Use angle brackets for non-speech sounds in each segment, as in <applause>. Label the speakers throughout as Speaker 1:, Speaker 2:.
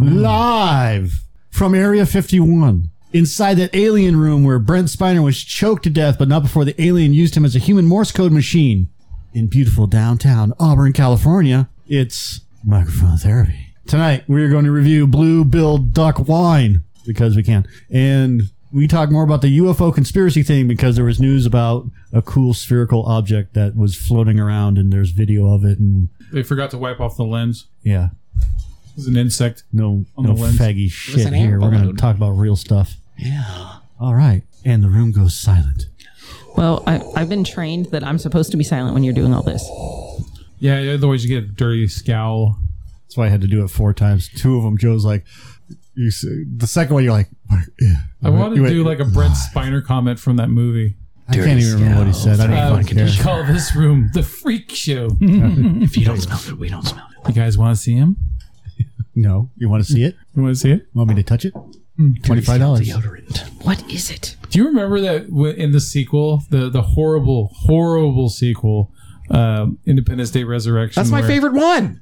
Speaker 1: Live from Area 51, inside that alien room where Brent Spiner was choked to death, but not before the alien used him as a human Morse code machine. In beautiful downtown Auburn, California, it's microphone therapy. Tonight, we are going to review Blue Bill Duck Wine because we can. And we talk more about the UFO conspiracy thing because there was news about a cool spherical object that was floating around and there's video of it. And
Speaker 2: They forgot to wipe off the lens.
Speaker 1: yeah,
Speaker 2: It's an insect.
Speaker 1: no,
Speaker 2: On
Speaker 1: no
Speaker 2: the lens.
Speaker 1: faggy
Speaker 3: was
Speaker 1: shit
Speaker 3: an
Speaker 1: here.
Speaker 3: air
Speaker 1: We're going to
Speaker 3: balloon.
Speaker 1: talk about real stuff.
Speaker 3: Yeah.
Speaker 1: All right. And the room goes silent.
Speaker 3: Well, I, I've been trained that I'm supposed to be silent when you're doing all this.
Speaker 2: Yeah, otherwise you get a dirty scowl.
Speaker 1: That's why I had to do it four times. Two of them, Joe's like, you. s- The second one, you're like, yeah.
Speaker 2: I want to do like a Brent Spiner comment from that movie.
Speaker 1: I can't even remember what he said. I
Speaker 2: Uh,
Speaker 1: don't even fucking care.
Speaker 2: call this room the Freak Show. <laughs> you
Speaker 4: If you don't smell it, we don't smell it.
Speaker 2: guys want to see him?
Speaker 1: No, you want to see it?
Speaker 2: You want to see it?
Speaker 1: Want me to touch it?
Speaker 2: Hmm.
Speaker 1: Twenty five dollars.
Speaker 4: Deodorant.
Speaker 3: What is it?
Speaker 2: Do you remember that w- in the sequel, the the horrible, horrible sequel, um, Independence Day Resurrection?
Speaker 4: That's my
Speaker 2: where-
Speaker 4: favorite one.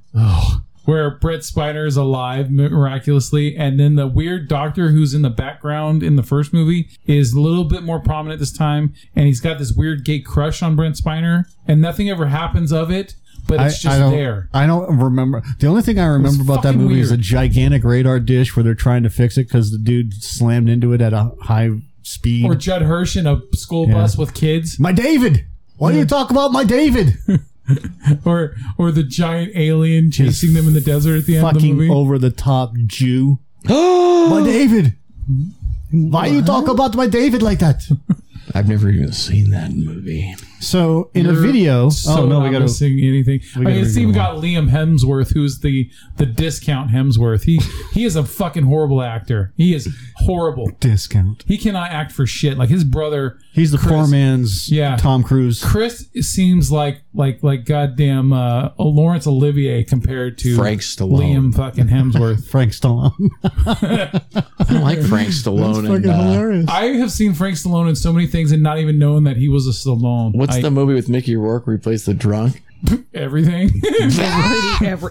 Speaker 2: Where Brett Spiner is alive miraculously, and then the weird doctor who's in the background in the first movie is a little bit more prominent this time, and he's got this weird gay crush on Brent Spiner, and nothing ever happens of it, but it's just
Speaker 1: don't,
Speaker 2: there.
Speaker 1: I don't remember. The only thing I remember about that
Speaker 2: fucking
Speaker 1: movie is a
Speaker 2: weird.
Speaker 1: gigantic radar dish where they're trying to fix it because the dude slammed into it at a high speed.
Speaker 2: Or Judd Hirsch in a school bus with kids.
Speaker 1: my David. Why do you talk about my David?
Speaker 2: or or the giant alien chasing them in the desert at the end of the
Speaker 1: Fucking
Speaker 2: movie.
Speaker 1: over the top <gasps> Jew. my David. Why you talk about my David like that?
Speaker 4: I've never even seen that movie.
Speaker 1: So in a video.
Speaker 2: So
Speaker 1: oh no,
Speaker 2: not
Speaker 1: we got to.
Speaker 2: missing anything. I mean,
Speaker 1: gotta
Speaker 2: it's
Speaker 1: review
Speaker 2: even
Speaker 1: them
Speaker 2: got Liam Hemsworth, who's the the discount Hemsworth. He he is a fucking horrible actor. He is horrible.
Speaker 1: Discount.
Speaker 2: He cannot act for shit. Like his brother
Speaker 1: He's the poor man's
Speaker 2: Yeah.
Speaker 1: Tom Cruise.
Speaker 2: Chris seems like like like goddamn uh, Lawrence Olivier compared to
Speaker 4: Frank Stallone.
Speaker 2: Liam fucking
Speaker 4: <laughs>
Speaker 2: Hemsworth.
Speaker 1: Frank <laughs> Stallone.
Speaker 4: I like <laughs> Frank Stallone. and, uh,
Speaker 2: I have seen Frank Stallone in so many things and not even knowing that he was a Stallone.
Speaker 4: what's
Speaker 2: I-
Speaker 4: the movie with Mickey Rourke where he plays the drunk?
Speaker 2: everything? <laughs>
Speaker 3: Ever,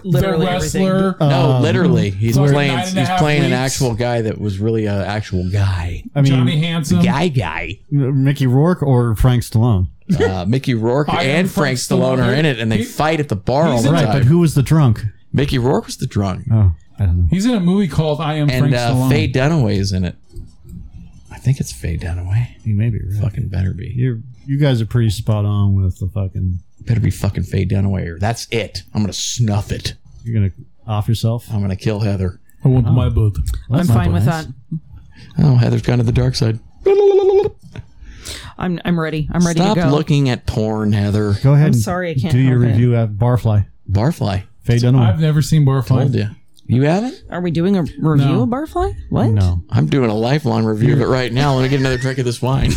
Speaker 2: the
Speaker 3: literally everything.
Speaker 2: wrestler.
Speaker 4: No, literally, he's
Speaker 2: Fucking
Speaker 4: playing
Speaker 2: Um, nine and a
Speaker 4: he's
Speaker 2: half
Speaker 4: playing an
Speaker 2: weeks.
Speaker 4: actual guy that was really an actual guy.
Speaker 1: I mean,
Speaker 2: Johnny Handsome.
Speaker 4: Guy, guy.
Speaker 1: Mickey Rourke or Frank Stallone.
Speaker 2: <laughs>
Speaker 4: Uh, Mickey Rourke
Speaker 2: I am
Speaker 4: and
Speaker 2: Frank
Speaker 4: Frank Stallone
Speaker 2: Stallone.
Speaker 4: are in it, and they
Speaker 2: He-
Speaker 4: fight at the bar all
Speaker 2: he's
Speaker 4: the
Speaker 2: in-
Speaker 1: Right,
Speaker 4: time.
Speaker 1: but who was the drunk?
Speaker 4: Mickey Rourke was the drunk,
Speaker 1: Oh, I don't know.
Speaker 2: He's in a movie called I Am
Speaker 4: and
Speaker 2: Frank
Speaker 4: uh,
Speaker 2: Stallone.
Speaker 4: Faye Dunaway is in it. I think it's Faye Dunaway.
Speaker 1: You may be right.
Speaker 4: Fucking better be.
Speaker 1: You you guys are pretty spot on with the fucking.
Speaker 4: better be fucking Faye Dunaway or that's it. I'm gonna snuff it.
Speaker 1: You're gonna off yourself.
Speaker 4: I'm gonna kill Heather.
Speaker 2: I want my boat.
Speaker 3: I'm fine with that.
Speaker 4: Oh, Heather's gone to the dark side.
Speaker 3: I'm, I'm ready. I'm ready
Speaker 4: Stop
Speaker 3: to go.
Speaker 4: looking at porn, Heather.
Speaker 1: Go ahead.
Speaker 3: I'm
Speaker 1: and
Speaker 3: sorry, I can't
Speaker 1: Do your
Speaker 3: help it.
Speaker 1: review at Barfly.
Speaker 4: Barfly.
Speaker 1: Faye
Speaker 2: I've
Speaker 1: Dunaway.
Speaker 2: never seen
Speaker 4: Told
Speaker 2: Barfly.
Speaker 4: you. You haven't?
Speaker 3: Are we doing a review
Speaker 2: No.
Speaker 3: of Barfly? What?
Speaker 1: No,
Speaker 4: I'm doing a lifelong review of it right now. Let me get another drink of this wine.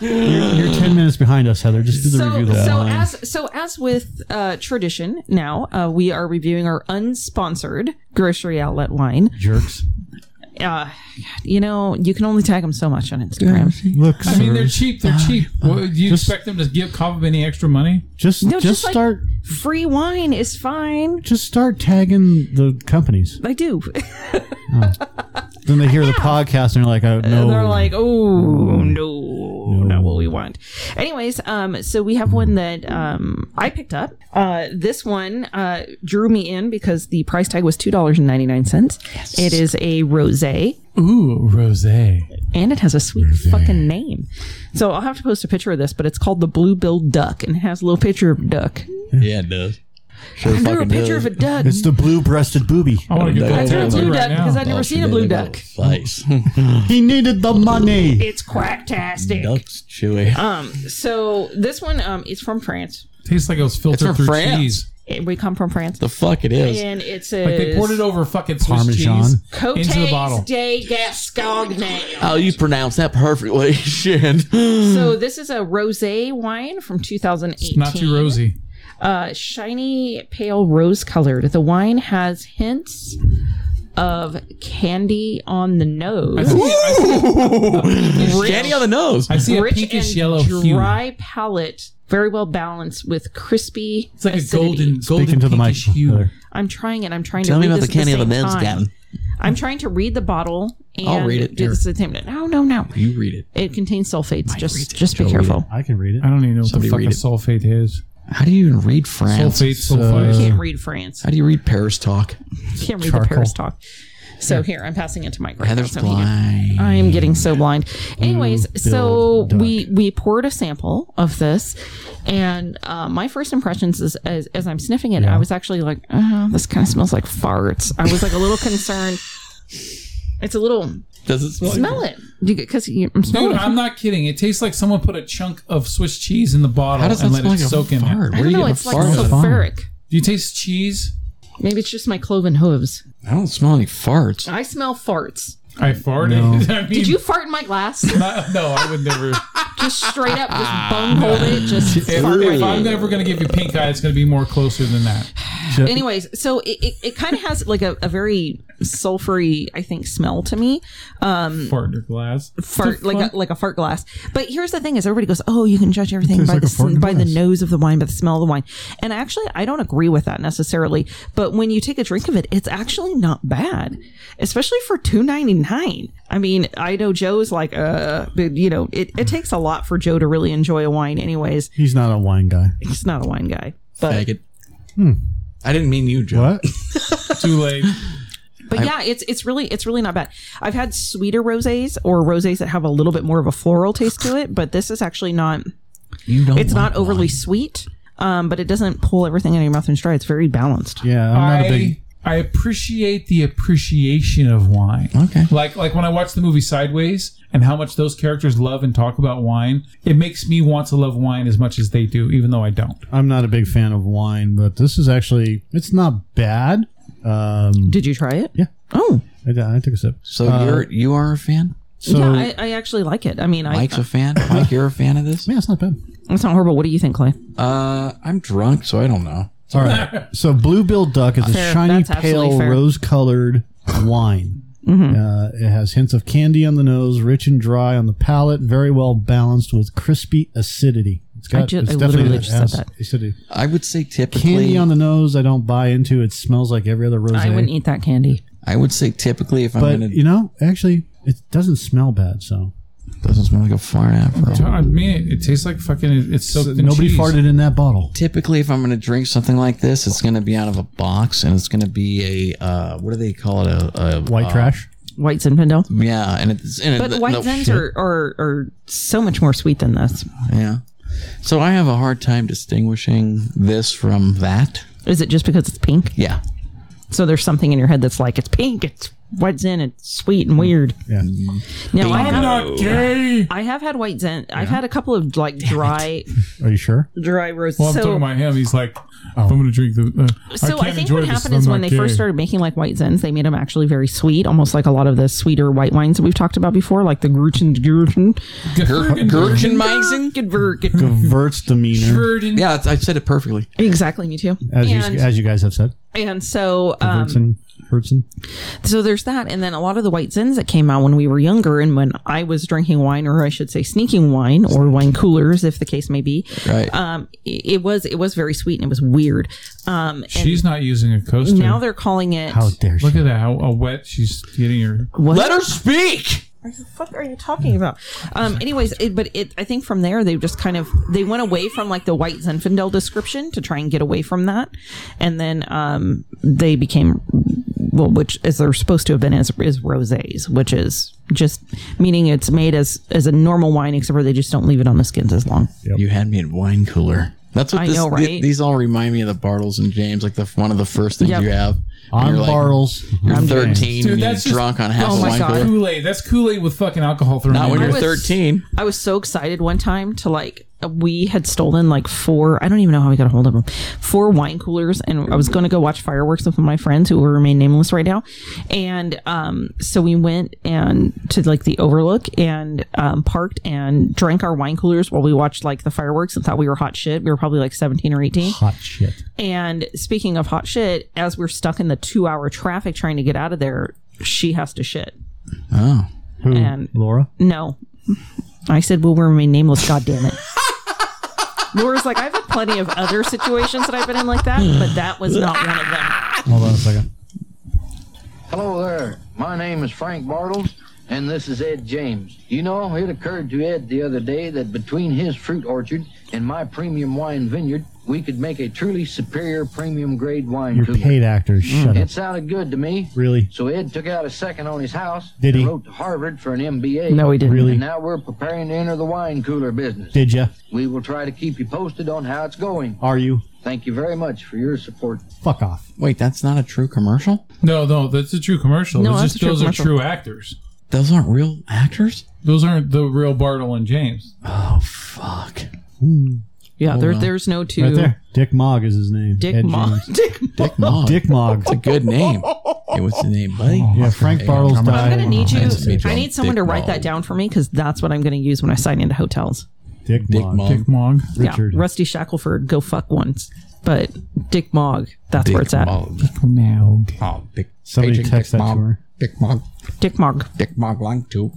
Speaker 1: you're ten minutes behind us, Heather. Just do the
Speaker 3: So,
Speaker 1: review. Of the
Speaker 3: so
Speaker 1: wine.
Speaker 3: as so as with uh, tradition, now uh, we are reviewing our unsponsored grocery outlet wine.
Speaker 1: jerks.
Speaker 3: Uh, you know, you can only tag them so much on Instagram.
Speaker 1: Look,
Speaker 2: I mean, they're
Speaker 1: sirs,
Speaker 2: cheap.
Speaker 4: Ah.
Speaker 2: They're cheap. What, do you
Speaker 1: Just-
Speaker 2: expect them to give Cobb any extra money?
Speaker 1: just
Speaker 3: No,
Speaker 1: just,
Speaker 3: just like-
Speaker 1: start
Speaker 3: Free wine is fine.
Speaker 1: just start tagging the companies.
Speaker 3: I do. <laughs>
Speaker 1: Then they hear the podcast and they're like, oh, no.
Speaker 3: And they're like, oh no, not what we want. Anyways, um, so we have one that um I picked up. Uh, this one uh drew me in because the price tag was two dollars and ninety nine cents. It is a rosé,
Speaker 2: Ooh, rosé.
Speaker 3: and it has a sweet fucking name. So I'll have to post a picture of this, but it's called the Bluebill Duck, and it has a little picture of duck.
Speaker 4: <laughs> yeah, it does. Sure
Speaker 3: I drew a
Speaker 4: fucking
Speaker 3: picture
Speaker 4: does.
Speaker 3: of a duck.
Speaker 1: it's the blue-breasted
Speaker 3: <laughs>
Speaker 1: booby.
Speaker 2: I want to get
Speaker 4: I
Speaker 2: that
Speaker 4: drew a
Speaker 3: a
Speaker 2: tattoo
Speaker 3: blue
Speaker 2: right
Speaker 3: duck
Speaker 2: now.
Speaker 3: because I've
Speaker 4: Oh,
Speaker 3: never seen a blue
Speaker 4: They go <laughs>
Speaker 3: duck.
Speaker 4: Face.
Speaker 1: He needed the money.
Speaker 3: It's quacktastic.
Speaker 4: Ducks chewy.
Speaker 3: So this one um is from France.
Speaker 2: Tastes like it was filtered
Speaker 4: from
Speaker 2: through
Speaker 4: France.
Speaker 2: cheese.
Speaker 3: We come from France.
Speaker 4: the fuck it is.
Speaker 3: and it says
Speaker 2: Like they poured it over fucking Swiss
Speaker 1: Parmesan.
Speaker 2: cheese
Speaker 3: Cotes
Speaker 2: into the bottle.
Speaker 3: de Gascogne.
Speaker 4: Oh, you pronounce that perfectly. <laughs> Shit.
Speaker 2: Mm.
Speaker 3: So this is a rosé wine from 2018.
Speaker 2: Not too rosy.
Speaker 3: Uh, shiny, pale rose colored. The wine has hints of Candy on the Nose.
Speaker 4: Candy on the nose.
Speaker 2: I see a
Speaker 3: rich
Speaker 2: pinkish
Speaker 3: and
Speaker 2: yellow hue.
Speaker 3: dry palette, very well balanced with crispy.
Speaker 2: It's like
Speaker 3: acidity.
Speaker 2: a golden, golden
Speaker 1: into the mic,
Speaker 2: pinkish hue.
Speaker 1: Heather.
Speaker 3: I'm trying it. I'm trying
Speaker 4: Tell
Speaker 3: to
Speaker 4: me
Speaker 3: read
Speaker 4: about the
Speaker 3: this
Speaker 4: candy
Speaker 3: at
Speaker 4: on the
Speaker 3: the same
Speaker 4: nose,
Speaker 3: time.
Speaker 4: Gavin.
Speaker 3: I'm trying to read the bottle. And
Speaker 4: I'll read it.
Speaker 3: Do this at the same time. No, no, no.
Speaker 4: You read it.
Speaker 3: It contains sulfates.
Speaker 4: read
Speaker 3: just,
Speaker 4: it.
Speaker 3: just be
Speaker 4: Joe, read
Speaker 3: careful.
Speaker 1: I can read it.
Speaker 2: I don't even know
Speaker 4: Somebody
Speaker 2: what the
Speaker 4: read
Speaker 2: fuck a
Speaker 4: it. Uh,
Speaker 2: sulfate is.
Speaker 4: How do you even read France?
Speaker 2: Sulfate, sulfite.
Speaker 3: Can't read France.
Speaker 4: How do you read Paris talk?
Speaker 3: Can't read the
Speaker 1: charcoal.
Speaker 3: Paris talk. So here, I'm passing it to Mike. Right now,
Speaker 4: Heather's
Speaker 3: so he can-
Speaker 4: blind. Mm,
Speaker 3: I am getting so blind. Anyways, so
Speaker 1: duck.
Speaker 3: we we poured a sample of this, and uh, my first impressions is as, as I'm sniffing it, I was actually like, uh, "This kind of smells like farts." I was like a little concerned. It's a little
Speaker 4: Does it smell?
Speaker 3: smell it because I'm
Speaker 2: Dude,
Speaker 3: smelling. it.
Speaker 2: I'm not kidding. It tastes like someone put a chunk of Swiss cheese in the bottle
Speaker 4: How does that
Speaker 2: and let
Speaker 4: smell
Speaker 2: it
Speaker 4: like a
Speaker 2: soak in
Speaker 4: fart?
Speaker 2: there.
Speaker 4: Where
Speaker 3: I
Speaker 4: are
Speaker 3: don't
Speaker 4: you
Speaker 3: know.
Speaker 4: getting
Speaker 3: It's
Speaker 4: a
Speaker 3: like
Speaker 4: fart? out of?
Speaker 3: sulfuric.
Speaker 2: Do you taste cheese?
Speaker 3: Maybe it's just my cloven hooves.
Speaker 4: I don't smell any farts.
Speaker 3: I smell farts.
Speaker 2: I farted.
Speaker 4: <laughs>
Speaker 2: I mean,
Speaker 3: Did you fart in my glass?
Speaker 2: not- no, I would
Speaker 3: <laughs>
Speaker 2: never.
Speaker 3: just straight up, just bunghole it. Just
Speaker 2: If,
Speaker 3: fart right
Speaker 2: if
Speaker 3: in.
Speaker 2: I'm ever going to give you pink eye, it's going to be more closer than that.
Speaker 3: anyways so it, it, it kind of has like a, a very sulfury i think smell to me um
Speaker 2: Fart in your glass.
Speaker 3: fart like a, like a fart glass but here's the thing is everybody goes oh you can judge everything
Speaker 1: tastes
Speaker 3: by,
Speaker 1: like
Speaker 3: the,
Speaker 1: a
Speaker 3: s-
Speaker 1: fart in a
Speaker 3: by the
Speaker 1: glass.
Speaker 3: nose of the wine by the smell of the wine and actually i don't agree with that necessarily but when you take a drink of it it's actually not bad especially for 2.99 i mean i know joe's like uh but you know it, it takes a lot for joe to really enjoy a wine anyways
Speaker 1: He's not a wine guy.
Speaker 3: he's not a wine guy but
Speaker 4: Faggot. I didn't mean you, Joe.
Speaker 1: What?
Speaker 2: Too late.
Speaker 3: But yeah, it's it's really it's really not bad. I've had sweeter rosés or rosés that have a little bit more of a floral taste to it, but this is actually not.
Speaker 4: You don't.
Speaker 3: It's not
Speaker 4: want
Speaker 3: overly sweet, um, but it doesn't pull everything out of your mouth and dry. It's very balanced.
Speaker 1: Yeah, I'm not a big.
Speaker 2: I, I appreciate the appreciation of wine.
Speaker 4: Okay.
Speaker 2: Like like when I watch the movie Sideways and how much those characters love and talk about wine, it makes me want to love wine as much as they do, even though I don't.
Speaker 1: I'm not a big fan of wine, but this is actually. It's not bad. Um,
Speaker 3: Did you try it?
Speaker 1: Yeah.
Speaker 3: Oh,
Speaker 1: I, I took a sip.
Speaker 4: So you're you are a fan.
Speaker 1: So
Speaker 3: yeah. I, I actually like it. I mean, I,
Speaker 4: Mike's a fan. Mike, you're a fan of this.
Speaker 1: yeah, it's not bad.
Speaker 3: it's not horrible. What do you think, Clay?
Speaker 4: Uh, I'm drunk, so I don't know.
Speaker 1: All right. So Bluebill Duck is
Speaker 3: Fair.
Speaker 1: a shiny,
Speaker 3: That's absolutely
Speaker 1: pale,
Speaker 3: fair. Mm-hmm.
Speaker 1: rose-colored wine. Uh, it has hints of candy on the nose, rich and dry on the palate, very well balanced with crispy acidity. It's got,
Speaker 3: I ju-
Speaker 1: it's
Speaker 3: I
Speaker 1: definitely
Speaker 3: literally just said
Speaker 1: has
Speaker 3: that.
Speaker 1: acidity.
Speaker 4: I would say typically.
Speaker 1: Candy on the nose, I don't buy into. It smells like every other
Speaker 3: I
Speaker 1: rosé.
Speaker 3: wouldn't eat that candy.
Speaker 4: I would say typically if I'm
Speaker 1: But
Speaker 4: gonna
Speaker 1: you know, actually, it doesn't smell bad. So
Speaker 4: doesn't smell like a fart after.
Speaker 2: I mean, it tastes like fucking. It's soaked in
Speaker 1: nobody
Speaker 2: cheese.
Speaker 1: farted in that bottle.
Speaker 4: Typically, if I'm gonna drink something like this, it's gonna be out of a box, and it's gonna be a uh, what do they call it? A, a
Speaker 1: White
Speaker 4: uh,
Speaker 1: trash.
Speaker 3: White Zinfandel,
Speaker 4: Yeah, and it's and
Speaker 3: but
Speaker 4: it,
Speaker 3: white
Speaker 4: no,
Speaker 3: Zins are, are are so much more sweet than this.
Speaker 4: Yeah. So I have a hard time distinguishing this from that.
Speaker 3: Is it just because it's pink?
Speaker 4: Yeah.
Speaker 3: So there's something in your head that's like it's pink, it's white Zin, it's sweet and weird.
Speaker 1: Yeah.
Speaker 3: Now I have,
Speaker 2: Not gay.
Speaker 3: I have had white zin. I've had a couple of like dry,
Speaker 1: Are you sure?
Speaker 3: dry roses.
Speaker 2: Well, I'm
Speaker 3: so,
Speaker 2: talking about him. He's like, if I'm gonna drink the. Uh,
Speaker 3: so
Speaker 2: I, can't
Speaker 3: I, think
Speaker 2: enjoy
Speaker 3: what
Speaker 2: this,
Speaker 3: happened
Speaker 2: I'm
Speaker 3: is when
Speaker 2: not
Speaker 3: they first
Speaker 2: gay.
Speaker 3: started making like white zins, they made them actually very sweet, almost like a lot of the sweeter white wines that we've talked about before, like the Gurchen Gurchen.
Speaker 4: Gurgenmeisen?
Speaker 1: Vert's demeanor,
Speaker 2: Verdant.
Speaker 4: Yeah, that's- I said it perfectly.
Speaker 3: Exactly, me too.
Speaker 1: as you,
Speaker 3: and,
Speaker 1: as you guys have said,
Speaker 3: and so um,
Speaker 1: Vertson, Vertson.
Speaker 3: So there's that, and then a lot of the white zins that came out when we were younger, and when I was drinking wine, or I should say, sneaking wine or wine coolers, if the case may be.
Speaker 4: Right.
Speaker 3: Um, it it was it was very sweet and it was weird. Um, and
Speaker 2: She's not using a coaster.
Speaker 3: now they're calling it.
Speaker 1: How dare she?
Speaker 2: Look at that! How, how wet she's getting her.
Speaker 3: what?
Speaker 4: Let her speak.
Speaker 3: fuck are you talking about? Um, anyways, it, but it, I think from there they just kind of they went away from like the white Zinfandel description to try and get away from that, and then um, they became well, which as they're supposed to have been as is rosés, which is just meaning it's made as as a normal wine, except for they just don't leave it on the skins as long.
Speaker 4: You had me at wine cooler. That's what
Speaker 3: I
Speaker 4: this,
Speaker 3: know,
Speaker 4: thi-
Speaker 3: right?
Speaker 4: these all remind me of the Bartles and James, like the one of the first things
Speaker 3: Yep.
Speaker 4: you have. when
Speaker 1: On
Speaker 4: you're like,
Speaker 1: barrels.
Speaker 4: You're
Speaker 1: on James.
Speaker 4: 13
Speaker 2: Dude,
Speaker 4: and you're
Speaker 2: that's just-
Speaker 4: drunk on half
Speaker 3: Oh
Speaker 4: a
Speaker 3: my
Speaker 4: wine
Speaker 3: God.
Speaker 4: cooler.
Speaker 2: Kool Aid. That's Kool Aid with fucking alcohol thrown
Speaker 4: Not
Speaker 2: in
Speaker 4: when
Speaker 2: it.
Speaker 4: you're
Speaker 3: was-
Speaker 4: 13.
Speaker 3: I was so excited one time to like we had stolen like four, I don't even know how we got a hold of them, four wine coolers. And I was going to go watch fireworks with my friends who will remain nameless right now. And um, so we went and to like the overlook and um, parked and drank our wine coolers while we watched like the fireworks and thought we were hot shit. We were probably like 17 or 18.
Speaker 1: Hot shit.
Speaker 3: And speaking of hot shit, as we're stuck in the two hour traffic trying to get out of there, she has to shit.
Speaker 4: Oh.
Speaker 1: Who?
Speaker 3: And-
Speaker 1: Laura?
Speaker 3: No. I said we'll remain nameless, god damn it. Laura's like, I've had plenty of other situations that I've been in like that, but that was not one of them.
Speaker 1: Hold on a second.
Speaker 5: Hello there. My name is Frank Bartles, and this is Ed James. You know, it occurred to Ed the other day that between his fruit orchard and my premium wine vineyard, we could make a truly superior premium grade wine
Speaker 1: Your
Speaker 5: cooler.
Speaker 1: paid actors.
Speaker 4: Mm.
Speaker 1: Shut
Speaker 5: It
Speaker 1: up.
Speaker 5: sounded good to me.
Speaker 1: Really?
Speaker 5: So Ed took out a second on his house
Speaker 1: Did
Speaker 5: and
Speaker 1: he?
Speaker 5: wrote to Harvard for an MBA.
Speaker 3: No, he didn't.
Speaker 1: Really?
Speaker 5: And now we're preparing to enter the wine cooler business.
Speaker 1: Did ya?
Speaker 5: We will try to keep you posted on how it's going.
Speaker 1: Are you?
Speaker 5: Thank you very much for your support.
Speaker 1: Fuck off.
Speaker 4: Wait, that's not a true commercial?
Speaker 2: No, no, that's a true commercial.
Speaker 3: No,
Speaker 2: it's
Speaker 3: that's
Speaker 2: just
Speaker 3: a true
Speaker 2: those
Speaker 3: commercial.
Speaker 2: are true actors.
Speaker 4: Those aren't real actors?
Speaker 2: Those aren't the real Bartle and James.
Speaker 4: Oh, fuck.
Speaker 3: Yeah, there,
Speaker 4: well.
Speaker 3: there's no two.
Speaker 1: Right there. Dick Mogg is his name.
Speaker 3: Dick
Speaker 1: Ed
Speaker 3: Ma.
Speaker 4: <laughs>
Speaker 1: James.
Speaker 3: <laughs> Dick
Speaker 4: Dick Mogg.
Speaker 3: Ma.
Speaker 1: Oh, Dick Mogg.
Speaker 4: It's a good name. Hey, what's the name, buddy?
Speaker 1: Yeah, Frank Bartles
Speaker 4: I'm
Speaker 1: died.
Speaker 3: I'm gonna need you.
Speaker 4: Nice to meet you.
Speaker 3: I need someone to
Speaker 4: Dick
Speaker 3: write
Speaker 4: Ma.
Speaker 3: that down for me because that's what I'm gonna use when I sign into hotels.
Speaker 1: Dick,
Speaker 4: Dick
Speaker 1: Mogg.
Speaker 4: Mogg.
Speaker 2: Dick Mong.
Speaker 1: Richard.
Speaker 3: Yeah, Rusty Shackelford, go fuck once. But Dick Mogg, that's where it's at.
Speaker 4: Mogg.
Speaker 2: Mog.
Speaker 4: Oh, Dick-
Speaker 1: Somebody
Speaker 4: Agent
Speaker 1: text
Speaker 4: Dick
Speaker 1: that to
Speaker 4: Mogg.
Speaker 1: her.
Speaker 4: Dick Mogg.
Speaker 3: Dick Mogg,
Speaker 4: Dick Mogg Long too.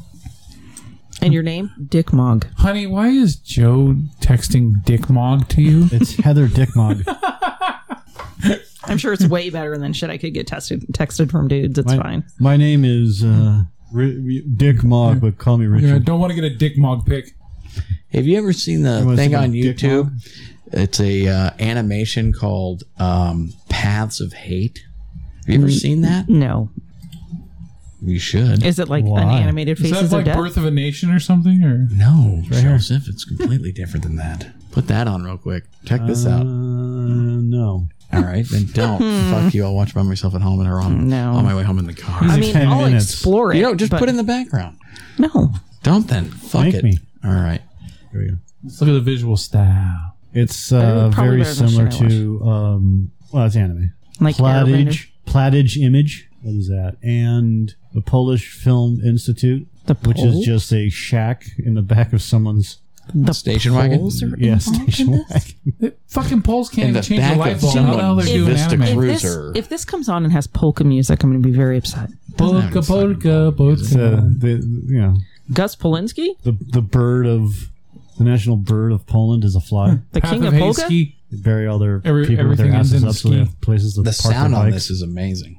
Speaker 3: and your name, Dick Mogg.
Speaker 2: Honey, why is Joe texting Dick Mog to you?
Speaker 1: It's Heather Dick
Speaker 4: <laughs>
Speaker 1: Mogg.
Speaker 3: I'm sure it's way better than shit I could get tested texted from dudes. It's fine.
Speaker 1: My name is uh, Ri- Dick Mogg, but call me
Speaker 2: Yeah, I
Speaker 1: Richard.
Speaker 2: don't want to get a Dick Mog pic.
Speaker 4: Have you ever seen the
Speaker 1: wanna
Speaker 4: thing
Speaker 1: see my
Speaker 4: on
Speaker 1: Dick
Speaker 4: YouTube? It's a uh, animation called um, Paths of Hate. Have you ever seen that?
Speaker 3: No,
Speaker 4: You should.
Speaker 3: Is Mm. it like an
Speaker 1: Why?
Speaker 3: animated
Speaker 2: Is
Speaker 3: Faces
Speaker 2: that like
Speaker 3: of Death?
Speaker 2: Birth of a Nation or something? Or
Speaker 4: no, Joseph, it's completely different than that. Put that on real quick. Check this
Speaker 1: Uh,
Speaker 4: out.
Speaker 1: no.
Speaker 4: All right, then don't
Speaker 3: <laughs>
Speaker 4: fuck you. I'll watch by myself at home and her on
Speaker 3: Hmm. No.
Speaker 2: Oh,
Speaker 4: on my way home in the car.
Speaker 3: I
Speaker 1: Easy
Speaker 3: mean,
Speaker 1: 10
Speaker 3: I'll
Speaker 1: minutes.
Speaker 3: explore it.
Speaker 4: You know, just
Speaker 3: but
Speaker 4: put in the background.
Speaker 3: no.
Speaker 4: Don't then. Fuck
Speaker 1: Make
Speaker 4: it.
Speaker 1: me.
Speaker 4: All right.
Speaker 1: Here we go.
Speaker 2: let's look at the visual style.
Speaker 1: It's uh,
Speaker 3: Probably
Speaker 1: very
Speaker 3: better than
Speaker 1: similar
Speaker 3: Shane Wash.
Speaker 1: to um, well, it's anime.
Speaker 3: Like Airbender.
Speaker 1: Plattage, Plattage Image. What is that? And the Polish Film Institute,
Speaker 3: The
Speaker 1: which
Speaker 3: Pol-
Speaker 1: is just a shack in the back of someone's
Speaker 3: the
Speaker 4: Station wagon?
Speaker 3: poles are
Speaker 1: yeah,
Speaker 3: involved in
Speaker 1: station
Speaker 3: this?
Speaker 1: wagon.
Speaker 2: The fucking polls can't
Speaker 4: In
Speaker 2: even
Speaker 4: the
Speaker 2: change
Speaker 4: back
Speaker 2: the
Speaker 4: of
Speaker 2: light bulb. How the hell
Speaker 4: someone's
Speaker 2: they're doing
Speaker 4: Vista
Speaker 2: anime?
Speaker 4: Cruise.
Speaker 3: If this,
Speaker 4: Cruiser.
Speaker 3: if this comes on and has polka music, I'm going to be very upset.
Speaker 2: Polka,
Speaker 4: Doesn't have any
Speaker 2: polka,
Speaker 4: fucking music.
Speaker 1: It's, uh,
Speaker 2: polka.
Speaker 1: <laughs> the, you know,
Speaker 3: Gus Polinski,
Speaker 1: the the bird of the national bird of Poland is a fly.
Speaker 3: the
Speaker 2: Path
Speaker 3: king
Speaker 2: of
Speaker 3: of polka.
Speaker 2: Haysky.
Speaker 1: They bury all their
Speaker 2: Every-
Speaker 1: people with their
Speaker 2: everything ends
Speaker 1: asses
Speaker 2: in
Speaker 1: up so they
Speaker 2: ski.
Speaker 1: have places to
Speaker 4: The
Speaker 1: park
Speaker 4: sound
Speaker 1: their
Speaker 4: on
Speaker 1: bikes.
Speaker 4: this is amazing.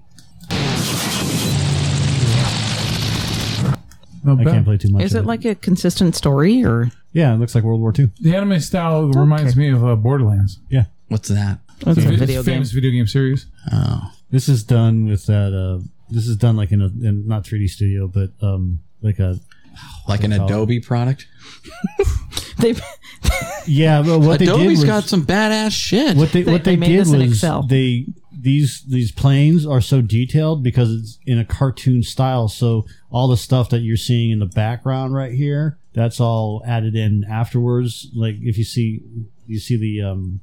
Speaker 2: No,
Speaker 1: I
Speaker 2: bet.
Speaker 1: can't play too much.
Speaker 3: Is
Speaker 1: of
Speaker 3: it like a consistent story or
Speaker 1: Yeah, it looks like World War II.
Speaker 2: The anime style reminds me of uh, Borderlands.
Speaker 1: Yeah,
Speaker 4: What's that?
Speaker 3: it's a
Speaker 2: It's
Speaker 3: video game?
Speaker 2: famous video game series.
Speaker 4: Oh,
Speaker 1: this is done with that. Uh, this is done like in a in not 3D studio, but um, like a
Speaker 4: like an
Speaker 1: called?
Speaker 4: Adobe product?
Speaker 3: <laughs> They
Speaker 1: yeah. But what they did
Speaker 4: Adobe's
Speaker 1: was
Speaker 4: got some badass shit.
Speaker 1: what they,
Speaker 3: They-
Speaker 1: what
Speaker 3: they
Speaker 1: they,
Speaker 3: made
Speaker 1: did
Speaker 3: this
Speaker 1: was
Speaker 3: in Excel.
Speaker 1: they these these planes are so detailed because it's in a cartoon style. So all the stuff that you're seeing in the background right here, that's all added in afterwards. Like if you see you see the um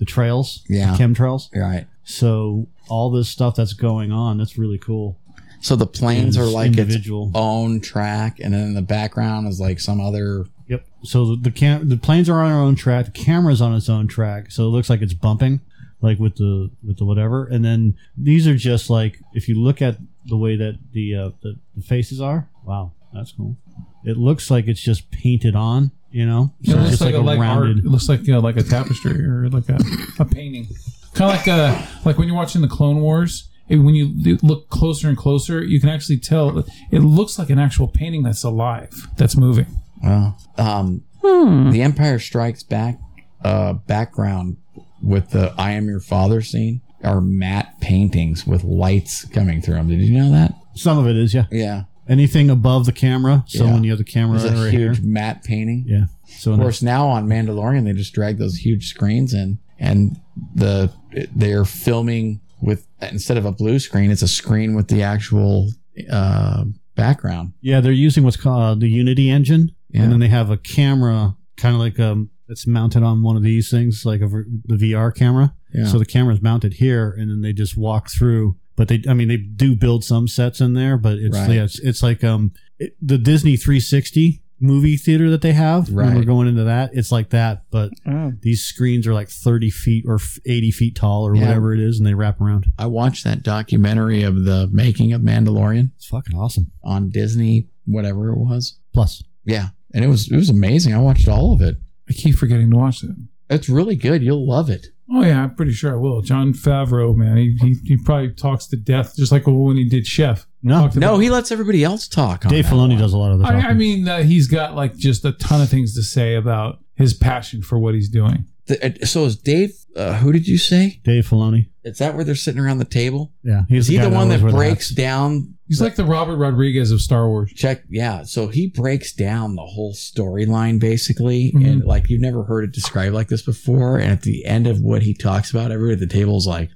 Speaker 1: the trails,
Speaker 4: Yeah.
Speaker 1: the chemtrails.
Speaker 4: You're right.
Speaker 1: So all this stuff that's going on, that's really cool.
Speaker 4: So the planes
Speaker 1: And
Speaker 4: are
Speaker 1: it's
Speaker 4: like
Speaker 1: individual.
Speaker 4: its own track, and then the background is like some other.
Speaker 1: Yep. So the the, cam- the planes are on their own track. The camera's on its own track. So it looks like it's bumping, like with the with the whatever. And then these are just like if you look at the way that the uh, the, the faces are. Wow, that's cool. It looks like it's just painted on. You know,
Speaker 2: It
Speaker 1: So it's
Speaker 2: looks
Speaker 1: just
Speaker 2: like, a, like art. It looks like uh, like a tapestry or like a, a painting. Kind of like a like when you're watching the Clone Wars. it- when you do- look closer and closer, you can actually tell it looks like an actual painting that's alive, that's moving.
Speaker 4: Wow. Um, The Empire Strikes Back uh, background with the "I Am Your Father" scene are matte paintings with lights coming through them. Did you know that?
Speaker 1: Some of it is, yeah.
Speaker 4: Yeah,
Speaker 1: Anything above the camera. So
Speaker 4: Yeah.
Speaker 1: when you have the camera
Speaker 4: it's a
Speaker 1: right
Speaker 4: huge
Speaker 1: here,
Speaker 4: matte painting.
Speaker 1: yeah. So
Speaker 4: Of
Speaker 1: when
Speaker 4: course, now on Mandalorian, they just drag those huge screens in, and the they're filming with instead of a blue screen, it's a screen with the actual uh, background.
Speaker 1: Yeah, they're using what's called the uh, Unity engine,
Speaker 4: Yeah.
Speaker 1: and then they have a camera, kind of like um, that's mounted on one of these things, like a v the VR camera.
Speaker 4: Yeah.
Speaker 1: So the camera's mounted here, and then they just walk through. But they, I mean, they do build some sets in there, but it's
Speaker 4: Right.
Speaker 1: yeah, it's, it's like um it, the Disney 360 movie theater that they have. When
Speaker 4: Right.
Speaker 1: we're going into that. It's like that, but
Speaker 3: Oh.
Speaker 1: these screens are like 30 feet or f- 80 feet tall or
Speaker 4: Yeah.
Speaker 1: whatever it is, and they wrap around.
Speaker 4: I watched that documentary of the making of Mandalorian
Speaker 1: It's fucking awesome.
Speaker 4: on Disney, whatever it was.
Speaker 1: Plus,
Speaker 4: Yeah, and it was it was amazing. I watched all of it.
Speaker 2: I keep forgetting to watch it.
Speaker 4: It's really good. You'll love it.
Speaker 2: Oh yeah, I'm pretty sure I will. John Favreau, man, he he, he probably talks to death, just like when he did Chef.
Speaker 1: no,
Speaker 2: Talked
Speaker 4: No,
Speaker 2: about-
Speaker 4: he lets everybody else talk. On
Speaker 1: Dave
Speaker 4: that
Speaker 1: Filoni
Speaker 4: one.
Speaker 1: does a lot of the talking.
Speaker 2: I, I mean, uh, he's got like just a ton of things to say about his passion for what he's doing.
Speaker 4: The- uh, so is Dave. Uh, who did you say?
Speaker 1: Dave Filoni.
Speaker 4: Is that where they're sitting around the table?
Speaker 1: Yeah,
Speaker 4: Is
Speaker 1: he's
Speaker 4: he
Speaker 1: guy
Speaker 4: the one
Speaker 1: knows
Speaker 4: that
Speaker 1: where the
Speaker 4: breaks
Speaker 1: hats-
Speaker 4: down?
Speaker 2: He's like the Robert Rodriguez of Star Wars.
Speaker 4: Check. Yeah. So he breaks down the whole storyline basically,
Speaker 2: Mhm.
Speaker 4: and like you've never heard it described like this before. And at the end of what he talks about, everybody at the table's like,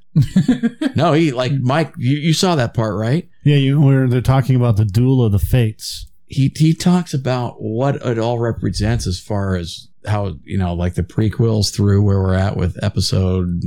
Speaker 4: "No, he like Mike. You, you saw that part, right?"
Speaker 1: Yeah, you where they're talking about the duel of the fates.
Speaker 4: he he talks about what it all represents as far as how you know like the prequels through where we're at with episode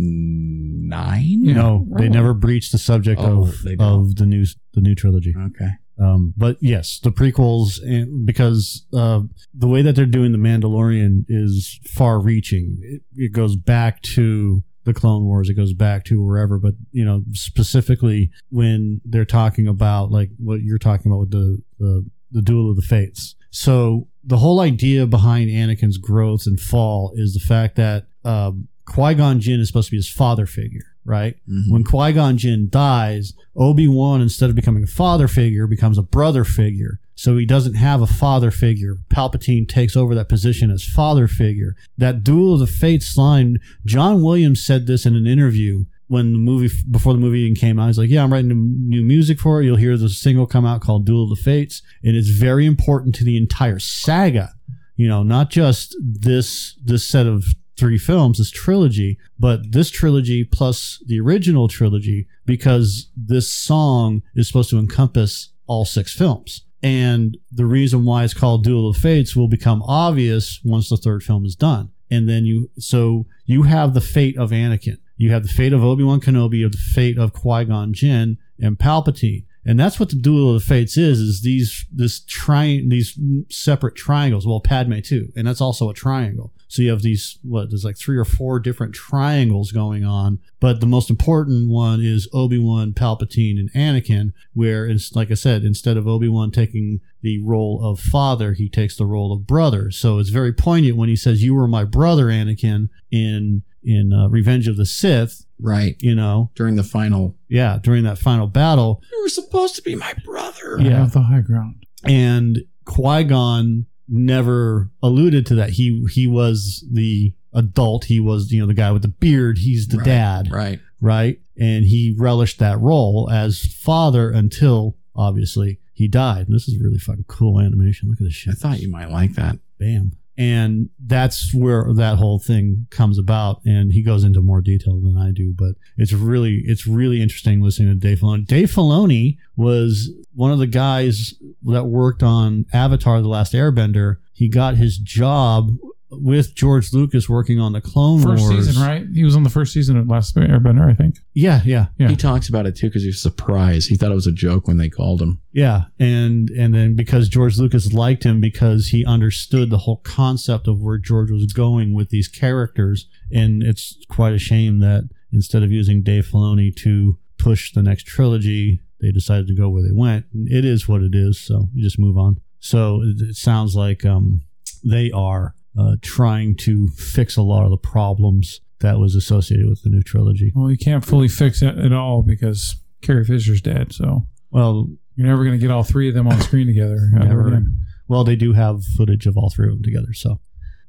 Speaker 4: nine
Speaker 2: Yeah.
Speaker 1: No, they never breached the subject
Speaker 4: Oh,
Speaker 1: of
Speaker 4: they don't.
Speaker 1: of the new the new trilogy.
Speaker 4: okay
Speaker 1: Um, but yes, the prequels, and because uh, the way that they're doing the Mandalorian is far-reaching. It, it goes back to the Clone Wars. It goes back to wherever. But you know, specifically when they're talking about like what you're talking about with the the, the duel of the fates. So the whole idea behind Anakin's growth and fall is the fact that um, Qui Gon Jinn is supposed to be his father figure, right?
Speaker 4: Mhm.
Speaker 1: when Qui Gon Jinn dies, Obi Wan, instead of becoming a father figure, becomes a brother figure. So he doesn't have a father figure. Palpatine takes over that position as father figure. That duel of the fates line, John Williams said this in an interview when the movie before the movie even came out. He's like, "Yeah, I'm writing new music for it. You'll hear the single come out called Duel of the Fates, and it's very important to the entire saga." you know not just this this set of three films this trilogy but this trilogy plus the original trilogy because this song is supposed to encompass all six films and the reason why it's called duel of fates will become obvious once the third film is done and then you so you have the fate of anakin you have the fate of obi-wan kenobi you have the fate of qui-gon jinn and palpatine and that's what the duel of the fates is is these this tri- these separate triangles well padme too and that's also a triangle so you have these what there's like three or four different triangles going on but the most important one is obi-wan palpatine and anakin where it's like i said instead of obi-wan taking the role of father he takes the role of brother so it's very poignant when he says you were my brother anakin in in uh, revenge of the sith
Speaker 4: right
Speaker 1: you know
Speaker 4: during the final
Speaker 1: yeah during that final battle
Speaker 4: you were supposed to be my brother
Speaker 1: Yeah.
Speaker 2: I have the high ground.
Speaker 1: and Qui Gon never alluded to that. He he was the adult. He was you know the guy with the beard. He's the
Speaker 4: Right,
Speaker 1: dad, right.
Speaker 4: right
Speaker 1: And he relished that role as father until obviously he died. And this is really fucking cool animation. Look at this shit.
Speaker 4: i thought you might like that
Speaker 1: Bam. And that's where that whole thing comes about. And he goes into more detail than I do, but it's really it's really interesting listening to Dave Filoni. Dave Filoni was one of the guys that worked on Avatar: The Last Airbender. He got his job with George Lucas working on the Clone
Speaker 2: First
Speaker 1: Wars.
Speaker 2: season, right? He was on the first season of Last Airbender, I think.
Speaker 1: Yeah, yeah,
Speaker 2: Yeah.
Speaker 4: he talks about it too because he was surprised he thought it was a joke when they called him
Speaker 1: yeah. And and then because George Lucas liked him because he understood the whole concept of where George was going with these characters. and it's quite a shame that instead of using Dave Filoni to push the next trilogy, they decided to go where they went. It is what it is, so you just move on. So it- it sounds like um, they are uh, trying to fix a lot of the problems that was associated with the new trilogy.
Speaker 2: Well, you can't fully fix it at all because Carrie Fisher's dead, so
Speaker 1: Well,
Speaker 2: you're never going to get all three of them on screen together. ever
Speaker 1: Never.
Speaker 2: again.
Speaker 1: well, they do have footage of all three of them together, so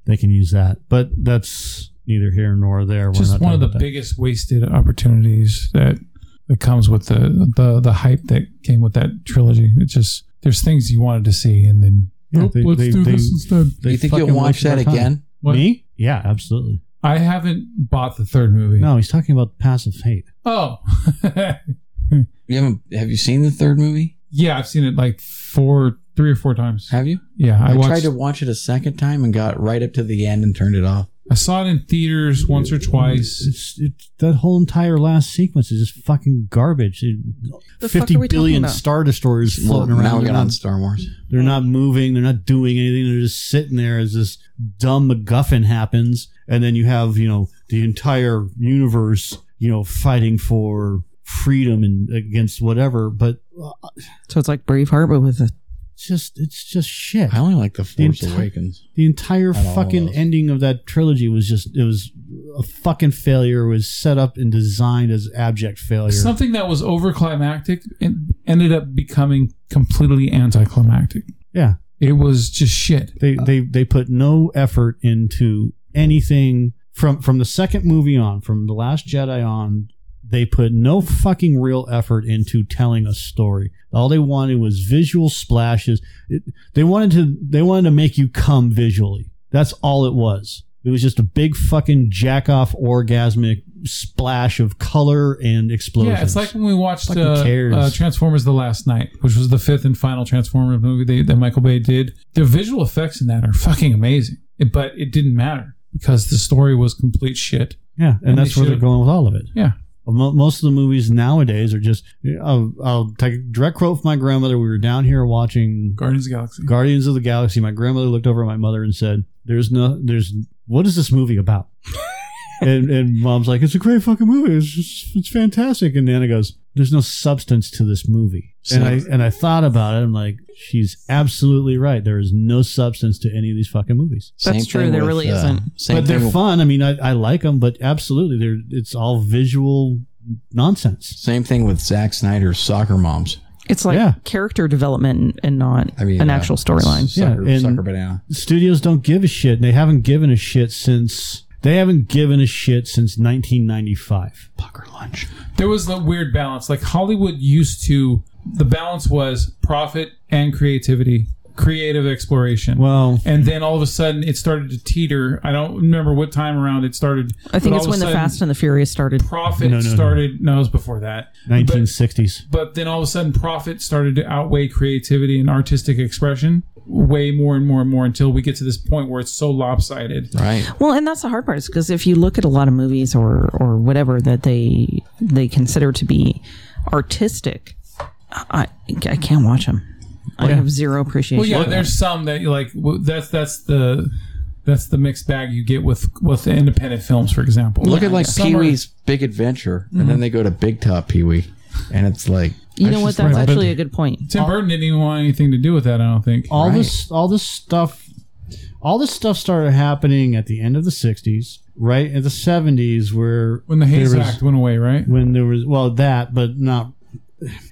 Speaker 1: they can use that. But that's neither here nor there. We're
Speaker 2: Just
Speaker 1: not
Speaker 2: one of
Speaker 1: talking
Speaker 2: the
Speaker 1: about that.
Speaker 2: biggest wasted opportunities that that comes with the, the the hype that came with that trilogy. It's just there's things you wanted to see, and then
Speaker 1: Yeah,
Speaker 2: nope,
Speaker 1: they-
Speaker 2: let's
Speaker 1: they-
Speaker 2: do
Speaker 1: they-
Speaker 2: this instead.
Speaker 1: They
Speaker 4: you think
Speaker 1: fucking
Speaker 4: you'll watch
Speaker 1: wasted
Speaker 4: that
Speaker 1: our time.
Speaker 4: again
Speaker 2: What?
Speaker 1: Me? Yeah, absolutely.
Speaker 2: I haven't bought the third movie.
Speaker 1: No, he's talking about passive hate.
Speaker 2: Oh, <laughs>
Speaker 4: you haven't have you seen the third movie
Speaker 2: yeah, I've seen it like four three or four times.
Speaker 4: Have you?
Speaker 2: Yeah, I,
Speaker 4: I,
Speaker 2: watched.
Speaker 4: tried to watch it a second time and got right up to the end and turned it off.
Speaker 2: I saw it in theaters once or twice.
Speaker 1: It's, it's, that whole entire last sequence is just fucking garbage. It-
Speaker 3: The fuck
Speaker 1: Fifty
Speaker 3: are we talking
Speaker 1: billion
Speaker 3: about?
Speaker 1: star destroyers floating
Speaker 4: Well,
Speaker 1: around.
Speaker 4: Now we
Speaker 1: They're
Speaker 4: got on
Speaker 1: not-
Speaker 4: Star Wars.
Speaker 1: They're not moving. They're not doing anything. They're just sitting there as this dumb MacGuffin happens, and then you have you know the entire universe you know fighting for freedom and against whatever. But uh,
Speaker 3: So it's like Braveheart, but with a
Speaker 1: it's just it's just shit.
Speaker 4: I only like the
Speaker 1: The
Speaker 4: Force
Speaker 1: enti-
Speaker 4: Awakens.
Speaker 1: The entire
Speaker 4: Out of all
Speaker 1: fucking
Speaker 4: those.
Speaker 1: ending of that trilogy was just it was a fucking failure. It was set up and designed as abject failure.
Speaker 2: Something that was overclimactic and ended up becoming completely anticlimactic.
Speaker 1: yeah,
Speaker 2: It was just shit.
Speaker 1: they they they put no effort into anything from from the second movie on, from the Last Jedi on. They put no fucking real effort into telling a story. All they wanted was visual splashes. It, they wanted to they wanted to make you come visually. That's all it was. It was just a big fucking jack off orgasmic splash of color and explosions.
Speaker 2: Yeah, it's like when we watched
Speaker 1: Fucking
Speaker 2: uh,
Speaker 1: cares.
Speaker 2: uh, Transformers the last night, which was the fifth and final Transformers movie they, that Michael Bay did. The visual effects in that are fucking amazing, It- but it didn't matter because the story was complete shit.
Speaker 1: yeah, and,
Speaker 2: and
Speaker 1: that's
Speaker 2: they
Speaker 1: where they're
Speaker 2: should've-
Speaker 1: going with all of it.
Speaker 2: Yeah,
Speaker 1: Mo- Most of the movies nowadays are just. I'll, I'll take a direct quote from my grandmother. We were down here watching
Speaker 2: Guardians of the Galaxy.
Speaker 1: Guardians of the Galaxy. My grandmother looked over at my mother and said, "There's no, there's what is this movie
Speaker 2: <laughs>
Speaker 1: about?" and and mom's like, "It's a great fucking movie. It's just, it's fantastic." And Nana goes, "There's no substance to this movie." And I and I thought about it. I'm like, she's absolutely right. There is no substance to any of these fucking movies.
Speaker 3: That's true,
Speaker 4: thing uh,
Speaker 3: there really isn't.
Speaker 4: Same
Speaker 1: but they're
Speaker 4: thing with-
Speaker 1: fun. I mean, I, I like them, but absolutely, they're it's all visual nonsense.
Speaker 4: Same thing with Zack Snyder's Soccer Moms.
Speaker 3: it's like
Speaker 1: Yeah.
Speaker 3: character development and not
Speaker 4: I mean,
Speaker 3: an
Speaker 4: uh,
Speaker 3: actual storyline.
Speaker 4: Sucker,
Speaker 1: Yeah, and-
Speaker 4: sucker banana.
Speaker 1: Studios don't give a shit. and They haven't given a shit since they haven't given a shit since 1995.
Speaker 4: Pucker lunch.
Speaker 2: there was a weird balance. Like Hollywood used to, the balance was profit and creativity, creative exploration.
Speaker 1: Well,
Speaker 2: and then all of a sudden it started to teeter. I don't remember what time around it started.
Speaker 3: I think
Speaker 2: but
Speaker 3: it's
Speaker 2: all of a
Speaker 3: when the
Speaker 2: sudden
Speaker 3: Fast and the Furious started.
Speaker 2: profit
Speaker 1: No, no, no.
Speaker 2: started. No. it was before that. But-
Speaker 1: 1960s.
Speaker 2: but then all of a sudden profit started to outweigh creativity and artistic expression way more and more and more until we get to this point where it's so lopsided
Speaker 4: Right.
Speaker 3: Well, and that's the hard part is because if you look at a lot of movies or or whatever that they they consider to be artistic, I I can't watch them. I have zero appreciation.
Speaker 2: well yeah
Speaker 3: for them.
Speaker 2: there's some that you like w- that's that's the that's the mixed bag you get with with the independent films for example
Speaker 4: Look at like
Speaker 2: Some
Speaker 4: Pee
Speaker 2: are-
Speaker 4: Wee's Big Adventure, and then they go to Big Top Pee Wee, and it's like
Speaker 3: you know what? That's
Speaker 2: right, but-
Speaker 3: actually a good point.
Speaker 2: tim burton didn't even want anything to do with that i don't think
Speaker 1: All this, all this stuff, all this stuff started happening at the end of the 60s, right in the 70s, where
Speaker 2: when the hayes
Speaker 1: there Mm-hmm. was-
Speaker 2: act went away right
Speaker 1: when there was well that, but not.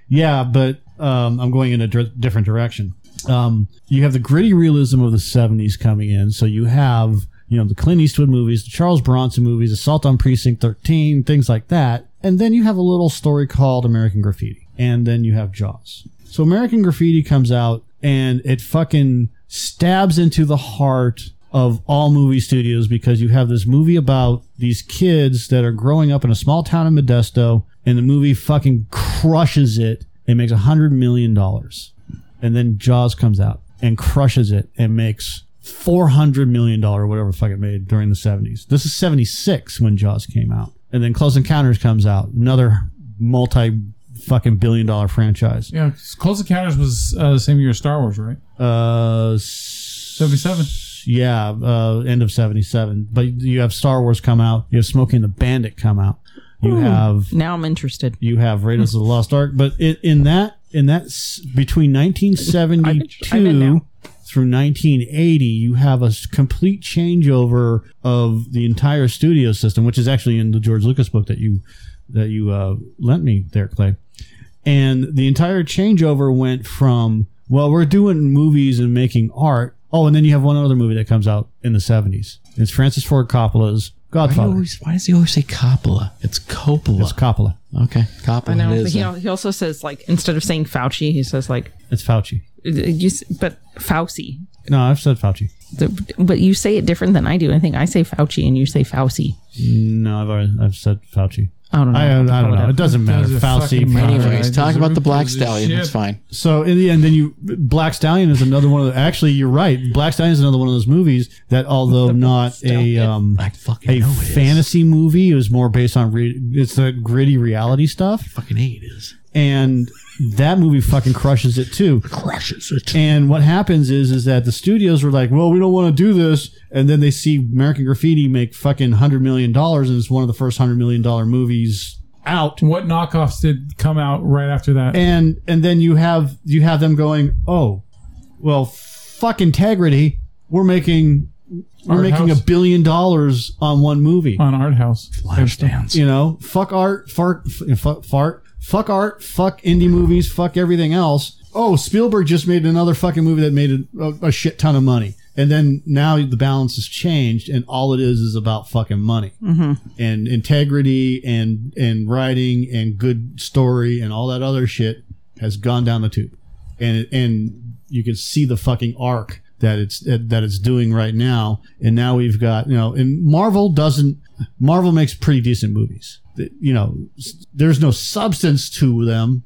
Speaker 1: Yeah, but um, I'm going in a dir- different direction. Um, you have the gritty realism of the 70s coming in, so you have you know the Clint Eastwood movies, the Charles Bronson movies, Assault on Precinct 13, things like that, and then you have a little story called American Graffiti, and then you have Jaws. So American Graffiti comes out and it fucking stabs into the heart of all movie studios because you have this movie about these kids that are growing up in a small town in Modesto and the movie fucking crushes it and makes a hundred million dollars. And then Jaws comes out and crushes it and makes four hundred million dollar whatever the fuck it made during the seventies. This is seventy six when Jaws came out. And then Close Encounters comes out, another multi fucking billion dollar franchise.
Speaker 2: yeah 'cause close encounters was uh, the same year as star wars right
Speaker 1: Uh, seventy
Speaker 2: 77
Speaker 1: Yeah, uh, end of seventy seven. But you have Star Wars come out. You have Smokey and the Bandit come out. You have
Speaker 3: Now I'm interested.
Speaker 1: you have Raiders of the Lost Ark. But in, in that in that s- between nineteen seventy
Speaker 3: I'm in
Speaker 1: two
Speaker 3: now.
Speaker 1: through nineteen eighty, you have a s- complete changeover of the entire studio system, which is actually in the George Lucas book that you that you uh, lent me there, Clay and the entire changeover went from well we're doing movies and making art oh and then you have one other movie that comes out in the 70s it's francis ford coppola's
Speaker 4: why, do you
Speaker 1: godfather
Speaker 4: always, why does he always say Coppola? It's Coppola.
Speaker 1: it's coppola
Speaker 4: okay, Coppola.
Speaker 3: I know.
Speaker 4: it
Speaker 3: But
Speaker 4: is,
Speaker 3: he,
Speaker 4: uh,
Speaker 3: al- he also says like instead of saying Fauci, he says like
Speaker 1: it's fauci
Speaker 3: you, s- but Fauci.
Speaker 1: no i've said fauci
Speaker 3: The- but you say it different than I do. I think I say Fauci and you say Fauci.
Speaker 1: no i've already, i've said fauci
Speaker 3: I don't know.
Speaker 1: I, I don't
Speaker 3: Pull it
Speaker 1: know.
Speaker 3: up.
Speaker 1: It doesn't matter.
Speaker 2: Doesn't
Speaker 1: Fauci.
Speaker 2: fucking matter.
Speaker 1: Fauci.
Speaker 2: Right,
Speaker 4: Anyways, talk
Speaker 2: there's a
Speaker 4: about the
Speaker 2: roof,
Speaker 4: black
Speaker 2: there's a
Speaker 4: stallion.
Speaker 2: ship.
Speaker 4: It's fine.
Speaker 1: So in the end, then you Black Stallion is another one of the. Actually, you're right. Black Stallion is another one of those movies that, although not a um,
Speaker 4: I fucking
Speaker 1: a
Speaker 4: know it is.
Speaker 1: fantasy movie, it was more based on re- it's the gritty reality stuff,
Speaker 4: Fucking hate it is.
Speaker 1: and that movie fucking crushes it too.
Speaker 4: Crushes it.
Speaker 1: And what happens is is that the studios were like, well, we don't want to do this, and then they see American Graffiti make fucking hundred million dollars, and it's one of the first hundred million dollar movies out.
Speaker 2: What knockoffs did come out right after that?
Speaker 1: and and then you have you have them going, oh, well, fuck integrity. We're making we're
Speaker 2: Art
Speaker 1: making
Speaker 2: house.
Speaker 1: a billion dollars on one movie.
Speaker 2: on Art House.
Speaker 4: Flashdance.
Speaker 1: You know, fuck art, fart, f- fuck fart, fuck art, fuck indie movies, fuck everything else. Oh, Spielberg just made another fucking movie that made a, a, a shit ton of money. And then now the balance has changed, and all it is is about fucking money and integrity and and writing and good story and all that other shit has gone down the tube, and and you can see the fucking arc that it's that it's doing right now. And now we've got you know, and Marvel doesn't. Marvel makes pretty decent movies. Th- You know, s- there's no substance to them.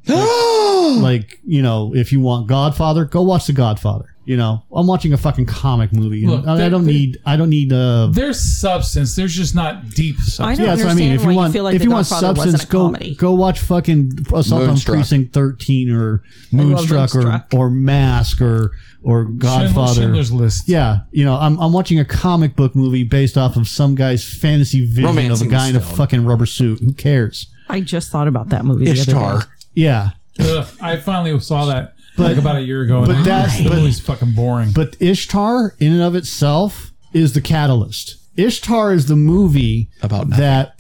Speaker 1: like you know, if you want Godfather, go watch The Godfather. You know, I'm watching a fucking comic movie. you know.
Speaker 2: Look,
Speaker 1: I, I
Speaker 2: there-
Speaker 1: don't
Speaker 2: there-
Speaker 1: need. I don't need. Uh,
Speaker 2: There's substance. There's just not deep
Speaker 3: I
Speaker 2: substance.
Speaker 3: don't
Speaker 1: yeah, that's what I mean.
Speaker 3: understand
Speaker 1: If
Speaker 3: why
Speaker 1: you
Speaker 3: you
Speaker 1: want,
Speaker 3: feel like
Speaker 1: if
Speaker 3: The
Speaker 1: you want
Speaker 3: Godfather wasn't
Speaker 1: substance,
Speaker 3: a
Speaker 1: go
Speaker 3: comedy.
Speaker 1: go watch fucking Assault
Speaker 4: Moonstruck.
Speaker 1: on Precinct Thirteen or
Speaker 3: love
Speaker 1: Moonstruck or,
Speaker 3: Moonstruck.
Speaker 1: or Mask or or Godfather.
Speaker 2: Schindler's List.
Speaker 1: Yeah, you know, I'm, I'm watching a comic book movie based off of some guy's fantasy vision of
Speaker 4: Romance
Speaker 1: a
Speaker 4: in the
Speaker 1: guy in a
Speaker 4: Stone.
Speaker 1: fucking rubber suit. Who cares?
Speaker 3: I just thought about that movie. The other day.
Speaker 4: Ishtar.
Speaker 1: Yeah,
Speaker 2: Ugh, I finally saw that
Speaker 1: But-
Speaker 2: like about a year ago.
Speaker 1: but
Speaker 2: and
Speaker 1: that's-
Speaker 2: it
Speaker 1: but-
Speaker 2: was fucking boring.
Speaker 1: But Ishtar, in and of itself, is the catalyst. Ishtar is the movie
Speaker 4: About nothing.
Speaker 1: that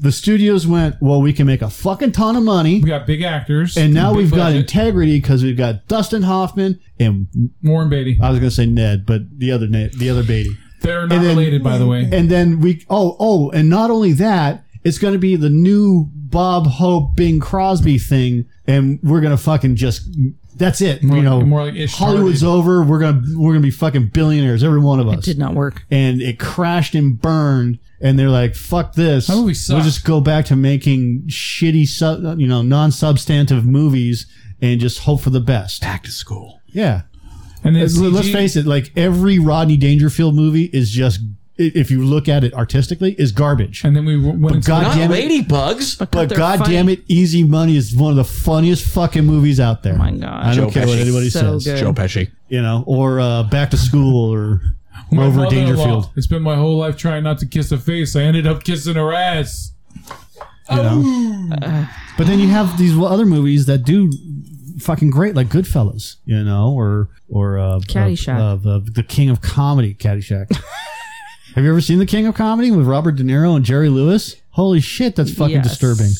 Speaker 1: the studios went, well, we can make a fucking ton of money.
Speaker 2: we got big actors,
Speaker 1: And now
Speaker 2: big
Speaker 1: we've got
Speaker 2: budget.
Speaker 1: integrity because we've got Dustin Hoffman and
Speaker 2: Warren Beatty.
Speaker 1: I was going to say Ned, but the other Ned, the other Beatty.
Speaker 2: They're not
Speaker 1: and then-
Speaker 2: related, by the way.
Speaker 1: And then we oh oh, and not only that, it's going to be the new Bob Hope Bing Crosby thing, and we're going to fucking just that's it.
Speaker 2: More
Speaker 1: you
Speaker 2: like-
Speaker 1: know,
Speaker 2: more like Ish
Speaker 1: Hollywood's
Speaker 2: Tardy.
Speaker 1: over. We're gonna we're gonna be fucking billionaires, every one of us.
Speaker 3: Did not work.
Speaker 1: And it crashed and burned. And they're like, "Fuck this!
Speaker 2: movie
Speaker 1: We'll
Speaker 2: sucked.
Speaker 1: just go back to making shitty, sub, you know, non-substantive movies, and just hope for the best."
Speaker 4: Back to school.
Speaker 1: Yeah,
Speaker 2: And then
Speaker 1: Let's- Let's
Speaker 2: CG
Speaker 1: face it, like every Rodney Dangerfield movie is just, i- if you look at it artistically, is garbage.
Speaker 2: And then we w- went into
Speaker 1: God
Speaker 4: Not
Speaker 1: damn it.
Speaker 4: ladybugs.
Speaker 1: But
Speaker 3: they're
Speaker 1: God
Speaker 3: funny.
Speaker 1: damn it, Easy Money is one of the funniest fucking movies out there. Oh
Speaker 3: my gosh.
Speaker 1: I don't
Speaker 4: Joe
Speaker 1: care what
Speaker 4: Pesci.
Speaker 1: anybody
Speaker 3: So
Speaker 1: says.
Speaker 3: good.
Speaker 4: Joe Pesci.
Speaker 1: You know, or uh, Back to School or
Speaker 2: my
Speaker 1: Rover
Speaker 2: mother-in-law.
Speaker 1: Dangerfield.
Speaker 2: It's been my whole life trying not to kiss her face. I ended up kissing her ass.
Speaker 1: You know? but then you have these other movies that do fucking great, like Goodfellas, you know, or or uh,
Speaker 3: Caddyshack.
Speaker 1: uh, uh, the King of Comedy,
Speaker 3: <laughs>
Speaker 1: Caddyshack. have you ever seen the King of Comedy with Robert De Niro and Jerry Lewis? Holy shit, that's fucking
Speaker 3: Yes.
Speaker 1: disturbing.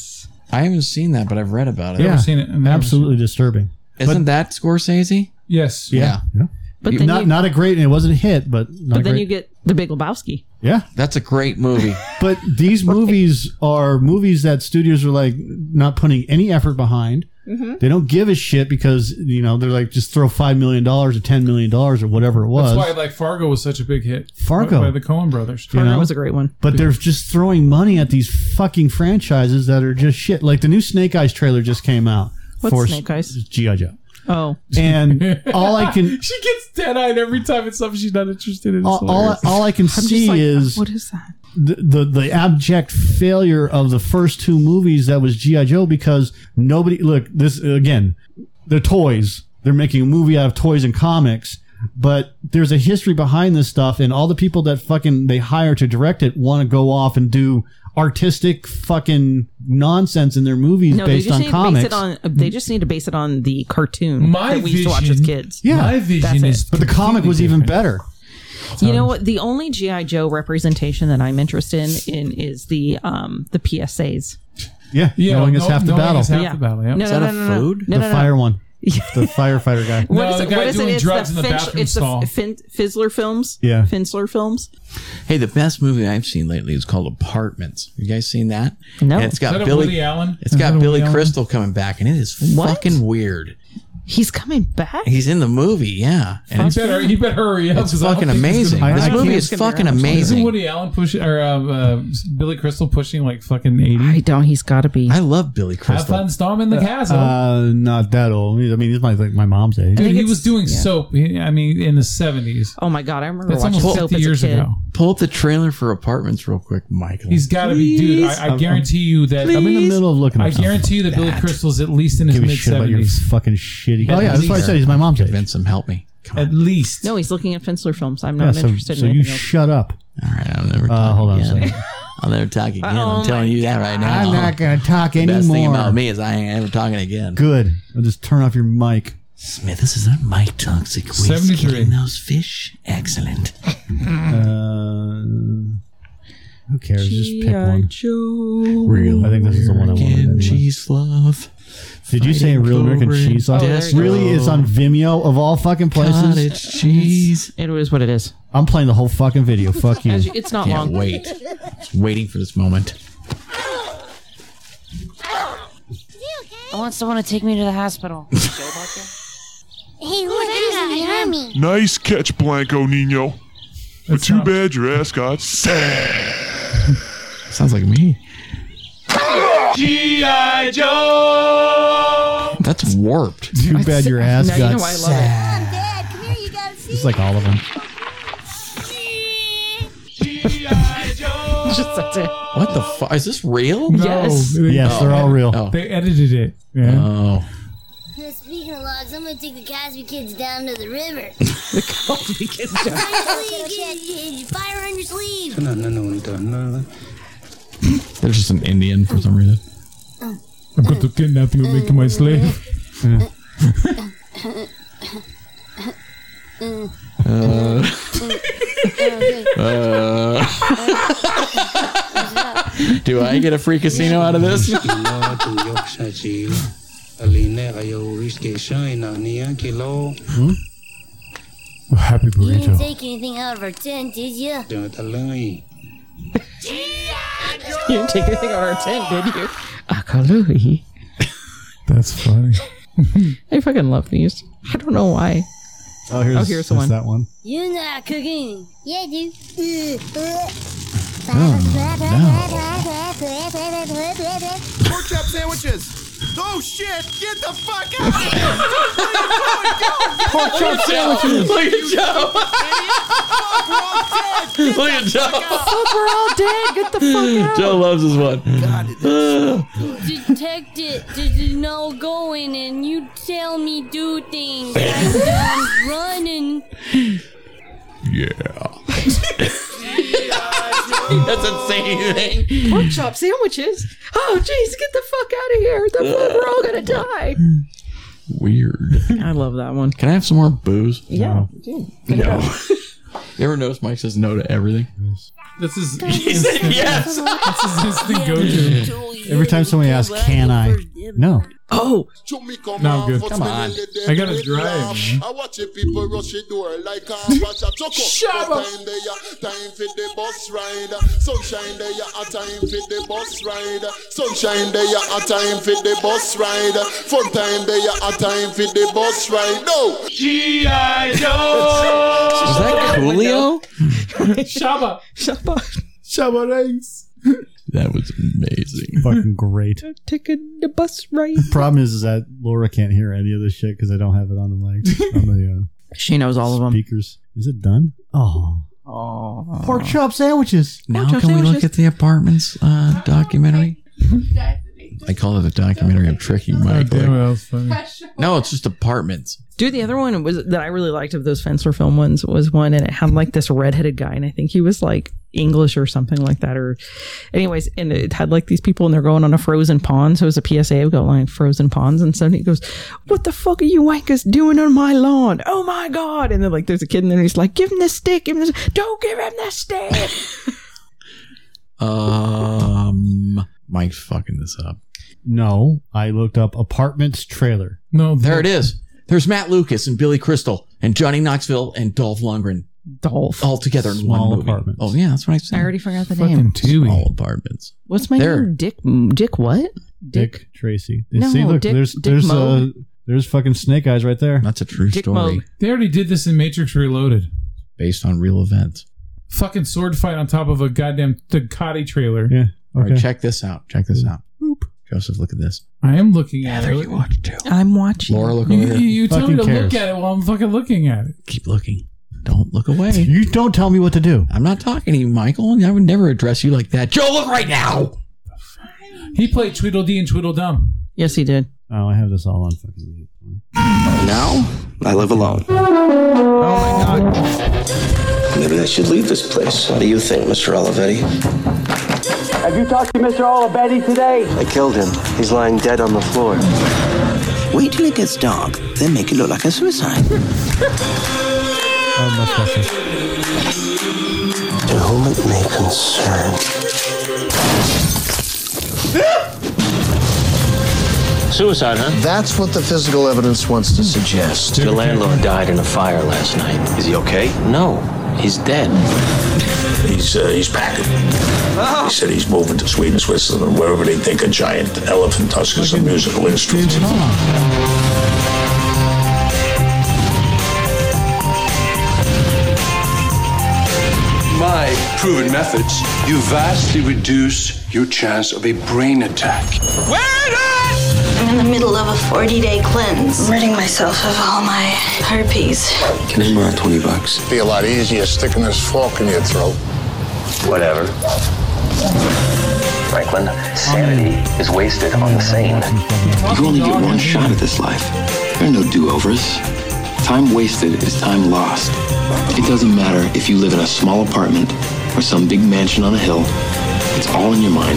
Speaker 4: I haven't seen that, but I've read about it.
Speaker 1: Yeah.
Speaker 2: Never seen it. Never
Speaker 1: Absolutely disturbing.
Speaker 4: Isn't that Scorsese?
Speaker 2: seen- Yes.
Speaker 4: Yeah.
Speaker 3: But then
Speaker 1: Not
Speaker 3: you,
Speaker 1: not a great, and it wasn't a hit, but not
Speaker 3: but
Speaker 1: a
Speaker 3: then
Speaker 1: great.
Speaker 3: you get the Big Lebowski.
Speaker 1: yeah,
Speaker 4: That's a great movie.
Speaker 1: but these movies are movies that studios are like not putting any effort behind.
Speaker 3: Mm-hmm.
Speaker 1: They don't give a shit because you know they're like just throw five million dollars or ten million dollars or whatever it was.
Speaker 2: That's why like Fargo was such a big hit.
Speaker 1: Fargo.
Speaker 2: by the Coen Brothers.
Speaker 1: You
Speaker 2: <laughs>
Speaker 3: That
Speaker 1: know?
Speaker 3: was a great one.
Speaker 1: but they're just throwing money at these fucking franchises that are just shit. Like the new Snake Eyes trailer just came out.
Speaker 3: What's Snake Eyes?
Speaker 1: GI Joe.
Speaker 3: Oh,
Speaker 2: <laughs>
Speaker 1: And all I can
Speaker 2: She gets dead eyed every time it's something she's not interested in. It's
Speaker 1: all, all,
Speaker 2: hilarious.
Speaker 1: all I can
Speaker 3: I'm just
Speaker 1: see
Speaker 3: like,
Speaker 1: is
Speaker 3: what is that?
Speaker 1: the, the the abject failure of the first two movies that was GI Joe because nobody look this again they're toys they're making a movie out of toys and comics but there's a history behind this stuff and all the people that fucking they hire to direct it want to go off and do artistic fucking nonsense in their movies
Speaker 3: No, they
Speaker 1: based
Speaker 3: just
Speaker 1: on
Speaker 3: need
Speaker 1: comics
Speaker 3: to base it on. They just need to base it on the cartoon
Speaker 2: My
Speaker 3: that we used to watch as
Speaker 2: vision-
Speaker 3: kids.
Speaker 1: yeah
Speaker 2: My vision
Speaker 3: it.
Speaker 2: is.
Speaker 1: but the comic was even
Speaker 2: completely
Speaker 1: better
Speaker 3: You know what? The only GI Joe representation that I'm interested in, in is the um the PSAs.
Speaker 1: yeah,
Speaker 2: different. Yeah,
Speaker 1: knowing is
Speaker 2: no-
Speaker 1: half the
Speaker 2: knowing
Speaker 1: battle
Speaker 2: Is half
Speaker 3: Yeah.
Speaker 2: the battle. Yeah.
Speaker 3: No,
Speaker 4: Is that
Speaker 3: no,
Speaker 4: a
Speaker 3: no, no,
Speaker 4: food?
Speaker 3: No,
Speaker 1: the
Speaker 3: no, no.
Speaker 1: fire
Speaker 3: <laughs>
Speaker 1: one the firefighter guy
Speaker 3: What
Speaker 2: No,
Speaker 3: is
Speaker 2: the
Speaker 3: it?
Speaker 2: guy
Speaker 3: What is it?
Speaker 2: doing
Speaker 3: It's
Speaker 2: drugs in
Speaker 3: the
Speaker 2: the
Speaker 3: Finch,
Speaker 2: bathroom
Speaker 3: it's the
Speaker 2: stall.
Speaker 3: F- fin- Fizzler films.
Speaker 1: Yeah.
Speaker 3: Fizzler films.
Speaker 4: hey, the best movie I've seen lately is called Apartments. You guys seen that?
Speaker 3: No.
Speaker 4: And it's
Speaker 2: Is
Speaker 4: got
Speaker 2: that a
Speaker 4: Billy.
Speaker 2: Woody Allen?
Speaker 4: It's
Speaker 2: Is that
Speaker 4: got
Speaker 2: a
Speaker 4: Billy
Speaker 2: Woody Allen?
Speaker 4: Crystal coming back, and it is
Speaker 3: What?
Speaker 4: fucking weird.
Speaker 3: He's coming back.
Speaker 4: He's in the movie, yeah. And
Speaker 2: You
Speaker 4: it's
Speaker 2: better, you better hurry up.
Speaker 4: it's fucking amazing.
Speaker 1: I
Speaker 4: This
Speaker 1: don't
Speaker 4: movie
Speaker 3: think
Speaker 4: is
Speaker 3: it's gonna be
Speaker 4: fucking
Speaker 3: around.
Speaker 2: Isn't
Speaker 4: amazing.
Speaker 2: Woody Allen pushing or um, uh, Billy Crystal pushing like fucking eighty?
Speaker 3: I don't. He's got to be.
Speaker 4: I love Billy
Speaker 2: Have
Speaker 4: Crystal.
Speaker 2: fun storming the castle.
Speaker 1: Uh, not that old. I mean, he's my, like my mom's age.
Speaker 2: Dude,
Speaker 3: think
Speaker 2: he
Speaker 3: it's-
Speaker 2: was doing soap. he- I mean, in the seventies.
Speaker 3: oh my god, I remember
Speaker 2: That's
Speaker 3: watching
Speaker 2: almost
Speaker 3: soap
Speaker 2: fifty
Speaker 3: as
Speaker 2: years
Speaker 3: a kid.
Speaker 2: ago.
Speaker 4: Pull up the trailer for Apartments real quick, Michael.
Speaker 2: He's got to be, dude. I, I
Speaker 1: I'm-
Speaker 2: guarantee you that.
Speaker 1: I'm in the middle of looking.
Speaker 2: I
Speaker 1: at something.
Speaker 2: guarantee you that Billy Crystal's at least in his
Speaker 1: Give a
Speaker 2: mid
Speaker 1: shit about your
Speaker 2: seventies.
Speaker 1: fucking shitty.
Speaker 2: At
Speaker 1: Oh yeah, that's why I
Speaker 2: least-
Speaker 1: said he's my mom's age.
Speaker 4: convince him. Help me. Come on.
Speaker 2: At least.
Speaker 3: No, he's looking at Finsler films. I'm
Speaker 1: Yeah,
Speaker 3: not
Speaker 1: so
Speaker 3: interested
Speaker 1: so
Speaker 3: in
Speaker 1: you
Speaker 3: anything else.
Speaker 1: shut up.
Speaker 4: All right, I'll never.
Speaker 1: Uh,
Speaker 4: talk
Speaker 1: hold on a
Speaker 4: again.
Speaker 1: second.
Speaker 4: <laughs> I'll never talk again.
Speaker 3: Oh
Speaker 4: I'm telling
Speaker 3: my
Speaker 4: you that right now.
Speaker 1: I'm not gonna talk
Speaker 4: Best
Speaker 1: anymore.
Speaker 4: thing about me is I ain't ever talking again.
Speaker 1: Good. I'll just turn off your mic.
Speaker 4: Smith, this is not my toxic waste.
Speaker 2: 73.
Speaker 4: Killing those fish, excellent.
Speaker 1: Uh, who cares? Just pick one.
Speaker 4: Real.
Speaker 1: I think this is the one I wanted
Speaker 4: American
Speaker 1: anyway.
Speaker 4: cheese love.
Speaker 1: Did you say
Speaker 4: Fighting
Speaker 1: real American
Speaker 4: Cobra,
Speaker 1: cheese sauce?
Speaker 3: Oh, there you
Speaker 1: really
Speaker 4: go.
Speaker 1: is on Vimeo of all fucking places.
Speaker 4: Cottage cheese.
Speaker 3: It is what it is.
Speaker 1: I'm playing the whole fucking video. Fuck you.
Speaker 3: As you- It's not
Speaker 4: Can't
Speaker 3: long.
Speaker 4: wait. Just waiting for this moment.
Speaker 6: I want someone to take me to the hospital.
Speaker 7: Hey, look, he's in the army.
Speaker 8: Nice catch, Blanco Nino. But too bad your ass got sad.
Speaker 4: Sounds like me.
Speaker 2: G.I. Joe!
Speaker 4: That's warped.
Speaker 1: Too bad your ass
Speaker 3: Now you
Speaker 1: got
Speaker 3: know why I love it.
Speaker 7: Come, Dad, come here, you gotta see.
Speaker 1: It's like all of them.
Speaker 4: Oh,
Speaker 2: G.I. Joe!
Speaker 3: Just that's it. <laughs>
Speaker 4: What the fuck? Is this real?
Speaker 2: No,
Speaker 3: Yes.
Speaker 2: they-
Speaker 1: Yes, they're all real.
Speaker 4: Oh.
Speaker 2: They edited it. Yeah.
Speaker 4: Oh.
Speaker 7: Now, Speaking of logs, I'm gonna take the Cosby kids down to the river. Fire kids, fire on your sleeve.
Speaker 4: They're just an Indian for some reason.
Speaker 2: I'm going to kidnap you and make you my slave.
Speaker 4: Uh, <laughs> Do I get a free casino out of <laughs> this?
Speaker 2: Happy
Speaker 7: You didn't
Speaker 2: burrito.
Speaker 7: take anything out of our tent, did you?
Speaker 3: You didn't take anything out of our tent, did you?
Speaker 4: Ah,
Speaker 3: Akalui.
Speaker 2: That's funny.
Speaker 3: I fucking love these. I don't know why.
Speaker 1: Oh, here's,
Speaker 3: Oh, here's the
Speaker 1: here's
Speaker 3: one.
Speaker 1: that one.
Speaker 7: You're not cooking. Yeah, dude.
Speaker 9: Pork chop sandwiches. Oh shit! Get the fuck out! of here.
Speaker 4: Look at Joe. Look at Joe.
Speaker 3: We're all dead. Get the fuck
Speaker 4: <laughs>
Speaker 3: out.
Speaker 4: Joe loves this one.
Speaker 7: Detect it. There's no going, and you tell me do things. <laughs> I'm running.
Speaker 4: <laughs> Yeah. he doesn't say anything.
Speaker 3: Pork chop sandwiches. Oh, jeez. Get the fuck out of here. The fuck, we're all going to die.
Speaker 4: <laughs> Weird.
Speaker 3: I love that one.
Speaker 4: Can I have some more booze?
Speaker 3: Yeah.
Speaker 4: No. <laughs> you ever notice Mike says no to everything?
Speaker 2: <laughs> This is
Speaker 4: yes.
Speaker 2: instant go to.
Speaker 1: Every time somebody asks, "Can I?" No.
Speaker 3: Oh,
Speaker 2: Now I'm good.
Speaker 4: Come on.
Speaker 2: I gotta drive.
Speaker 3: <laughs>
Speaker 10: I watch the people rush the door like a batch of choco.
Speaker 3: Shut up.
Speaker 10: Time they are, time for the bus ride. Sunshine they are, a time for the bus ride. Sunshine they are, a time for the bus ride. Fun time they are, a time for the bus ride. No.
Speaker 2: G.I. Joe!
Speaker 4: Is that Coolio?
Speaker 2: Shabba!
Speaker 3: shut up.
Speaker 2: Shabba ranks!
Speaker 4: That was amazing.
Speaker 1: Fucking great.
Speaker 3: <laughs> Taking the bus ride.
Speaker 1: Problem is, is that Laura can't hear any of this shit because I don't have it on the mic
Speaker 3: <laughs>
Speaker 1: on the
Speaker 3: She knows all of
Speaker 1: uh,
Speaker 3: them.
Speaker 1: speakers. Is it done? Oh,
Speaker 3: Oh.
Speaker 1: pork chop sandwiches.
Speaker 4: Now
Speaker 3: Joe
Speaker 4: can we look
Speaker 3: sandwiches.
Speaker 4: at the apartments uh, documentary? I call it a documentary. I'm
Speaker 1: Oh,
Speaker 4: tricking
Speaker 2: Damn it,
Speaker 4: Mike. Like,
Speaker 2: that was funny.
Speaker 4: no, it's just apartments.
Speaker 3: Dude, the other one was that I really liked of those Fensler film ones was one, and it had like this redheaded guy, and I think he was like English or something like that, or anyways, and it had like these people, and they're going on a frozen pond, so it was a PSA of going like frozen ponds, and somebody goes, "What the fuck are you wankers doing on my lawn? Oh my god!" And then like there's a kid, and then he's like, "Give him the stick, give him this, don't give him the stick."
Speaker 4: Um, Mike's fucking this up.
Speaker 1: No, I looked up apartments trailer.
Speaker 2: No,
Speaker 4: There it is. There's Matt Lucas and Billy Crystal and Johnny Knoxville and Dolph Lundgren
Speaker 3: Dolph.
Speaker 4: all together in
Speaker 1: Small
Speaker 4: one movie.
Speaker 1: apartments.
Speaker 4: Oh yeah, that's what I said.
Speaker 3: I already forgot the
Speaker 2: fucking
Speaker 3: name.
Speaker 2: Tubi.
Speaker 4: Small apartments.
Speaker 3: What's my
Speaker 4: There.
Speaker 3: name? Dick. Dick what?
Speaker 1: Dick, Tracy.
Speaker 3: No,
Speaker 1: See, look,
Speaker 3: Dick-
Speaker 1: there's
Speaker 3: Dick
Speaker 1: there's a
Speaker 3: Mo.
Speaker 1: There's fucking Snake Eyes right there.
Speaker 4: That's a true
Speaker 3: Dick
Speaker 4: story
Speaker 3: mode.
Speaker 2: They already did this in Matrix Reloaded.
Speaker 4: based on real events.
Speaker 2: Fucking sword fight on top of a goddamn Ducati trailer.
Speaker 1: Yeah.
Speaker 4: All right,
Speaker 1: Okay.
Speaker 4: check this out. Check this out. Joseph, look at this.
Speaker 2: I am looking at it.
Speaker 4: want to do.
Speaker 3: I'm watching.
Speaker 4: Laura, look
Speaker 2: You,
Speaker 4: over
Speaker 1: <laughs>
Speaker 2: you,
Speaker 4: here.
Speaker 2: you tell me
Speaker 1: Fucking
Speaker 2: to
Speaker 1: cares.
Speaker 2: look at it while I'm fucking looking at it.
Speaker 4: Keep looking. Don't
Speaker 1: <laughs>
Speaker 4: look away.
Speaker 1: You don't tell me what to do.
Speaker 4: I'm not talking to you, Michael, and I would never address you like that. Joe, look right now.
Speaker 2: He played Tweedledee and Tweedledum.
Speaker 3: Yes, he did.
Speaker 1: Oh, I have this all on fucking mute.
Speaker 5: Now, I live alone. Maybe I should leave this place. What do you think, Mr. Olivetti?
Speaker 11: Have you talked to Mr. Olivetti today?
Speaker 5: I killed him. He's lying dead on the floor. Wait till it gets dark, then make it look like a suicide.
Speaker 1: Oh, mustache.
Speaker 5: To whom it may concern.
Speaker 11: Suicide, huh?
Speaker 5: That's what the physical evidence wants to suggest.
Speaker 11: Your landlord died in a fire last night.
Speaker 5: Is he okay?
Speaker 11: No, he's dead.
Speaker 12: He's uh, he's packing. He said he's moving to Sweden, Switzerland, and wherever they think a giant elephant tusk is a musical instrument.
Speaker 13: My proven methods, you vastly reduce your chance of a brain attack.
Speaker 14: I'm in the middle of a 40 day cleanse, ridding myself of all my herpes.
Speaker 5: Can I borrow 20 bucks?
Speaker 7: Be a lot easier sticking this fork in your throat.
Speaker 11: Whatever. Franklin, sanity is wasted on the sane.
Speaker 5: You only get one shot at this life. There are no do-overs. Time wasted is time lost. It doesn't matter if you live in a small apartment or some big mansion on a hill. It's all in your mind.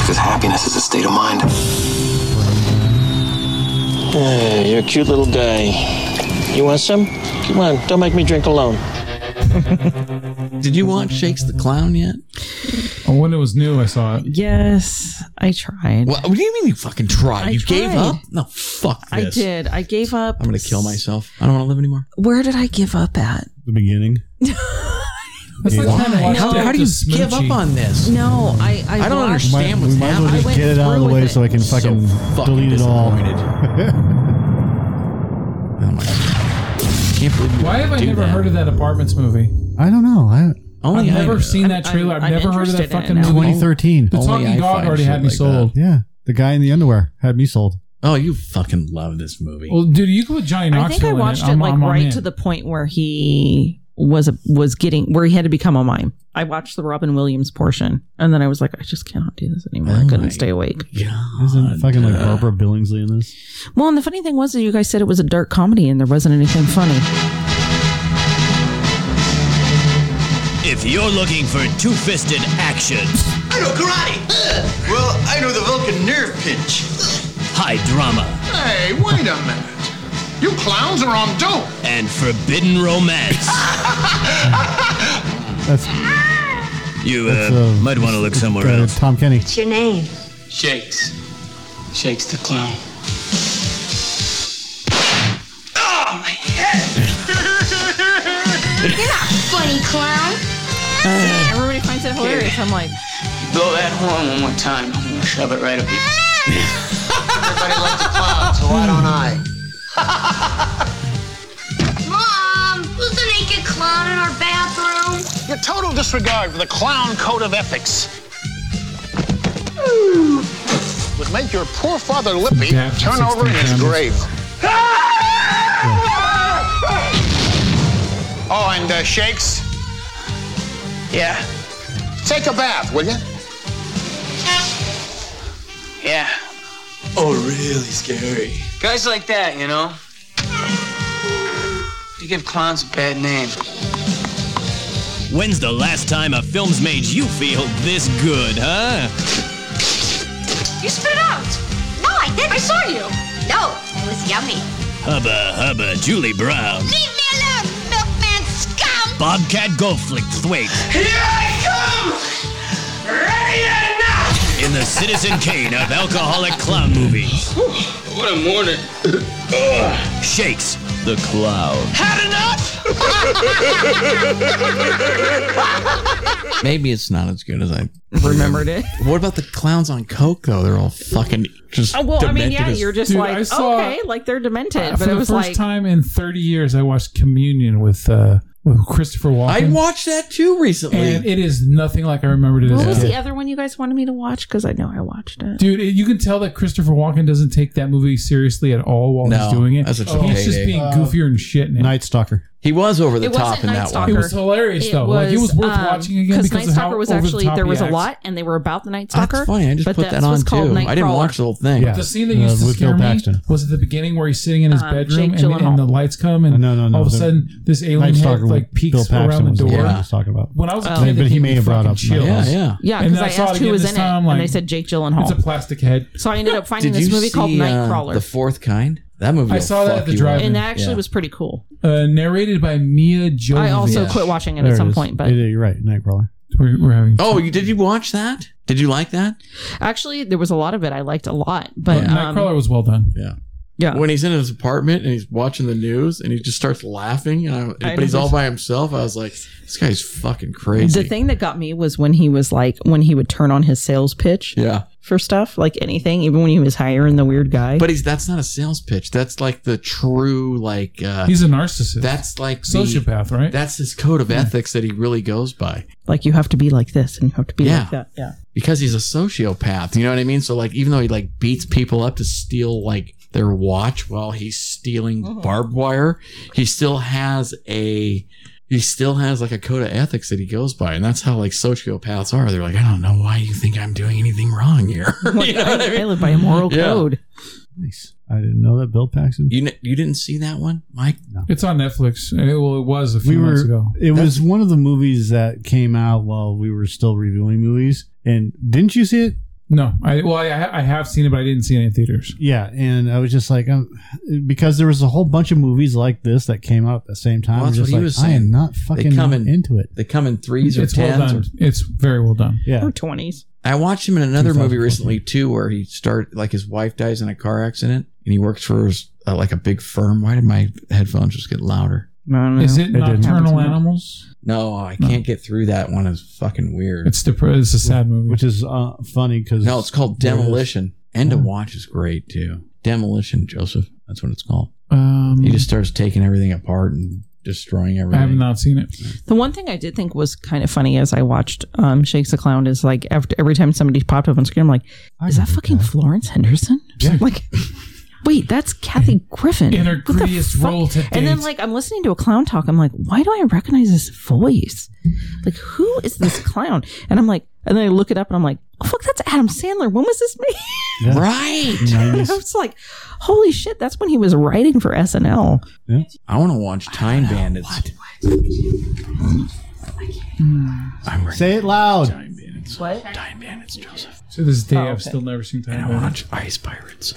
Speaker 5: Because happiness is a state of mind.
Speaker 11: Hey, you're a cute little guy. You want some? Come on, don't make me drink alone.
Speaker 4: Did you watch Shakes the Clown yet?
Speaker 2: And Oh, when it was new, I saw it.
Speaker 3: Yes, I tried.
Speaker 4: What, what do you mean you fucking tried?
Speaker 3: I
Speaker 4: you gave
Speaker 3: tried.
Speaker 4: up? No, fuck
Speaker 3: I
Speaker 4: this.
Speaker 3: did. I gave up.
Speaker 4: I'm gonna kill myself. I don't want to live anymore.
Speaker 3: Where did I give up at?
Speaker 1: The beginning.
Speaker 2: That's like trying to watch
Speaker 4: How,
Speaker 2: Death
Speaker 4: how do you
Speaker 2: to Smoochie.
Speaker 4: give up on this?
Speaker 3: No, I. I,
Speaker 4: I don't
Speaker 3: watched-
Speaker 4: understand
Speaker 1: We
Speaker 4: what's
Speaker 1: might as well
Speaker 4: happening.
Speaker 1: just get it out of the
Speaker 3: went
Speaker 1: way
Speaker 3: through
Speaker 1: so I
Speaker 3: with
Speaker 1: can
Speaker 3: it.
Speaker 1: fucking,
Speaker 4: fucking
Speaker 1: delete it all.
Speaker 4: Oh my god! Can't believe you
Speaker 2: Why have I
Speaker 4: do
Speaker 2: never
Speaker 4: that.
Speaker 2: heard of that Apartments movie?
Speaker 1: I don't know. I
Speaker 4: Only
Speaker 2: I've
Speaker 4: I
Speaker 2: never
Speaker 4: know.
Speaker 2: seen that trailer. I've
Speaker 3: I'm- I'm
Speaker 2: never heard of that
Speaker 3: interested in it
Speaker 2: fucking
Speaker 3: now.
Speaker 2: movie.
Speaker 1: 2013.
Speaker 2: The
Speaker 4: Only I
Speaker 2: talking dog
Speaker 4: find
Speaker 2: already
Speaker 4: shit
Speaker 2: had me
Speaker 4: like
Speaker 2: sold.
Speaker 1: Yeah, the guy in the underwear had me sold.
Speaker 4: Oh, you fucking love this movie.
Speaker 2: Well, dude, you could put Johnny
Speaker 3: I
Speaker 2: Knoxville
Speaker 3: think I
Speaker 2: in
Speaker 3: watched
Speaker 2: it.
Speaker 3: it
Speaker 2: I'm-
Speaker 3: like
Speaker 2: I'm- I'm
Speaker 3: right
Speaker 2: in.
Speaker 3: to the point where he was a, was getting where he had to become a mime. I watched the Robin Williams portion, and then I was like, I just cannot do this anymore. I
Speaker 4: Oh my
Speaker 3: couldn't stay awake.
Speaker 4: God. Uh,
Speaker 1: Isn't fucking like Barbara Billingsley in this?
Speaker 3: Well, and the funny thing was that you guys said it was a dark comedy, and there wasn't anything funny.
Speaker 15: If you're looking for two fisted action,
Speaker 16: I know karate. Well, I know the Vulcan nerve pinch.
Speaker 15: high drama,
Speaker 16: Hey, wait a minute. You clowns are on dope.
Speaker 15: and forbidden
Speaker 16: <laughs>
Speaker 15: romance,
Speaker 1: That's,
Speaker 4: uh,
Speaker 15: you
Speaker 1: that's
Speaker 15: uh, might want to look somewhere
Speaker 1: uh,
Speaker 15: else.
Speaker 1: Tom Kenny.
Speaker 14: What's your name?
Speaker 11: Shakes. Shakes the clown.
Speaker 14: You're not funny, clown.
Speaker 3: Everybody finds it hilarious. I'm like,
Speaker 11: Blow that horn one more time. I'm gonna shove it right up your.
Speaker 16: Everybody likes a clown, so why don't I?
Speaker 14: Mom, who's the naked clown in our bathroom?
Speaker 11: Your total disregard for the clown code of ethics would make your poor father Lippy
Speaker 2: Yeah,
Speaker 11: turn over in his
Speaker 2: 16
Speaker 11: grave. Oh, and uh, shakes. Yeah. Take a bath, will you? Yeah. Oh, really scary. Guys like that, you know. You give clowns a bad name.
Speaker 15: When's the last time a film's made you feel this good, huh?
Speaker 14: You spit it out. No, I did. I saw you. No, it was yummy.
Speaker 15: Hubba Hubba Julie Brown,
Speaker 14: Leave me alone, milkman scum.
Speaker 15: Bobcat Goldflick Thwaite,
Speaker 11: Here I come! Ready to knock!
Speaker 15: in the Citizen Kane of alcoholic clown movies,
Speaker 11: What a morning.
Speaker 15: Shakes the Clown.
Speaker 11: Had enough?
Speaker 4: <laughs> Maybe it's not as good as I remembered
Speaker 3: it.
Speaker 4: What about the clowns on Coco? They're all fucking just.
Speaker 3: Oh, well, I mean,
Speaker 4: demented
Speaker 3: yeah,
Speaker 4: as-
Speaker 3: you're just
Speaker 2: Dude, I
Speaker 3: like,
Speaker 2: saw-
Speaker 3: okay, like they're demented.
Speaker 2: Uh, For
Speaker 3: but it
Speaker 2: the
Speaker 3: was
Speaker 2: first
Speaker 3: like,
Speaker 2: time in 30 years, I watched Communion with uh, with Christopher Walken.
Speaker 4: I watched that too recently.
Speaker 2: and it is nothing like I remembered it.
Speaker 3: what
Speaker 2: as
Speaker 3: was
Speaker 2: a kid.
Speaker 3: the other one you guys wanted me to watch? Because I know I watched it.
Speaker 2: Dude, it- you can tell that Christopher Walken doesn't take that movie seriously at all while
Speaker 4: No,
Speaker 2: he's doing it.
Speaker 4: that's a
Speaker 2: he's just
Speaker 4: payday.
Speaker 2: being
Speaker 4: Uh,
Speaker 2: goofier and shit. Now.
Speaker 1: Night Stalker.
Speaker 4: he was over the
Speaker 3: It
Speaker 4: top
Speaker 3: wasn't
Speaker 4: in
Speaker 3: Night
Speaker 4: that
Speaker 3: Stalker.
Speaker 4: one.
Speaker 2: It was hilarious, though. Like, it was worth watching again
Speaker 3: because
Speaker 2: because
Speaker 3: Night
Speaker 2: of how
Speaker 3: Stalker was
Speaker 2: over the
Speaker 3: actually
Speaker 2: top
Speaker 3: there
Speaker 2: he
Speaker 3: was a
Speaker 2: acts.
Speaker 3: lot, and they were about the Night Stalker.
Speaker 4: That's funny. I just
Speaker 3: but
Speaker 4: put
Speaker 3: this
Speaker 4: that on
Speaker 3: was called
Speaker 4: too. I didn't
Speaker 3: Nightcrawler.
Speaker 4: watch the whole thing.
Speaker 2: The scene that used to
Speaker 1: uh, with
Speaker 2: scare
Speaker 1: Bill
Speaker 2: me
Speaker 1: Paxton.
Speaker 2: was at the beginning where he's sitting in his
Speaker 3: Um,
Speaker 2: bedroom
Speaker 3: Jake
Speaker 2: and, and the
Speaker 3: Gyllenhaal.
Speaker 2: lights come and
Speaker 1: No, no, no,
Speaker 2: all of a
Speaker 1: the-
Speaker 2: stalker sudden this alien
Speaker 1: Night
Speaker 2: head
Speaker 1: Stalker
Speaker 2: like
Speaker 1: with Bill
Speaker 2: peeks
Speaker 1: Paxton
Speaker 2: around the
Speaker 1: was the
Speaker 2: door.
Speaker 1: one I was talking about.
Speaker 2: When I was a
Speaker 1: Oh.
Speaker 2: kid,
Speaker 1: But
Speaker 2: it
Speaker 1: he
Speaker 2: gave
Speaker 1: may
Speaker 2: me
Speaker 1: have brought
Speaker 2: fucking
Speaker 1: up-
Speaker 2: chills.
Speaker 1: Yeah, yeah.
Speaker 3: Yeah,
Speaker 2: And then
Speaker 3: because I,
Speaker 2: saw it
Speaker 3: asked who
Speaker 2: again
Speaker 3: was
Speaker 2: this
Speaker 3: in it,
Speaker 2: time,
Speaker 3: and
Speaker 2: like,
Speaker 3: they said Jake
Speaker 2: It's a
Speaker 3: Gyllenhaal.
Speaker 2: plastic head.
Speaker 3: So I ended up finding
Speaker 4: Did
Speaker 3: this
Speaker 4: you
Speaker 3: movie called
Speaker 4: see, uh,
Speaker 3: Nightcrawler.
Speaker 4: the fourth kind. That movie.
Speaker 2: I
Speaker 4: will
Speaker 2: saw that
Speaker 4: fuck
Speaker 2: at the
Speaker 4: you
Speaker 2: drive-in.
Speaker 4: up.
Speaker 3: and that actually
Speaker 4: Yeah.
Speaker 3: was pretty cool.
Speaker 2: Uh, narrated by Mia Jovovich.
Speaker 3: I also quit watching it at some point, but
Speaker 1: you're right, Nightcrawler.
Speaker 2: We're, we're having.
Speaker 4: Oh, you, did you watch that? Did you like that?
Speaker 3: actually, there was a lot of it I liked a lot. But um,
Speaker 2: Nightcrawler was well done.
Speaker 4: Yeah.
Speaker 3: Yeah.
Speaker 4: When he's in his apartment and he's watching the news and he just starts laughing, and I,
Speaker 3: I
Speaker 4: but he's
Speaker 3: never-
Speaker 4: all by himself. I was like, this guy's fucking crazy.
Speaker 3: the thing that got me was when he was like when he would turn on his sales pitch
Speaker 4: Yeah.
Speaker 3: for stuff, like anything, even when he was hiring the weird guy.
Speaker 4: But he's that's not a sales pitch. That's like the true like uh
Speaker 2: He's a narcissist.
Speaker 4: that's like the-
Speaker 2: sociopath, right?
Speaker 4: That's his code of ethics that he really goes by.
Speaker 3: like you have to be like this and you have to be
Speaker 4: Yeah.
Speaker 3: like that. Yeah.
Speaker 4: Because he's a sociopath, you know what I mean? So like even though he like beats people up to steal like their watch while he's stealing barbed wire, he still has a he still has like a code of ethics that he goes by. And that's how like sociopaths are. They're like, I don't know why you think I'm doing anything wrong here. <laughs> you know what I mean?
Speaker 3: I live by a
Speaker 4: <laughs>
Speaker 3: moral
Speaker 4: Yeah.
Speaker 3: code.
Speaker 1: Nice. I didn't know that Bill Paxton.
Speaker 4: You, kn- you didn't see that one, Mike?
Speaker 2: It's on Netflix. It, well, it was a
Speaker 1: we
Speaker 2: few months
Speaker 1: were.
Speaker 2: ago.
Speaker 1: It was one of the movies that came out while we were still reviewing movies. And didn't you see it?
Speaker 2: No, I well, I, ha- I have seen it, but I didn't see it in theaters.
Speaker 1: Yeah, and I was just like, um, because there was a whole bunch of movies like this that came out at the same time.
Speaker 4: Well,
Speaker 1: I'm
Speaker 4: that's
Speaker 1: just
Speaker 4: what he
Speaker 1: like,
Speaker 4: was
Speaker 1: I am
Speaker 4: saying.
Speaker 1: not
Speaker 4: They
Speaker 1: fucking
Speaker 4: come in-
Speaker 1: into it.
Speaker 4: They come in threes or
Speaker 2: it's well
Speaker 4: tens.
Speaker 2: done.
Speaker 4: or,
Speaker 2: It's very well done.
Speaker 1: Yeah,
Speaker 3: Or twenties.
Speaker 4: I watched him in another movie recently too, where he start like his wife dies in a car accident, and he works for his, uh, like a big firm. Why did my headphones just get louder?
Speaker 2: Is it Nocturnal Animals?
Speaker 4: No, I can't get through that one. It's fucking weird.
Speaker 2: It's dep- It's a sad movie.
Speaker 1: which is uh, funny because
Speaker 4: no, it's called Demolition. End of Watch is great too. Demolition, Joseph. That's what it's called.
Speaker 2: Um,
Speaker 4: He just starts taking everything apart and destroying
Speaker 2: I have
Speaker 4: everything.
Speaker 2: not seen it.
Speaker 4: Mm.
Speaker 3: The one thing I did think was kind of funny as I watched um, Shakes the Clown is like after, every time somebody popped up on screen, I'm like, is that fucking Florence Henderson? <laughs> Like, wait,
Speaker 2: <laughs>
Speaker 3: that's Kathy Griffin.
Speaker 2: In her
Speaker 3: What the
Speaker 2: grittiest
Speaker 3: fuck?
Speaker 2: role to
Speaker 3: And then
Speaker 2: date.
Speaker 3: like I'm listening to a clown talk. I'm like, why do I recognize this voice? Like, who is
Speaker 2: <laughs>
Speaker 3: this clown? And I'm like, and then I look it up and I'm like, oh, fuck, that's Adam Sandler. When was this made? <laughs>
Speaker 1: Yeah.
Speaker 4: Right.
Speaker 2: <laughs>
Speaker 3: I
Speaker 1: Nineties.
Speaker 3: was like, holy shit, that's when he was writing for SNL.
Speaker 4: I want to watch Time Bandits. I'm ready.
Speaker 1: Say it loud.
Speaker 4: Time Bandits.
Speaker 3: What?
Speaker 4: Time Bandits, Joseph.
Speaker 2: To this day,
Speaker 3: Oh,
Speaker 2: I've
Speaker 3: okay.
Speaker 2: still never seen
Speaker 4: And
Speaker 2: Time
Speaker 4: I
Speaker 2: Bandits.
Speaker 4: watch Ice Pirates.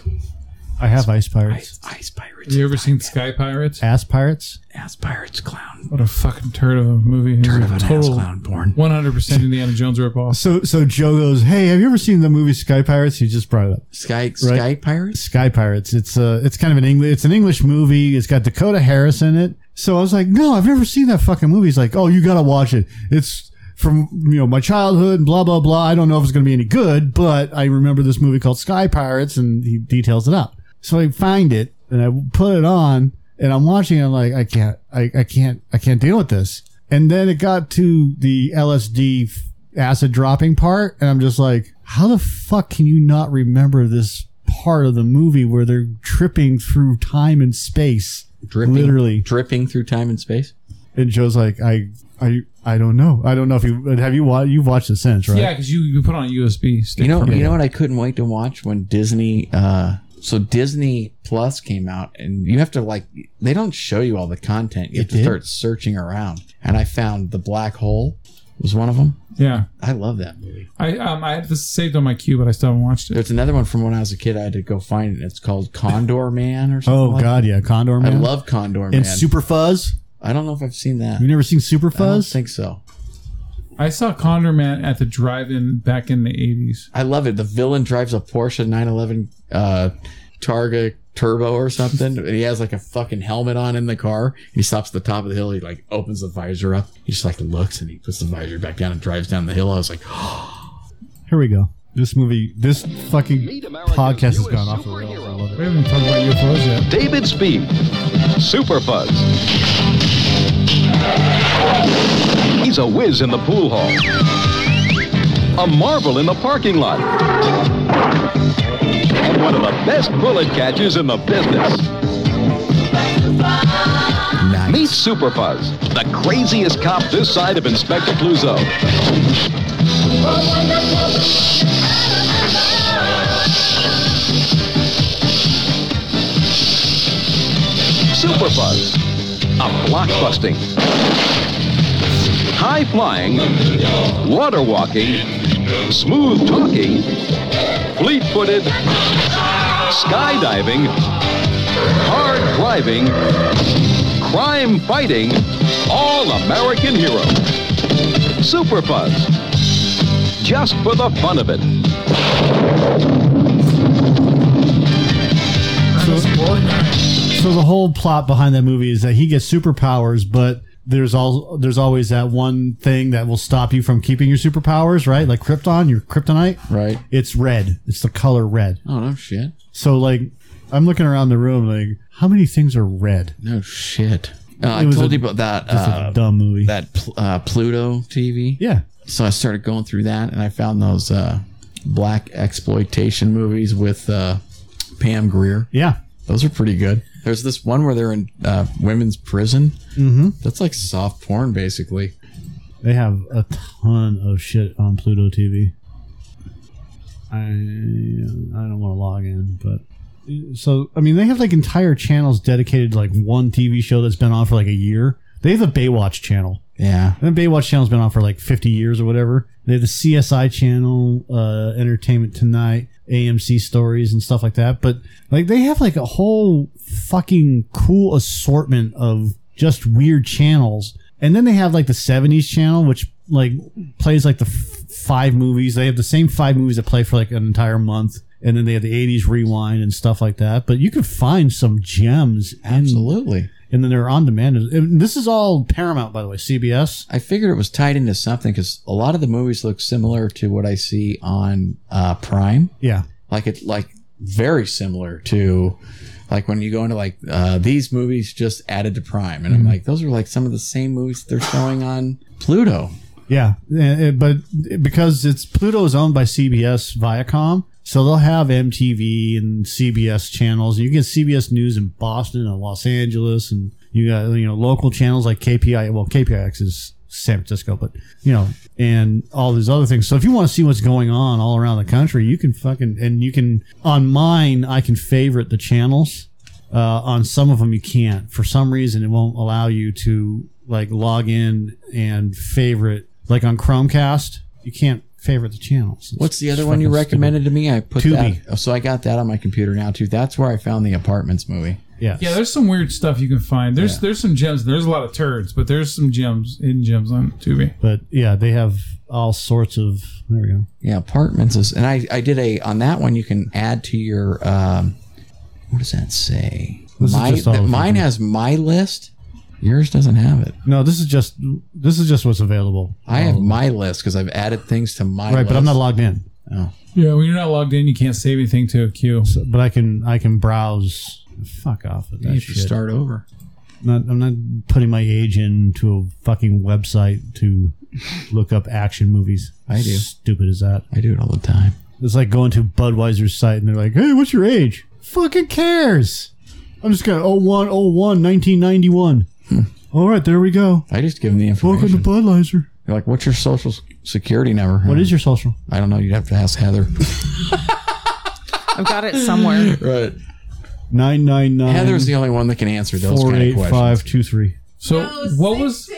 Speaker 1: I have ice pirates,
Speaker 4: Ice, ice Pirates.
Speaker 2: Have you ever seen Sky Pirates?
Speaker 1: ass pirates.
Speaker 4: Ass Pirates Clown.
Speaker 2: What a fucking turd of a movie. It was
Speaker 4: Turn
Speaker 2: a
Speaker 4: of an ass
Speaker 2: total
Speaker 4: clown porn.
Speaker 2: 100% Indiana Jones ripoff.
Speaker 1: So so Joe goes, hey, have you ever seen the movie Sky Pirates? He just brought it up.
Speaker 4: Sky Sky Pirates?
Speaker 1: Sky Pirates. It's uh it's kind of an English it's an English movie. It's got Dakota Harris in it. So I was like, no, I've never seen that fucking movie. He's like, oh, you gotta watch it. It's from you know my childhood, blah blah blah. I don't know if it's gonna be any good, but I remember this movie called Sky Pirates, and he details it up. So I find it and I put it on, and I'm watching. And I'm like, I can't, I, I can't, I can't deal with this. And then it got to the LSD f- acid dropping part, and I'm just like, how the fuck can you not remember this part of the movie where they're tripping through time and space?
Speaker 4: Dripping,
Speaker 1: Literally.
Speaker 4: dripping through time and space.
Speaker 1: And Joe's like, I, I, I don't know. I don't know if you have you watched you've watched it since, right?
Speaker 2: Yeah, because you, you put on a USB stick.
Speaker 4: You know,
Speaker 2: for me.
Speaker 4: you know what I couldn't wait to watch when Disney. Uh, so Disney Plus came out, and you have to like they don't show you all the content. You have
Speaker 1: It
Speaker 4: to
Speaker 1: did?
Speaker 4: start searching around, and I found the black hole was one of them.
Speaker 2: Yeah.
Speaker 4: I love that movie.
Speaker 2: I um, I had this saved on my queue, but I still haven't watched it.
Speaker 4: There's another one from when I was a kid. I had to go find it. It's called Condor Man or something.
Speaker 1: Oh
Speaker 4: like
Speaker 1: God, yeah, Condor
Speaker 4: that.
Speaker 1: Man.
Speaker 4: I love Condor Man.
Speaker 1: and Super Fuzz.
Speaker 4: I don't know if I've seen that.
Speaker 1: You never seen Super
Speaker 4: I don't
Speaker 1: Fuzz?
Speaker 4: think so.
Speaker 2: I saw Condor Man at the drive-in back in the 80s.
Speaker 4: I love it. The villain drives a Porsche 911 uh, Targa turbo or something. And he has like a fucking helmet on in the car. He stops at the top of the hill. He like opens the visor up. He just like looks and he puts the visor back down and drives down the hill. I was like, <gasps>
Speaker 1: Here we go. This movie, this fucking podcast has gone off the rails. I love it.
Speaker 2: We haven't talked about UFOs yet.
Speaker 11: David Speed, Super Fuzz. He's a whiz in the pool hall, a marvel in the parking lot, and one of the best bullet catchers in the business. Meet Super Fuzz, the craziest cop this side of Inspector Clouseau. Super Fuzz, a block-busting, high-flying, water-walking, smooth-talking, fleet-footed, skydiving, hard-driving, crime-fighting, all-American hero. Super Fuzz, just for the fun of it.
Speaker 1: So the whole plot behind that movie is that he gets superpowers, but there's all there's always that one thing that will stop you from keeping your superpowers, right? Like Krypton, your kryptonite.
Speaker 4: Right.
Speaker 1: It's red. It's the color red.
Speaker 4: oh no shit,
Speaker 1: So like I'm looking around the room like how many things are red?
Speaker 4: no shit. Uh, I
Speaker 1: It was
Speaker 4: told
Speaker 1: a-
Speaker 4: you about that.
Speaker 1: just a
Speaker 4: uh,
Speaker 1: dumb movie.
Speaker 4: That pl- uh, Pluto TV.
Speaker 1: Yeah.
Speaker 4: So I started going through that, and I found those uh, black exploitation movies with uh, Pam Greer.
Speaker 1: Yeah.
Speaker 4: Those are pretty good. There's this one where they're in uh, women's prison.
Speaker 1: Mhm.
Speaker 4: That's like soft porn, basically.
Speaker 1: They have a ton of shit on Pluto TV. I I don't want to log in, but so I mean they have like entire channels dedicated to like one TV show that's been on for like a year. They have the Baywatch channel.
Speaker 4: Yeah.
Speaker 1: And the Baywatch channel's been on for like 50 years or whatever. They have the CSI channel, uh, Entertainment Tonight, AMC stories and stuff like that. But like they have like a whole fucking cool assortment of just weird channels. And then they have like the 70s channel, which like plays like the f- five movies. They have the same five movies that play for like an entire month. And then they have the 80s rewind and stuff like that. But you can find some gems.
Speaker 4: Absolutely.
Speaker 1: And then they're on demand. And this is all Paramount, by the way, CBS.
Speaker 4: I figured it was tied into something because a lot of the movies look similar to what I see on uh, Prime.
Speaker 1: Yeah.
Speaker 4: Like it, like very similar to, like when you go into like uh, these movies just added to Prime, and I'm
Speaker 1: Mm-hmm.
Speaker 4: like, those are like some of the same movies they're showing on Pluto.
Speaker 1: Yeah, eh, eh, but because it's Pluto is owned by CBS Viacom, so they'll have MTV and CBS channels. You get CBS News in Boston and Los Angeles, and you got you know local channels like KPI. Well, KPIX is San Francisco, but you know, and all these other things. So if you want to see what's going on all around the country, you can fucking and you can on mine. I can favorite the channels. Uh, on some of them, you can't. For some reason, it won't allow you to like log in and favorite. Like on Chromecast, you can't favorite the channels. It's-
Speaker 4: What's the other
Speaker 1: it's
Speaker 4: one you
Speaker 1: fucking
Speaker 4: recommended to me? I put
Speaker 1: Tubi.
Speaker 4: that. oh, So I got that on my computer now too. That's where I found the Apartments movie.
Speaker 1: Yeah.
Speaker 2: Yeah, there's some weird stuff you can find. There's there's some gems. There's a lot of turds, but there's some gems, hidden gems on Tubi.
Speaker 1: stupid. But yeah, they have all sorts of. There we go.
Speaker 4: Yeah, apartments is, and I, I did a on that one. You can add to your, um, what does that say?
Speaker 1: This is
Speaker 4: My,
Speaker 1: just all
Speaker 4: th-
Speaker 1: the
Speaker 4: mine
Speaker 1: fucking-
Speaker 4: has my list. Yours doesn't have it.
Speaker 1: No, this is just this is just what's available.
Speaker 4: I have my list because I've added things to my.
Speaker 1: Oh. right, but I'm
Speaker 4: list.
Speaker 1: not logged in.
Speaker 4: Oh.
Speaker 2: Yeah, when you're not logged in, you can't save anything to a queue.
Speaker 1: But I can I can browse. Fuck off with that
Speaker 4: You should
Speaker 1: shit.
Speaker 4: start over.
Speaker 1: Not, I'm not putting my age into a fucking website to look up action movies.
Speaker 4: I do.
Speaker 1: Stupid as that.
Speaker 4: I do it all the time.
Speaker 1: It's like going to Budweiser's site and they're like, hey, what's your age? Fucking cares. I'm just oh, going to 01, 01, 1991. All right, there we go.
Speaker 4: I just give them the
Speaker 1: Welcome to
Speaker 4: information.
Speaker 1: Budweiser.
Speaker 4: You're like, what's your social s- security number?
Speaker 1: What is your social?
Speaker 4: I don't know. You'd have to ask Heather.
Speaker 3: I've got it
Speaker 2: <laughs>
Speaker 3: somewhere.
Speaker 4: right.
Speaker 1: 999.
Speaker 4: Heather's the only one that can answer those kind of questions.
Speaker 1: 48523.
Speaker 2: So what was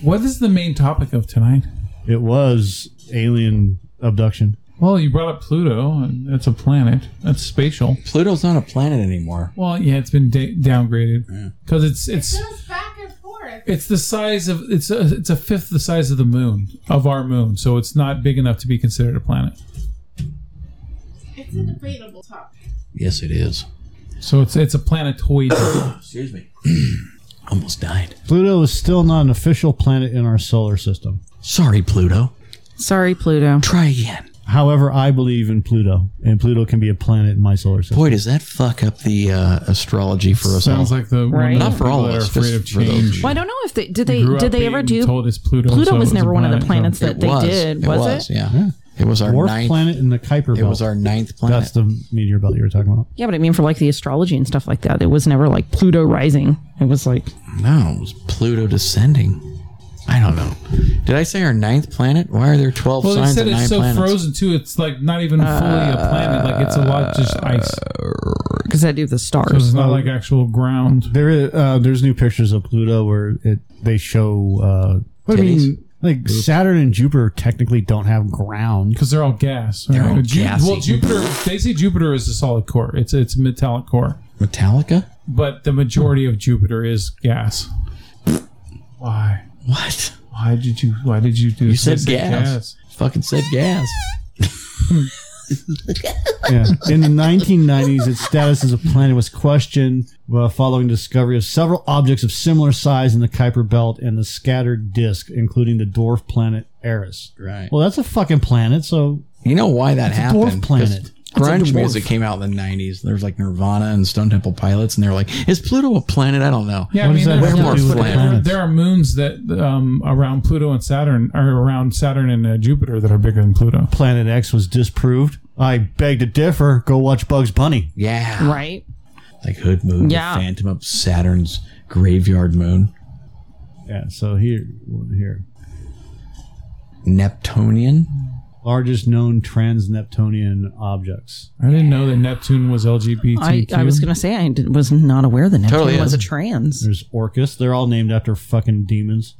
Speaker 2: What is the main topic of tonight?
Speaker 1: It was alien abduction.
Speaker 2: Well, you brought up Pluto, and that's a planet. That's spatial.
Speaker 4: Pluto's not a planet anymore.
Speaker 2: Well, yeah, it's been da- downgraded because it's it's it's the size of it's a, it's a fifth the size of the moon of our moon, so it's not big enough to be considered a planet.
Speaker 17: It's a debatable topic.
Speaker 4: Yes, it is.
Speaker 2: So it's it's a planetoid.
Speaker 4: Excuse me. Almost died.
Speaker 1: Pluto is still not an official planet in our solar system.
Speaker 4: Sorry, Pluto.
Speaker 3: Sorry, Pluto.
Speaker 4: Try again.
Speaker 1: However, I believe in Pluto, and Pluto can be a planet in my solar system.
Speaker 4: Boy, does that fuck up the uh, astrology for us
Speaker 2: Sounds
Speaker 4: all.
Speaker 2: like the
Speaker 3: Right.
Speaker 4: Not for all of us.
Speaker 2: Afraid of
Speaker 4: just for those.
Speaker 2: change.
Speaker 3: Well, I don't know if they did they
Speaker 2: grew
Speaker 3: did
Speaker 2: up
Speaker 3: they ever
Speaker 2: being
Speaker 3: do
Speaker 2: told it's Pluto, so it
Speaker 3: was
Speaker 2: was
Speaker 3: never
Speaker 2: a
Speaker 3: one of the
Speaker 2: planet,
Speaker 3: planets
Speaker 2: so-
Speaker 3: that
Speaker 2: It
Speaker 3: they
Speaker 4: was.
Speaker 3: did, was it?
Speaker 4: was, Yeah. It was our
Speaker 1: Dwarf
Speaker 4: ninth
Speaker 1: planet in the Kuiper Belt.
Speaker 4: It was our ninth planet.
Speaker 1: That's the meteor belt you were talking about.
Speaker 3: Yeah, but I mean for like the astrology and stuff like that, it was never like Pluto rising. It was like
Speaker 4: No, it was Pluto descending. I don't know. Did I say our ninth planet? Why are there twelve
Speaker 2: Well, they
Speaker 4: signs
Speaker 2: said
Speaker 4: and
Speaker 2: it's
Speaker 4: nine
Speaker 2: so
Speaker 4: planets? Uh,
Speaker 2: frozen too. It's like not even fully a planet. Like it's a lot just ice.
Speaker 3: because I do the stars.
Speaker 2: So it's
Speaker 4: uh,
Speaker 2: not like actual ground.
Speaker 1: There is, uh, there's new pictures of Pluto where it they show. Uh, what I
Speaker 2: Titties.
Speaker 1: mean, like Saturn and Jupiter technically don't have ground
Speaker 2: because they're all gas.
Speaker 1: They're
Speaker 2: right?
Speaker 1: all
Speaker 2: But Ju-
Speaker 1: gassy.
Speaker 2: Well, Jupiter. They say Jupiter is a solid core. It's it's a metallic core,
Speaker 4: Metallica?
Speaker 2: but the majority of Jupiter is gas. Why?
Speaker 4: What?
Speaker 2: Why did you? Why did you do?
Speaker 4: You
Speaker 2: this? I
Speaker 4: said gas. <laughs> Fucking said gas.
Speaker 1: yeah. <laughs> In the 1990s, its status as a planet was questioned uh, following discovery of several objects of similar size in the Kuiper Belt and the scattered disk, including the dwarf planet Eris.
Speaker 4: Right.
Speaker 1: Well, that's a fucking planet, so
Speaker 4: You know why that
Speaker 1: It's a
Speaker 4: happened?
Speaker 1: dwarf
Speaker 4: 'Cause
Speaker 1: planet. It's
Speaker 4: Grunge
Speaker 1: a dwarf.
Speaker 4: music came out in the '90s. There's like Nirvana and Stone Temple Pilots, and they're like, "Is Pluto a planet? I don't know.
Speaker 2: Yeah, I mean,
Speaker 4: We're
Speaker 2: there's-
Speaker 4: more
Speaker 2: there's- there,
Speaker 4: planet.
Speaker 2: there are moons that um, around Pluto and Saturn, or around Saturn and uh, Jupiter, that are bigger than Pluto.
Speaker 1: Planet X was disproved. I beg to differ. Go watch Bugs Bunny.
Speaker 4: Yeah,
Speaker 3: right.
Speaker 4: like Hood Moon,
Speaker 3: Yeah.
Speaker 4: the Phantom of Saturn's graveyard moon,
Speaker 1: Yeah. So here, here,
Speaker 4: Neptunian.
Speaker 1: largest known trans-Neptunian objects.
Speaker 2: I didn't know that Neptune was LGBTQ.
Speaker 3: I, I was gonna say I did, was not aware that Neptune
Speaker 1: Totally
Speaker 3: was
Speaker 1: is.
Speaker 3: a trans. <laughs>
Speaker 1: There's Orcus. They're all named after fucking demons.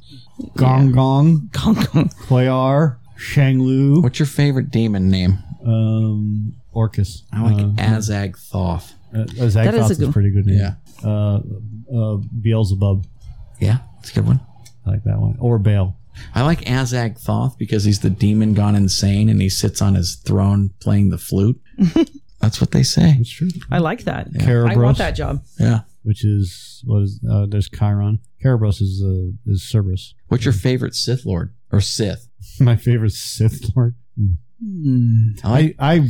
Speaker 1: Gong Gong,
Speaker 3: Gong Gong,
Speaker 1: Huayar, Shanglu.
Speaker 4: What's your favorite demon name?
Speaker 1: Um, Orcus.
Speaker 4: I like
Speaker 1: Uh,
Speaker 4: Azag Thoth.
Speaker 1: Uh, Zagthoth
Speaker 3: That is a
Speaker 1: is,
Speaker 3: good-
Speaker 1: a pretty good name.
Speaker 4: Yeah.
Speaker 1: Uh, uh, Beelzebub.
Speaker 4: Yeah, it's a good one.
Speaker 1: I like that one. Or Baal.
Speaker 4: I like Azag Thoth because he's the demon gone insane, and he sits on his throne playing the flute. That's what they say.
Speaker 1: That's true.
Speaker 3: I like that.
Speaker 1: Kerberos.
Speaker 3: I want that job.
Speaker 4: Yeah.
Speaker 1: Which is what is uh, there's Chiron. Kerberos is uh, is Cerberus. <laughs>
Speaker 4: What's your favorite Sith Lord or Sith?
Speaker 1: My favorite Sith Lord. Hmm.
Speaker 4: I like-
Speaker 1: I I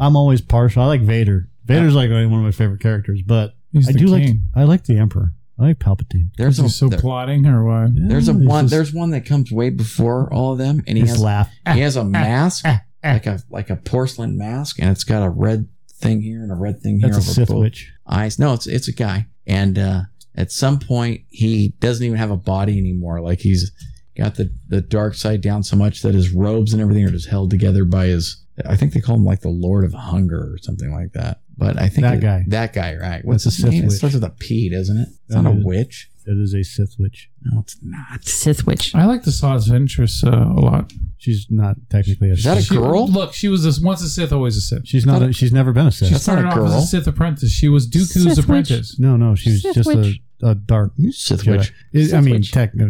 Speaker 1: I'm always partial. I like Vader. Vader's like one of my favorite characters, but
Speaker 2: He's
Speaker 1: I
Speaker 2: the
Speaker 1: do like
Speaker 2: king.
Speaker 1: I like the Emperor. I like Palpatine.
Speaker 4: There's
Speaker 2: Is he
Speaker 4: a
Speaker 2: so
Speaker 4: Oh, there-
Speaker 2: plotting or why?
Speaker 4: there's a
Speaker 1: Yeah, he's
Speaker 4: one
Speaker 1: just-
Speaker 4: there's one that comes way before all of them, and he
Speaker 1: His
Speaker 4: has
Speaker 1: laugh.
Speaker 4: he has a mask like a like a porcelain mask, and it's got a red thing here and a red thing here
Speaker 1: That's a
Speaker 4: over
Speaker 1: Sith
Speaker 4: both
Speaker 1: witch.
Speaker 4: eyes. No, it's it's a guy, and uh, at some point he doesn't even have a body anymore. Like he's got the the dark side down so much that his robes and everything are just held together by his. I think they call him like the Lord of Hunger or something like that. But I think
Speaker 1: That
Speaker 4: it-
Speaker 1: guy.
Speaker 4: that guy, right? What's
Speaker 1: That's a
Speaker 4: his name?
Speaker 1: Sith
Speaker 4: It
Speaker 1: witch.
Speaker 4: starts with a P, doesn't it? It's
Speaker 1: That
Speaker 4: not a
Speaker 1: is-
Speaker 4: witch.
Speaker 1: That is a Sith witch.
Speaker 4: No, it's not.
Speaker 3: Sith witch.
Speaker 2: I like the Saw's Ventress uh, a lot.
Speaker 1: She's not technically a
Speaker 4: Is that a
Speaker 1: Sith.
Speaker 4: girl?
Speaker 2: Look, she was this once a Sith, always a Sith.
Speaker 1: She's not. A, she's never been a Sith.
Speaker 2: She
Speaker 4: That's not a
Speaker 2: started off
Speaker 4: girl.
Speaker 2: as a Sith apprentice. She was Dooku's
Speaker 3: Sith witch.
Speaker 2: apprentice.
Speaker 1: No, no, she was
Speaker 3: Sith
Speaker 1: just a,
Speaker 3: witch.
Speaker 1: a dark
Speaker 4: You Sith
Speaker 1: Jedi.
Speaker 4: witch.
Speaker 1: It- I
Speaker 4: Sith
Speaker 1: mean,
Speaker 4: witch.
Speaker 1: tech, uh,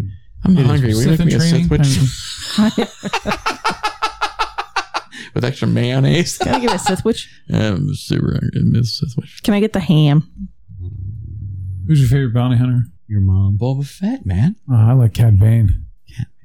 Speaker 4: I'm
Speaker 1: it is-
Speaker 4: hungry. We
Speaker 2: Sith
Speaker 4: make
Speaker 2: in
Speaker 4: me a
Speaker 2: training.
Speaker 4: Sith
Speaker 2: I
Speaker 4: witch
Speaker 2: mean,
Speaker 4: <laughs>
Speaker 1: <laughs>
Speaker 4: with extra mayonnaise.
Speaker 3: Gotta get a Sith witch.
Speaker 4: I'm super hungry. I miss Sith witch.
Speaker 3: Can I get the ham?
Speaker 2: who's your favorite bounty hunter?
Speaker 1: your mom.
Speaker 4: Boba Fett, man.
Speaker 2: Oh, I like Cad Bane.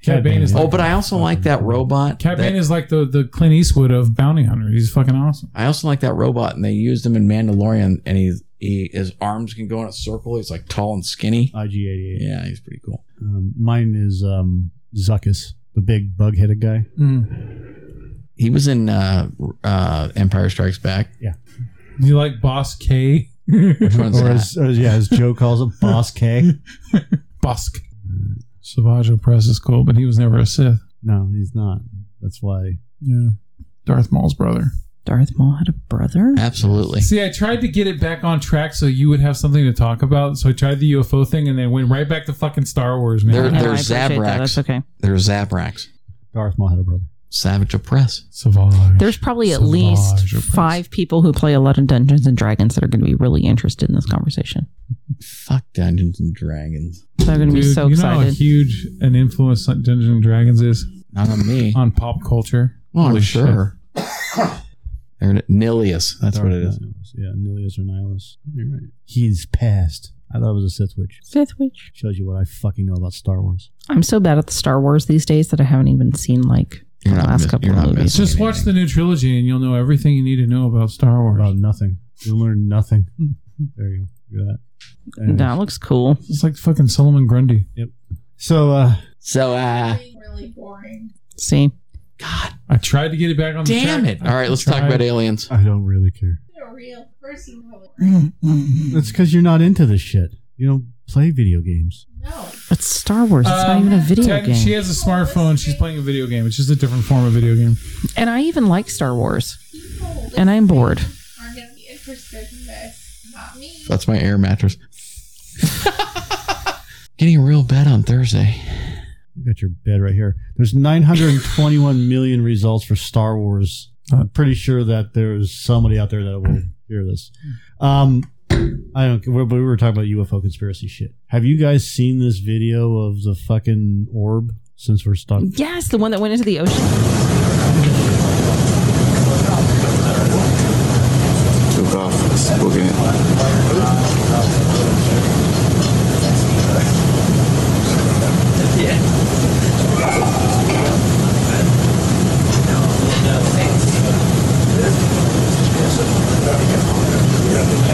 Speaker 2: Cad Bane is
Speaker 4: Oh, but I also like that robot.
Speaker 2: Cad
Speaker 4: that-
Speaker 2: Bane is like the the Clint Eastwood of bounty hunters. He's fucking awesome.
Speaker 4: I also like that robot, and they used him in Mandalorian, and he's he his arms can go in a circle. He's like tall and skinny.
Speaker 1: IG88.
Speaker 4: Yeah, he's pretty cool.
Speaker 1: Um, mine is um, Zuckus, the big bug-headed guy.
Speaker 4: He was in uh, uh, Empire Strikes Back.
Speaker 2: Do you like Boss K? <laughs>
Speaker 4: Which one's
Speaker 1: Or
Speaker 4: that?
Speaker 1: as, or as- yeah, as Joe calls
Speaker 4: <laughs>
Speaker 1: it, Boss K.
Speaker 2: Bosk. Savage Press is cool, but he was never a Sith.
Speaker 1: No, he's not. That's why.
Speaker 2: Yeah. Darth Maul's brother.
Speaker 3: Darth Maul had a brother.
Speaker 4: Uh, Absolutely.
Speaker 2: See, I tried to get it back on track so you would have something to talk about. So I tried the UFO thing and then went right back to fucking Star Wars, man.
Speaker 4: They're,
Speaker 3: No, I
Speaker 4: they're
Speaker 3: appreciate that.
Speaker 4: Zabraks.
Speaker 3: That's okay.
Speaker 4: They're Zabraks.
Speaker 1: Darth Maul had a brother.
Speaker 4: Savage Oppress.
Speaker 2: Savage.
Speaker 3: There's probably at
Speaker 2: Savage
Speaker 3: least
Speaker 2: Press.
Speaker 3: five people who play a lot of Dungeons and Dragons that are going to be really interested in this conversation.
Speaker 4: Fuck Dungeons and Dragons.
Speaker 3: They're going to be
Speaker 2: Dude,
Speaker 3: so
Speaker 2: you know how
Speaker 3: excited.
Speaker 2: huge an influence on Dungeons and Dragons is <laughs>
Speaker 4: Not on me.
Speaker 2: on pop culture.
Speaker 4: well, Oh, I'm
Speaker 2: Holy shit.
Speaker 4: sure. Or Nilius. That's what it is.
Speaker 1: Yeah, Nilius or Nihilus. You're right. He's passed. I thought it was a Sith Witch.
Speaker 3: Sith Witch.
Speaker 1: Shows you what I fucking know about Star Wars.
Speaker 3: I'm so bad at the Star Wars these days that I haven't even seen like the
Speaker 4: not
Speaker 3: last
Speaker 4: miss-
Speaker 3: couple
Speaker 4: you're
Speaker 3: of
Speaker 4: not
Speaker 3: movies.
Speaker 2: Just watch the new trilogy and you'll know everything you need to know about Star Wars.
Speaker 1: About nothing. You'll learn nothing. There you go. Look at that. Anyways.
Speaker 3: That looks cool.
Speaker 2: It's like fucking Solomon Grundy.
Speaker 1: Yep. So, uh,
Speaker 4: So, uh,
Speaker 3: See,
Speaker 2: I tried to get it back on the
Speaker 4: Damn
Speaker 2: track.
Speaker 4: it. All right, let's talk
Speaker 2: Tried.
Speaker 4: about aliens.
Speaker 1: I don't really care. That's because you're not into this shit. You don't play video games.
Speaker 3: it's Star Wars. It's not
Speaker 2: Um,
Speaker 3: even a video
Speaker 2: Tech- She
Speaker 3: game.
Speaker 2: has a smartphone. She's playing a video game. It's just a different form of video game.
Speaker 3: And I even like Star Wars, and I'm bored.
Speaker 17: are gonna be interested in this. Not me.
Speaker 4: That's my air mattress. Getting real bad on Thursday.
Speaker 1: You got your bed right here. There's 921 million results for Star Wars. I'm pretty sure that there's somebody out there that will hear this. Um, I don't. We we were talking about UFO conspiracy shit. Have you guys seen this video of the fucking orb? Since we're stuck,
Speaker 3: Yes, the one that went into the ocean.
Speaker 18: Took off. Spoken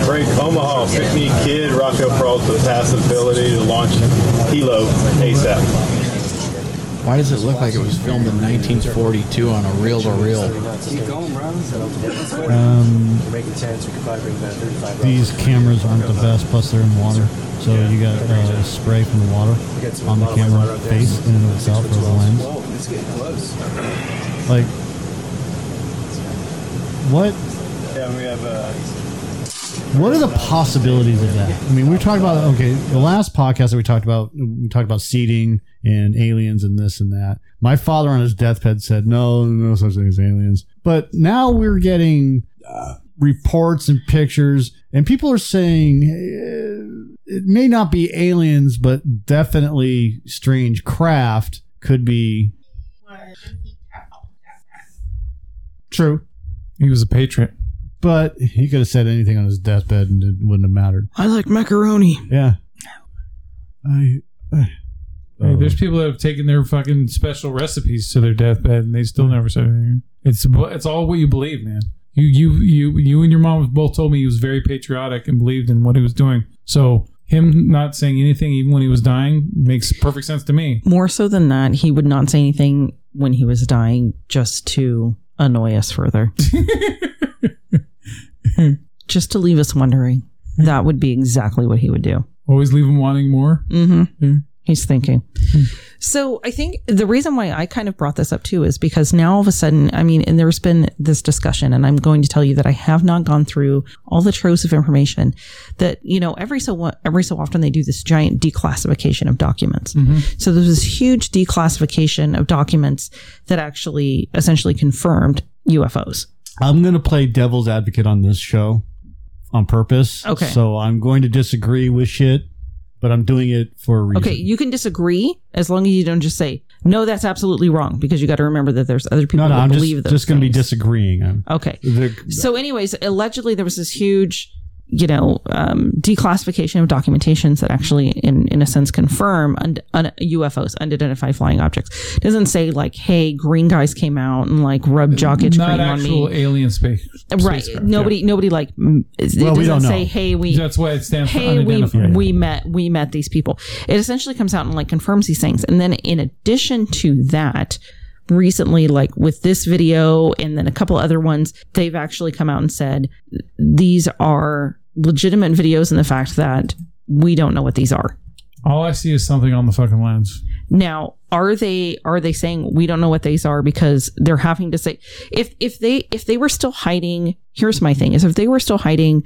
Speaker 19: Frank Omaha, Pickney Kid, Rocco Pearls with pass ability to launch Hilo ASAP.
Speaker 4: Why does it look like it was filmed in 1942 on a reel to reel?
Speaker 20: Keep going, bro.
Speaker 1: Um,
Speaker 20: We're making tents. We could probably bring about 35
Speaker 1: these cameras aren't the best. Plus, they're in water, so you got uh, spray from the water on the camera face in and of itself or the lens.
Speaker 20: Whoa, it's getting close.
Speaker 1: Like, what?
Speaker 19: Yeah, we have uh,
Speaker 1: What are the possibilities of that? I mean, we talked about okay. The last podcast that we talked about, we talked about seeding and aliens and this and that. My father on his deathbed said, "No, no such thing as aliens." But now we're getting uh, reports and pictures, and people are saying eh, it may not be aliens, but definitely strange craft could be. True.
Speaker 2: He was a patriot.
Speaker 1: But he could have said anything on his deathbed and it wouldn't have mattered.
Speaker 3: I like macaroni.
Speaker 1: Yeah. I. um,
Speaker 2: Hey,
Speaker 1: Oh.
Speaker 2: there's people that have taken their fucking special recipes to their deathbed and they still never said anything. It's it's all what you believe, man. You you you you and your mom both told me he was very patriotic and believed in what he was doing. So him not saying anything even when he was dying makes perfect sense to me.
Speaker 3: More so than that, he would not say anything when he was dying, just to annoy us further, just to leave us wondering. That would be exactly what he would do.
Speaker 2: Always leave him wanting more.
Speaker 3: hmm He's thinking. So I think the reason why I kind of brought this up too is because now all of a sudden, I mean, and there's been this discussion, and I'm going to tell you that I have not gone through all the troves of information that you know every so wa- every so often they do this giant declassification of documents.
Speaker 1: Mm-hmm.
Speaker 21: Mhm.
Speaker 3: So there's this huge declassification of documents that actually essentially confirmed UFOs.
Speaker 1: I'm going to play devil's advocate on this show on purpose.
Speaker 3: Okay.
Speaker 1: So I'm going to disagree with shit, but I'm doing it for a reason.
Speaker 3: Okay, you can disagree as long as you don't just say no. That's absolutely wrong because you got to remember that there's other people
Speaker 1: No, no,
Speaker 3: that
Speaker 1: I'm
Speaker 3: believe
Speaker 1: just,
Speaker 3: those
Speaker 1: just going to be
Speaker 3: things.
Speaker 1: disagreeing. I'm,
Speaker 3: Okay.
Speaker 1: They're-
Speaker 3: So, anyways, allegedly there was this huge, you know, um, declassification of documentations that actually, in in a sense, confirm und- un- UFOs, unidentified flying objects. It doesn't say like, hey, green guys came out and like rubbed jock itch cream
Speaker 2: Not
Speaker 3: on
Speaker 2: actual
Speaker 3: me.
Speaker 2: alien space.
Speaker 3: Right.
Speaker 2: spacecraft,
Speaker 3: Nobody.
Speaker 2: yeah.
Speaker 3: Nobody like. mm, It
Speaker 2: Well,
Speaker 3: doesn't
Speaker 2: we don't
Speaker 3: say,
Speaker 2: know.
Speaker 3: "Hey, we."
Speaker 2: That's why it stands for
Speaker 3: Hey, we
Speaker 2: unidentified.
Speaker 3: we met we met these people. It essentially comes out and like confirms these things, and then in addition to that, recently, like with this video and then a couple other ones, they've actually come out and said these are legitimate videos, and the fact that we don't know what these are.
Speaker 2: All I see is something on the fucking lens.
Speaker 3: Now, are they are they saying we don't know what these are because they're having to say if if they if they were still hiding, here's my thing is if they were still hiding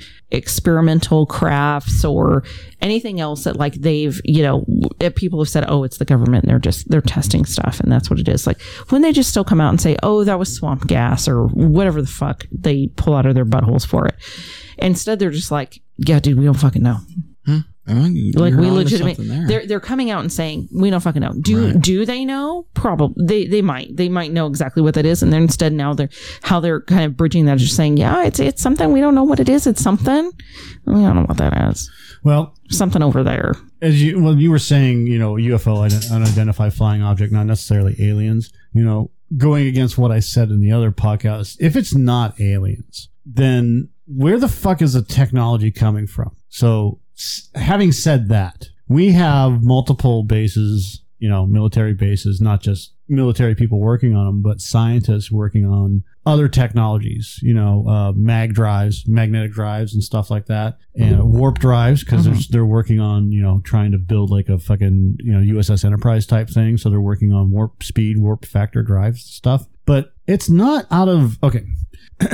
Speaker 3: experimental crafts or anything else that like they've, you know, if people have said, "Oh, it's the government. They're just they're testing stuff and that's what it is." Like when they just still come out and say, "Oh, that was swamp gas or whatever the fuck they pull out of their buttholes for it." Instead, they're just like, "Yeah, dude, we don't fucking know." like we legitimately they're they're coming out and saying we don't fucking know. Do
Speaker 4: Right.
Speaker 3: do they know? Probably they they might they might know exactly what that is, and then instead now they're how they're kind of bridging that, just saying yeah, it's it's something we don't know what it is. It's something we don't know what that is.
Speaker 1: Well,
Speaker 3: something over there.
Speaker 1: As you well, you were saying, you know, UFO, ident- unidentified flying object, not necessarily aliens. You know, going against what I said in the other podcast, if it's not aliens, then where the fuck is the technology coming from? So, s- having said that, we have multiple bases, you know, military bases, not just military people working on them, but scientists working on other technologies, you know, uh, mag drives, magnetic drives, and stuff like that, and uh, warp drives because
Speaker 19: Mhm.
Speaker 1: they're working on, you know, trying to build like a fucking, you know, USS Enterprise type thing. So they're working on warp speed, warp factor drives stuff. But it's not out of, okay. <clears throat>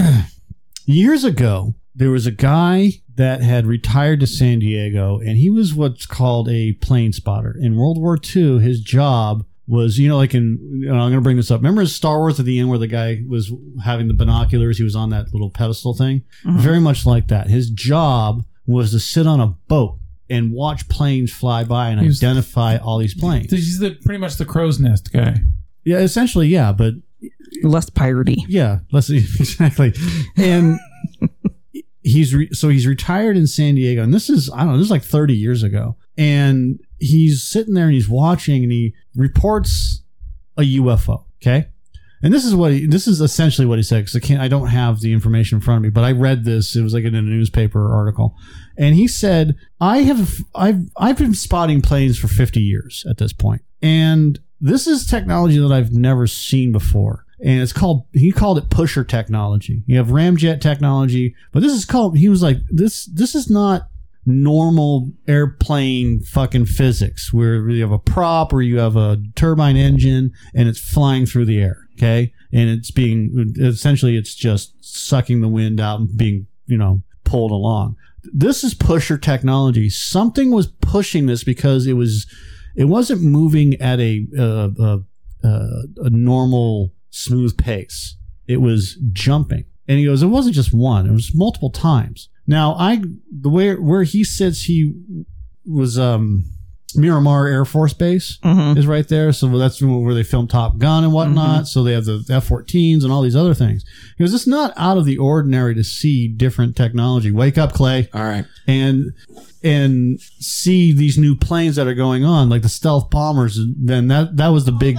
Speaker 1: years ago, there was a guy that had retired to San Diego, and he was what's called a plane spotter. In World War II, his job was, you know, like in, and I'm going to bring this up. Remember in Star Wars at the end where the guy was having the binoculars? He was on that little pedestal thing?
Speaker 2: Mm-hmm.
Speaker 19: Mhm.
Speaker 1: Very much like that. His job was to sit on a boat and watch planes fly by and
Speaker 2: He was-
Speaker 1: identify all these planes.
Speaker 2: This is the, pretty much the crow's nest guy.
Speaker 1: Yeah, essentially, yeah, but
Speaker 3: less piratey.
Speaker 1: Yeah, less <laughs> exactly. And he's re- so he's retired in San Diego, and this is I don't know, this is like thirty years ago, and he's sitting there and he's watching, and he reports a UFO. Okay, and this is what he, this is essentially what he said because I can't I don't have the information in front of me, but I read this. It was like in a newspaper article, and he said, "I have I've I've been spotting planes for fifty years at this point, and this is technology that I've never seen before." And it's called, he called it pusher technology. You have ramjet technology, but this is called, he was like, this, this is not normal airplane fucking physics where you have a prop or you have a turbine engine and it's flying through the air okay and it's being essentially it's just sucking the wind out and being you know pulled along this is pusher technology something was pushing this because it was it wasn't moving at a uh, uh, uh, a normal smooth pace it was jumping and he goes it wasn't just one it was multiple times now i the way where he sits he was um miramar air force base
Speaker 3: Mm-hmm.
Speaker 1: is right there so that's where they filmed top gun and whatnot so they have the f-14s and all these other things he goes it's not out of the ordinary to see different technology wake up clay
Speaker 4: all right
Speaker 1: and and see these new planes that are going on like the stealth bombers then that that was the big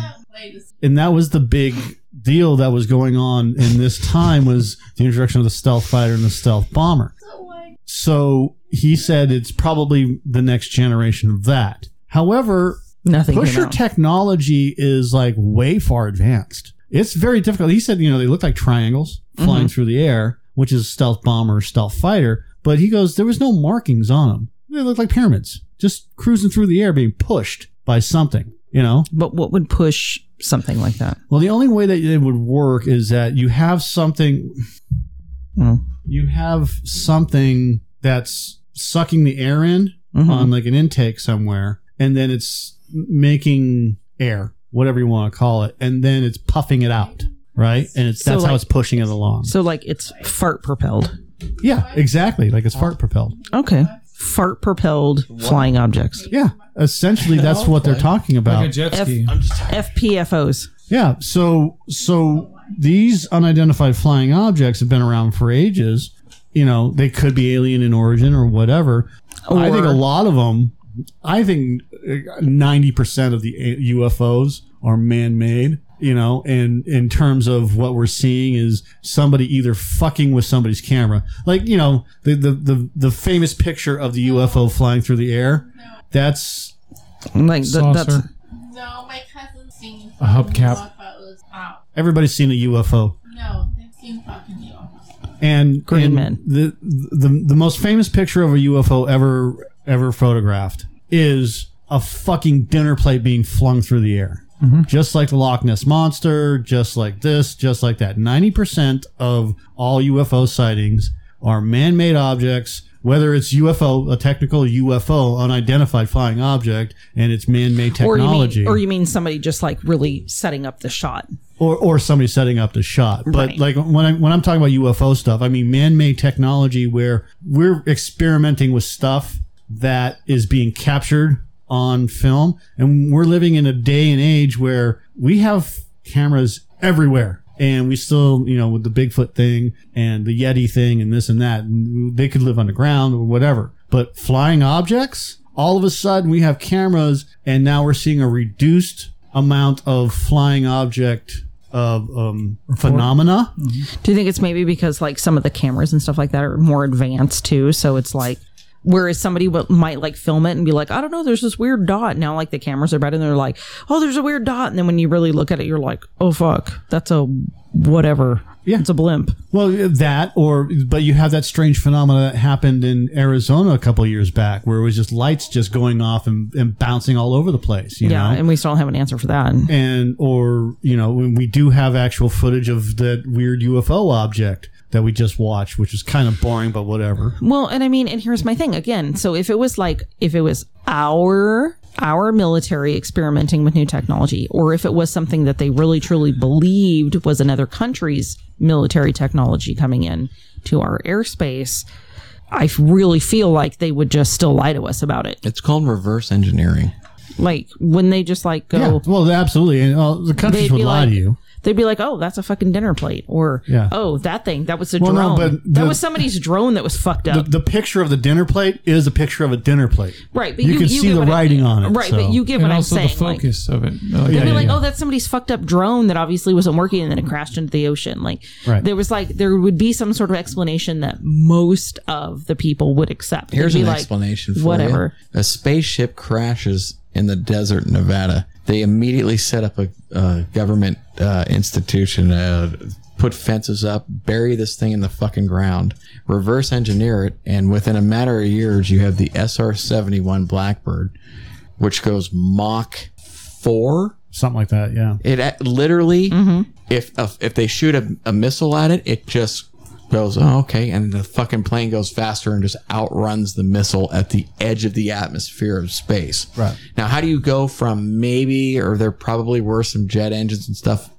Speaker 1: and that was the big deal that was going on in this time was the introduction of the stealth fighter and the stealth bomber so he said it's probably the next generation of that however
Speaker 3: Nothing came
Speaker 1: pusher
Speaker 3: out.
Speaker 1: technology is like way far advanced it's very difficult he said you know they look like triangles flying
Speaker 19: Mhm.
Speaker 1: through the air which is stealth bomber stealth fighter but he goes there was no markings on them they looked like pyramids just cruising through the air being pushed by something you know
Speaker 3: but what would push something like that
Speaker 1: well the only way that it would work is that you have something you have something that's sucking the air in
Speaker 3: Um, Mm-hmm.
Speaker 1: on like an intake somewhere, and then it's making air, whatever you want to call it, and then it's puffing it out, right? And it's
Speaker 3: So,
Speaker 1: that's
Speaker 3: like-
Speaker 1: how it's pushing it along.
Speaker 3: So like it's fart propelled.
Speaker 1: Yeah, exactly. Like it's fart propelled.
Speaker 3: Okay. Fart propelled flying objects.
Speaker 1: Yeah. Essentially, that's what they're talking about.
Speaker 3: FPFOs.
Speaker 1: Yeah. So so these unidentified flying objects have been around for ages. You know, they could be alien in origin or whatever. I think a
Speaker 19: Or-
Speaker 1: lot of them. I think uh, ninety percent of the uh, a- UFOs are man-made. You know, and in terms of what we're seeing is somebody either fucking with somebody's camera, like you know the the the, the famous picture of the UFO flying through the air. That's
Speaker 3: like
Speaker 2: Saucer.
Speaker 17: No, my cousin's seen
Speaker 1: A hubcap.
Speaker 17: UFOs. Out.
Speaker 1: everybody's seen a UFO.
Speaker 17: No, they've seen fucking UFOs.
Speaker 1: and
Speaker 3: Green
Speaker 1: and
Speaker 3: Man.
Speaker 1: The, the the most famous picture of a UFO ever ever photographed is a fucking dinner plate being flung through the air, just like the Loch Ness monster, just like this, just like that. Ninety percent of all UFO sightings are man-made objects. Whether it's UFO, a technical UFO, unidentified flying object, and it's man-made technology,
Speaker 3: Or you mean, or you mean somebody just like really setting up the shot.
Speaker 1: or or somebody setting up the shot. But like when I'm when I'm talking about UFO stuff, I mean man-made technology where we're experimenting with stuff that is being captured on film. And we're living in a day and age where we have cameras everywhere. And we still, you know, with the Bigfoot thing and the Yeti thing and this and that, and they could live underground or whatever. But flying objects, all of a sudden we have cameras and now we're seeing a reduced amount of flying object of um, phenomena.
Speaker 3: Do you think it's maybe because like some of the cameras and stuff like that are more advanced too? So it's like, whereas somebody w- might like film it and be like, I don't know, there's this weird dot. Now like the cameras are better and they're like, oh, there's a weird dot. And then when you really look at it, you're like, oh fuck, that's a whatever.
Speaker 1: Yeah,
Speaker 3: it's a blimp.
Speaker 1: Well, that or but you have that strange phenomena that happened in Arizona a couple of years back, where it was just lights just going off and, and bouncing all over the place. You
Speaker 3: yeah,
Speaker 1: know?
Speaker 3: and we still don't have an answer for that.
Speaker 1: and or you know when we do have actual footage of that weird UFO object that we just watched, which is kind of boring, but whatever.
Speaker 3: Well, and I mean, and here's my thing again. So if it was like, if it was our our military experimenting with new technology, or if it was something that they really truly believed was another country's military technology coming in to our airspace, I f- really feel like they would just still lie to us about it.
Speaker 4: It's called reverse engineering.
Speaker 3: Like when they just like go,
Speaker 1: Yeah, well, absolutely, and uh, the countries
Speaker 3: They'd
Speaker 1: would
Speaker 3: be
Speaker 1: lie
Speaker 3: like-
Speaker 1: to you.
Speaker 3: They'd be like, "Oh, that's a fucking dinner plate," or
Speaker 1: Yeah.
Speaker 3: "Oh, that thing that was a
Speaker 1: Well, no,
Speaker 3: drone.
Speaker 1: but
Speaker 3: that
Speaker 1: the-
Speaker 3: was somebody's drone that was fucked up."
Speaker 1: The, the picture of the dinner plate is a picture of a dinner plate.
Speaker 3: Right, but
Speaker 1: you,
Speaker 3: you-
Speaker 1: can
Speaker 3: you
Speaker 1: see
Speaker 3: get
Speaker 1: the
Speaker 3: what I-
Speaker 1: writing on it.
Speaker 3: right, but
Speaker 1: so.
Speaker 3: you get And what I'm also the saying, like-
Speaker 2: focus of it.
Speaker 3: They'd be like, "Oh, that's somebody's fucked up drone that obviously wasn't working, and then it crashed into the ocean." Like,
Speaker 4: Right.
Speaker 3: there was like there would be some sort of explanation that most of the people would accept. They'd
Speaker 4: Here's
Speaker 3: be
Speaker 4: an
Speaker 3: like,
Speaker 4: explanation for
Speaker 3: whatever.
Speaker 4: you. A spaceship crashes in the desert, in Nevada. They immediately set up a, uh government uh, institution, uh, put fences up, bury this thing in the fucking ground, reverse engineer it, and within a matter of years, you have the SR 71 Blackbird, which goes Mach 4.
Speaker 1: Something like that, yeah.
Speaker 4: It a- literally, if a, if they shoot a, a missile at it, it just goes oh, okay, and the fucking plane goes faster and just outruns the missile at the edge of the atmosphere of space.
Speaker 1: Right.
Speaker 4: now, how do you go from maybe, or there probably were some jet engines and stuff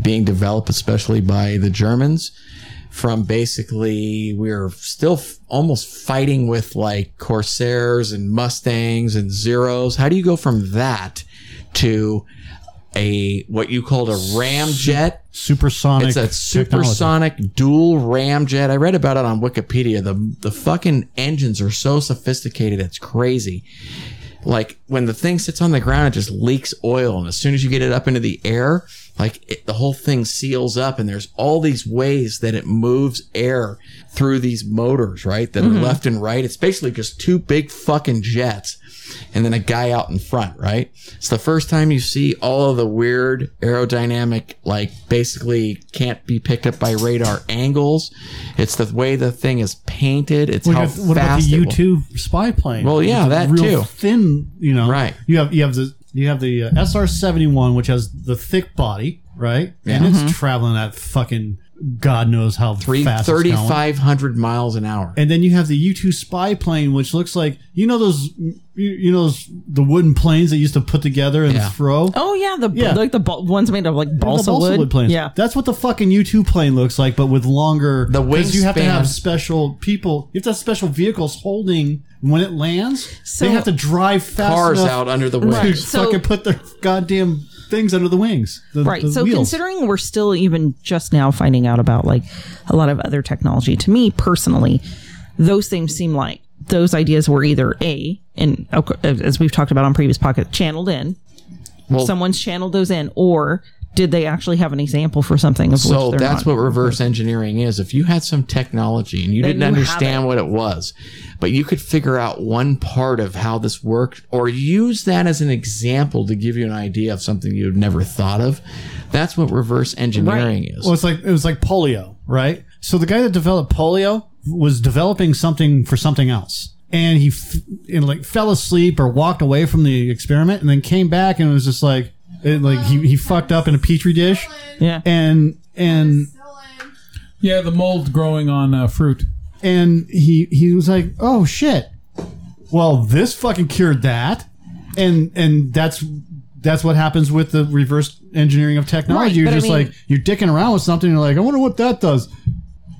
Speaker 4: being developed, especially by the Germans, from basically we're still f- almost fighting with like Corsairs and Mustangs and Zeros. How do you go from that to a what you called a ramjet?
Speaker 1: Supersonic.
Speaker 4: It's a supersonic dual ramjet. I read about it on Wikipedia. The the fucking engines are so sophisticated, it's crazy. Like when the thing sits on the ground, it just leaks oil, and as soon as you get it up into the air, like it, the whole thing seals up, and there's all these ways that it moves air through these motors, right? That
Speaker 1: Mm-hmm.
Speaker 22: Mhm.
Speaker 4: are left and right. It's basically just two big fucking jets and then a guy out in front, right? It's the first time you see all of the weird aerodynamic, like basically can't be picked up by radar angles. It's the way the thing is painted. It's
Speaker 1: What,
Speaker 4: how
Speaker 1: about, what about the
Speaker 4: fast it
Speaker 1: U
Speaker 4: will-
Speaker 1: two spy plane?
Speaker 4: Well, yeah,
Speaker 1: It's a
Speaker 4: that
Speaker 1: real
Speaker 4: too.
Speaker 1: Thin, you know. Right. You have you have the you have the uh, SR seventy one, which has the thick body, right? And
Speaker 4: Yeah.
Speaker 1: it's
Speaker 4: Mhm.
Speaker 1: traveling at fucking god knows how
Speaker 4: Three
Speaker 1: fast. it's going.
Speaker 4: 3,500 miles an hour.
Speaker 1: And then you have the U two spy plane, which looks like you know those you, you know those, the wooden planes that used to put together and
Speaker 4: Yeah.
Speaker 1: throw.
Speaker 3: Oh yeah, the
Speaker 1: Yeah.
Speaker 3: like the bal- ones made of like
Speaker 1: The
Speaker 3: balsa,
Speaker 1: wood,
Speaker 3: wood.
Speaker 1: planes.
Speaker 3: Yeah,
Speaker 1: that's what the fucking U two plane looks like, but with longer. The
Speaker 4: wingspan-
Speaker 1: You have to have special people. You have to have special vehicles holding when it lands. they have to drive fast
Speaker 4: Cars
Speaker 1: enough
Speaker 4: out under the
Speaker 1: to
Speaker 4: wings.
Speaker 3: So-
Speaker 1: fucking put their goddamn things under the wings. The,
Speaker 3: right.
Speaker 1: the
Speaker 3: so
Speaker 1: wheels.
Speaker 3: considering we're still even just now finding out about like a lot of other technology, to me personally, those things seem like those ideas were either a and as we've talked about on previous pocket channeled in.
Speaker 4: Well-
Speaker 3: Someone's channeled those in, or did they actually have an example for something? Of
Speaker 4: So
Speaker 3: which
Speaker 4: that's what reverse engineering is. If you had some technology and you
Speaker 3: Then
Speaker 4: didn't
Speaker 3: you have
Speaker 4: understand what it was, but you could figure out one part of how this worked or use that as an example to give you an idea of something you'd never thought of, that's what reverse engineering is.
Speaker 1: Well, it's like it was like polio, right? So the guy that developed polio was developing something for something else, and he f- and like fell asleep or walked away from the experiment, and then came back and it was just like it, like he, he fucked up in a petri dish,
Speaker 3: yeah,
Speaker 1: and and
Speaker 2: yeah, the mold growing on uh, fruit.
Speaker 1: and he he was like, "Oh shit! Well, this fucking cured that," and and that's that's what happens with the reverse engineering of technology.
Speaker 3: Right,
Speaker 1: you're
Speaker 3: but I
Speaker 1: just
Speaker 3: mean-
Speaker 1: like you're dicking around with something. You're like, "I wonder what that does."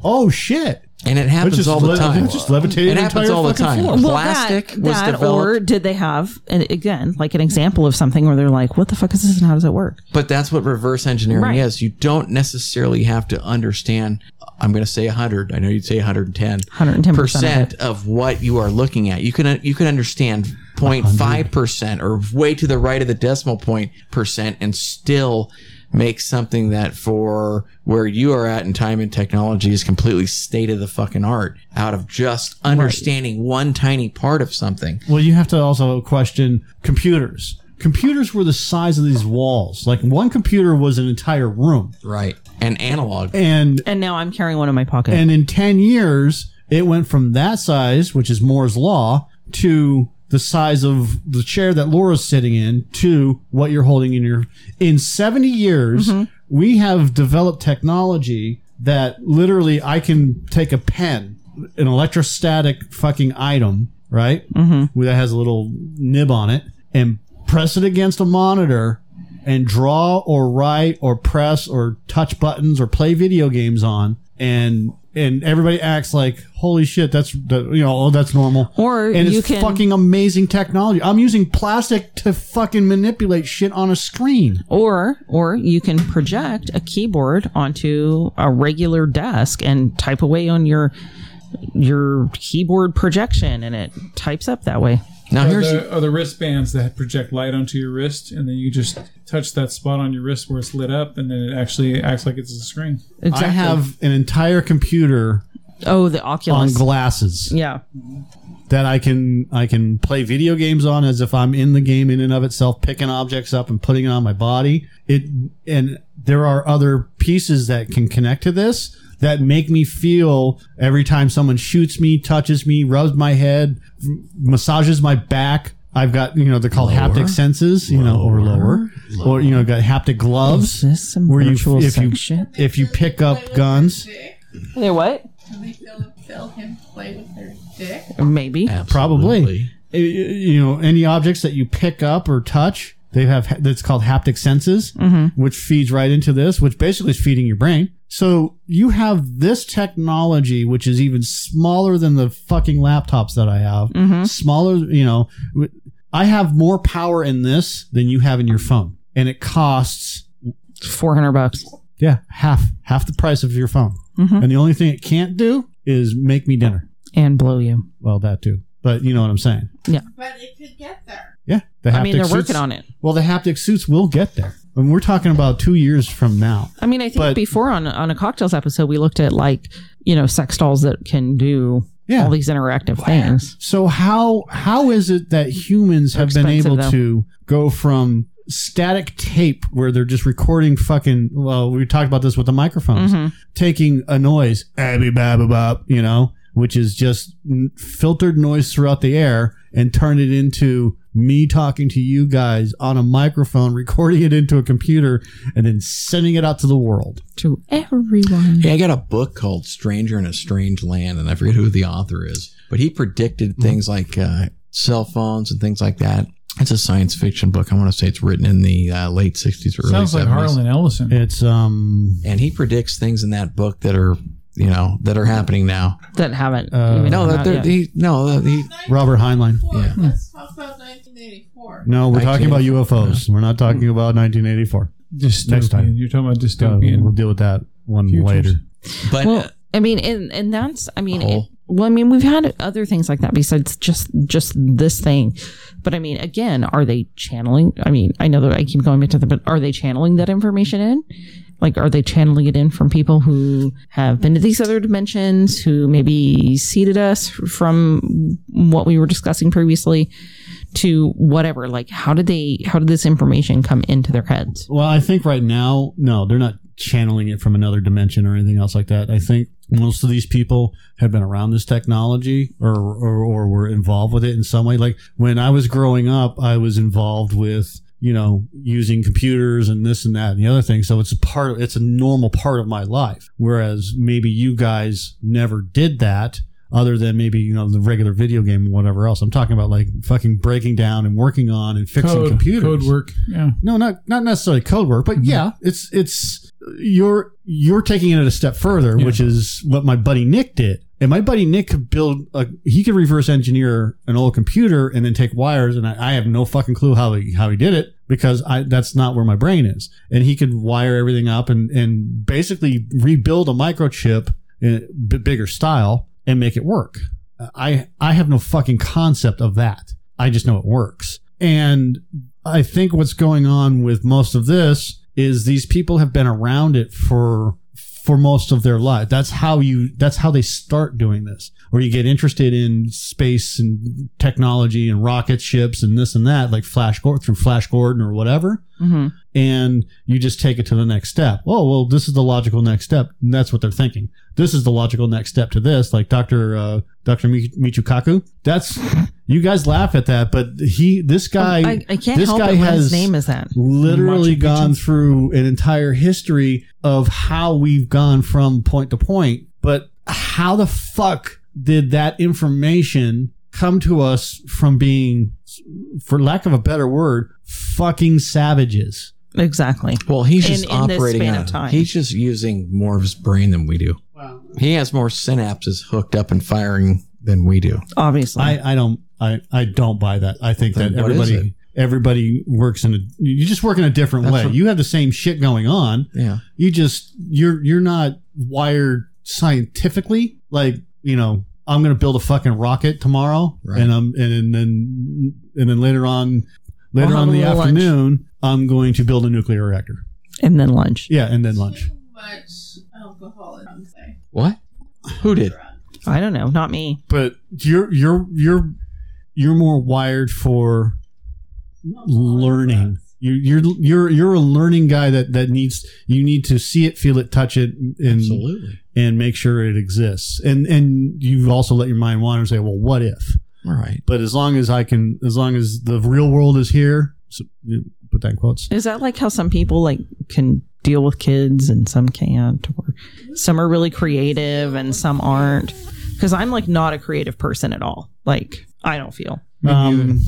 Speaker 1: Oh shit!
Speaker 4: And it happens
Speaker 1: just
Speaker 4: all the
Speaker 1: le-
Speaker 4: time.
Speaker 1: it just levitated
Speaker 4: It
Speaker 1: the
Speaker 4: happens
Speaker 1: entire
Speaker 4: all the
Speaker 1: fucking
Speaker 4: time.
Speaker 1: floor.
Speaker 3: Well,
Speaker 4: Plastic
Speaker 3: that,
Speaker 4: was
Speaker 3: that or
Speaker 4: developed,
Speaker 3: did they have and again like an example of something where they're like, "What the fuck is this and how does it work?"
Speaker 4: but that's what reverse engineering
Speaker 3: Right.
Speaker 4: is. You don't necessarily have to understand. I'm going to say 100. I know you'd say 110.
Speaker 3: 110% of
Speaker 4: percent of what you are looking at. You can you can understand 0.5 percent or way to the right of the decimal point percent, and still make something that for where you are at in time and technology is completely state of the fucking art out of just understanding one tiny part of something.
Speaker 1: Well, you have to also question computers. Computers were the size of these walls. Like one computer was an entire room.
Speaker 4: Right. And analog.
Speaker 1: And
Speaker 3: and now I'm carrying one in my pocket.
Speaker 1: And in 10 years, it went from that size, which is Moore's law, to the size of the chair that Laura's sitting in to what you're holding in your in 70 years, we have developed technology that literally I can take a pen, an electrostatic fucking item, right? Mm-hmm. That has a little nib on it and press it against a monitor and draw or write or press or touch buttons or play video games on and and everybody acts like holy shit that's that, you know oh that's normal
Speaker 3: or
Speaker 1: and
Speaker 3: you
Speaker 1: it's
Speaker 3: can-
Speaker 1: fucking amazing technology i'm using plastic to fucking manipulate shit on a screen
Speaker 3: Or or you can project a keyboard onto a regular desk and type away on your your keyboard projection and it types up that way.
Speaker 2: Or the, or the wristbands that project light onto your wrist, and then you just touch that spot on your wrist where it's lit up, and then it actually acts like it's a screen.
Speaker 1: i have an entire computer
Speaker 3: oh the Oculus.
Speaker 1: on glasses
Speaker 3: yeah
Speaker 1: that i can i can play video games on as if i'm in the game in and of itself picking objects up and putting it on my body it and there are other pieces that can connect to this that make me feel every time someone shoots me touches me rubs my head m- massages my back I've got, you know, they're called haptic senses, you know, or lower, or you know, got haptic gloves, where you,
Speaker 3: virtual
Speaker 1: if you,
Speaker 3: sex shit?
Speaker 1: if you pick up guns,
Speaker 3: They what?
Speaker 17: Can they feel, feel him play with their dick?
Speaker 3: Maybe.
Speaker 1: Probably. I- I- You know, any objects that you pick up or touch, they have that's called haptic senses,
Speaker 3: Mhm.
Speaker 1: which feeds right into this, which basically is feeding your brain. So you have this technology, which is even smaller than the fucking laptops that I have. Smaller, you know, w- I have more power in this than you have in your phone, and it costs
Speaker 3: four hundred bucks.
Speaker 1: Yeah, half half the price of your phone.
Speaker 3: Mhm.
Speaker 1: And the only thing it can't do is make me dinner
Speaker 3: and blow you.
Speaker 1: Well, that too. But you know what I'm saying.
Speaker 3: Yeah.
Speaker 17: But it could get there.
Speaker 1: Yeah, the
Speaker 3: I mean, they're
Speaker 1: haptic
Speaker 3: working on it.
Speaker 1: Well, the haptic suits will get there, and we're talking about two years from now.
Speaker 3: I mean, I think
Speaker 1: But-
Speaker 3: before on on a cocktails episode we looked at like, you know, sex dolls that can do
Speaker 1: Yeah.
Speaker 3: all these interactive things.
Speaker 1: So how how is it that humans have been
Speaker 3: Expensive,
Speaker 1: able
Speaker 3: though.
Speaker 1: to go from static tape where they're just recording fucking well we talked about this with the microphones
Speaker 3: Mhm.
Speaker 1: taking a noise abby babba bop you know which is just n- filtered noise throughout the air and turn it into me talking to you guys on a microphone <laughs> recording it into a computer and then sending it out to the world
Speaker 3: to everyone
Speaker 4: Hey, I got a book called Stranger in a Strange Land, and I forget who the author is, but he predicted
Speaker 2: Mm-hmm.
Speaker 4: things like uh, cell phones and things like that. It's a science fiction book. I want to say it's written in the uh, late 60s or early 70s.
Speaker 2: Sounds like Harlan Ellison.
Speaker 1: It's um
Speaker 4: and he predicts things in that book that are, you know, that are happening now.
Speaker 3: That haven't
Speaker 1: even
Speaker 4: no,
Speaker 1: come
Speaker 4: that
Speaker 1: out
Speaker 4: they're-
Speaker 1: yet.
Speaker 4: he, no, that he,
Speaker 1: robert heinlein
Speaker 4: yeah.
Speaker 2: Hmm.
Speaker 17: Let's talk about 1984.
Speaker 1: no we're talking about ufos we're not talking about 1984
Speaker 2: Dystopian.
Speaker 1: next time
Speaker 2: You're talking about
Speaker 1: Uh,
Speaker 2: dystopian.
Speaker 1: we'll deal with that one later.
Speaker 4: But uh,
Speaker 3: well, I mean, and and that's I mean, it- well, I mean, we've had other things like that besides just just this thing. But I mean, again, are they channeling? I mean, I know that I keep going back to that, but are they channeling that information in? Like, are they channeling it in from people who have been to these other dimensions, who maybe seeded us from what we were discussing previously to whatever? Like, how did they? How did this information come into their heads?
Speaker 1: Well, I think right now, no, they're not channeling it from another dimension or anything else like that. I think most of these people have been around this technology or, or, or were involved with it in some way. Like when I was growing up, I was involved with, you know, using computers and this and that and the other thing. So it's a part of, it's a normal part of my life. Whereas maybe you guys never did that other than maybe, you know, the regular video game and whatever else. I'm talking about like fucking breaking down and working on and fixing
Speaker 2: Code-
Speaker 1: computers.
Speaker 2: code work. Yeah.
Speaker 1: No, not not necessarily code word, but yeah, it's it's you're you're taking it a step further, which is what my buddy Nick did. And my buddy Nick could build, a, he could reverse engineer an old computer and then take wires. And I, I have no fucking clue how he, how he did it because I, that's not where my brain is. And he could wire everything up and, and basically rebuild a microchip in a b- bigger style and make it work. I, I have no fucking concept of that. I just know it works. And I think what's going on with most of this is these people have been around it for for most of their life. That's how you that's how they start doing this. Or you get interested in space and technology and rocket ships and this and that, like Flash Gordon through Flash Gordon or whatever.
Speaker 3: Mm-hmm.
Speaker 1: And you just take it to the next step. Oh well, this is the logical next step. And that's what they're thinking. This is the logical next step to this. Like Doctor uh, Doctor Michukaku. That's you guys laugh at that, but he this guy
Speaker 3: Um, Oh, I, I can't
Speaker 1: this
Speaker 3: help
Speaker 1: guy
Speaker 3: it when
Speaker 1: has
Speaker 3: his name is that.
Speaker 1: literally gone through an entire history of how we've gone from point to point. But how the fuck did that information come to us from being, for lack of a better word, fucking savages?
Speaker 3: Exactly.
Speaker 4: Well, he's
Speaker 3: In-
Speaker 4: just
Speaker 3: in this
Speaker 4: operating
Speaker 3: span
Speaker 4: on-
Speaker 3: of time.
Speaker 4: He's just using more of his brain than we do. He has more synapses hooked up and firing than we do.
Speaker 3: Obviously,
Speaker 1: I, I don't I, I don't buy that. I think
Speaker 4: Then
Speaker 1: that
Speaker 4: what is
Speaker 1: everybody everybody works in a you just work in a different
Speaker 4: That's
Speaker 1: way.
Speaker 4: what-
Speaker 1: you have the same shit going on.
Speaker 4: Yeah.
Speaker 1: You just you're you're not wired scientifically. Like you know, I'm gonna build a fucking rocket tomorrow,
Speaker 4: Right.
Speaker 1: and I'm and then and then later on
Speaker 3: I'll
Speaker 1: later
Speaker 3: have
Speaker 1: on
Speaker 3: a
Speaker 1: in the
Speaker 3: little lunch.
Speaker 1: afternoon, I'm going to build a nuclear reactor.
Speaker 3: and then lunch.
Speaker 1: Yeah, and then lunch.
Speaker 17: Much alcohol in there.
Speaker 4: What? Who did?
Speaker 3: I don't know. Not me.
Speaker 1: But you're you're you're you're more wired for learning. You, you're you're you're a learning guy that that needs you need to see it, feel it, touch it, and
Speaker 4: Absolutely.
Speaker 1: and make sure it exists. And and you also let your mind wander and say, well, what if?
Speaker 4: Mm. All right.
Speaker 1: But as long as I can, as long as the real world is here, so, you know, put that in quotes.
Speaker 3: Is that like how some people like can deal with kids and some can't, or some are really creative and some aren't? Because I'm like not a creative person at all. Like I don't feel.
Speaker 1: Um,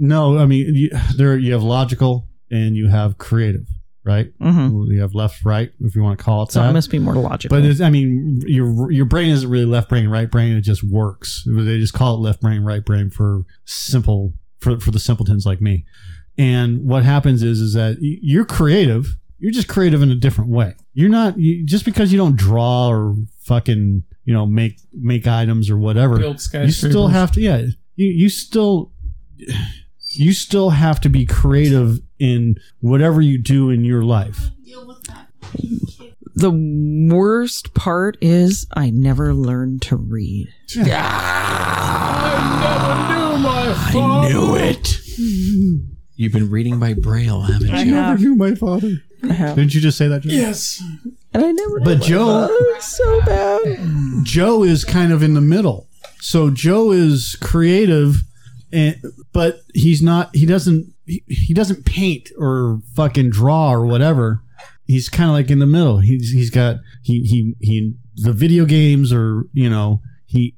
Speaker 1: no, I mean you, there you have logical and you have creative, right?
Speaker 3: Mhm.
Speaker 1: You have left, right, if you want to call it
Speaker 3: So
Speaker 1: that.
Speaker 3: it must be more logical.
Speaker 1: But it's, I mean, your your brain isn't really left brain, right brain. It just works. They just call it left brain, right brain for simple for for the simpletons like me. And what happens is is that y- you're creative. You're just creative in a different way. You're not you, just because you don't draw or fucking you know make make items or whatever.
Speaker 2: Build
Speaker 1: You still
Speaker 2: skyscrapers.
Speaker 1: have to yeah. You you still you still have to be creative in whatever you do in your life.
Speaker 3: the worst part is I never learned to read.
Speaker 4: I knew it. You've been reading by braille, haven't you?
Speaker 3: have.
Speaker 1: knew my father. Didn't you just say that? Joe?
Speaker 3: And I never.
Speaker 1: But Joe-
Speaker 3: Oh, it's so bad.
Speaker 1: Joe is kind of in the middle. So Joe is creative, and but he's not. He doesn't. He, he doesn't paint or fucking draw or whatever. He's kind of like in the middle. He's he's got he he he the video games or you know he.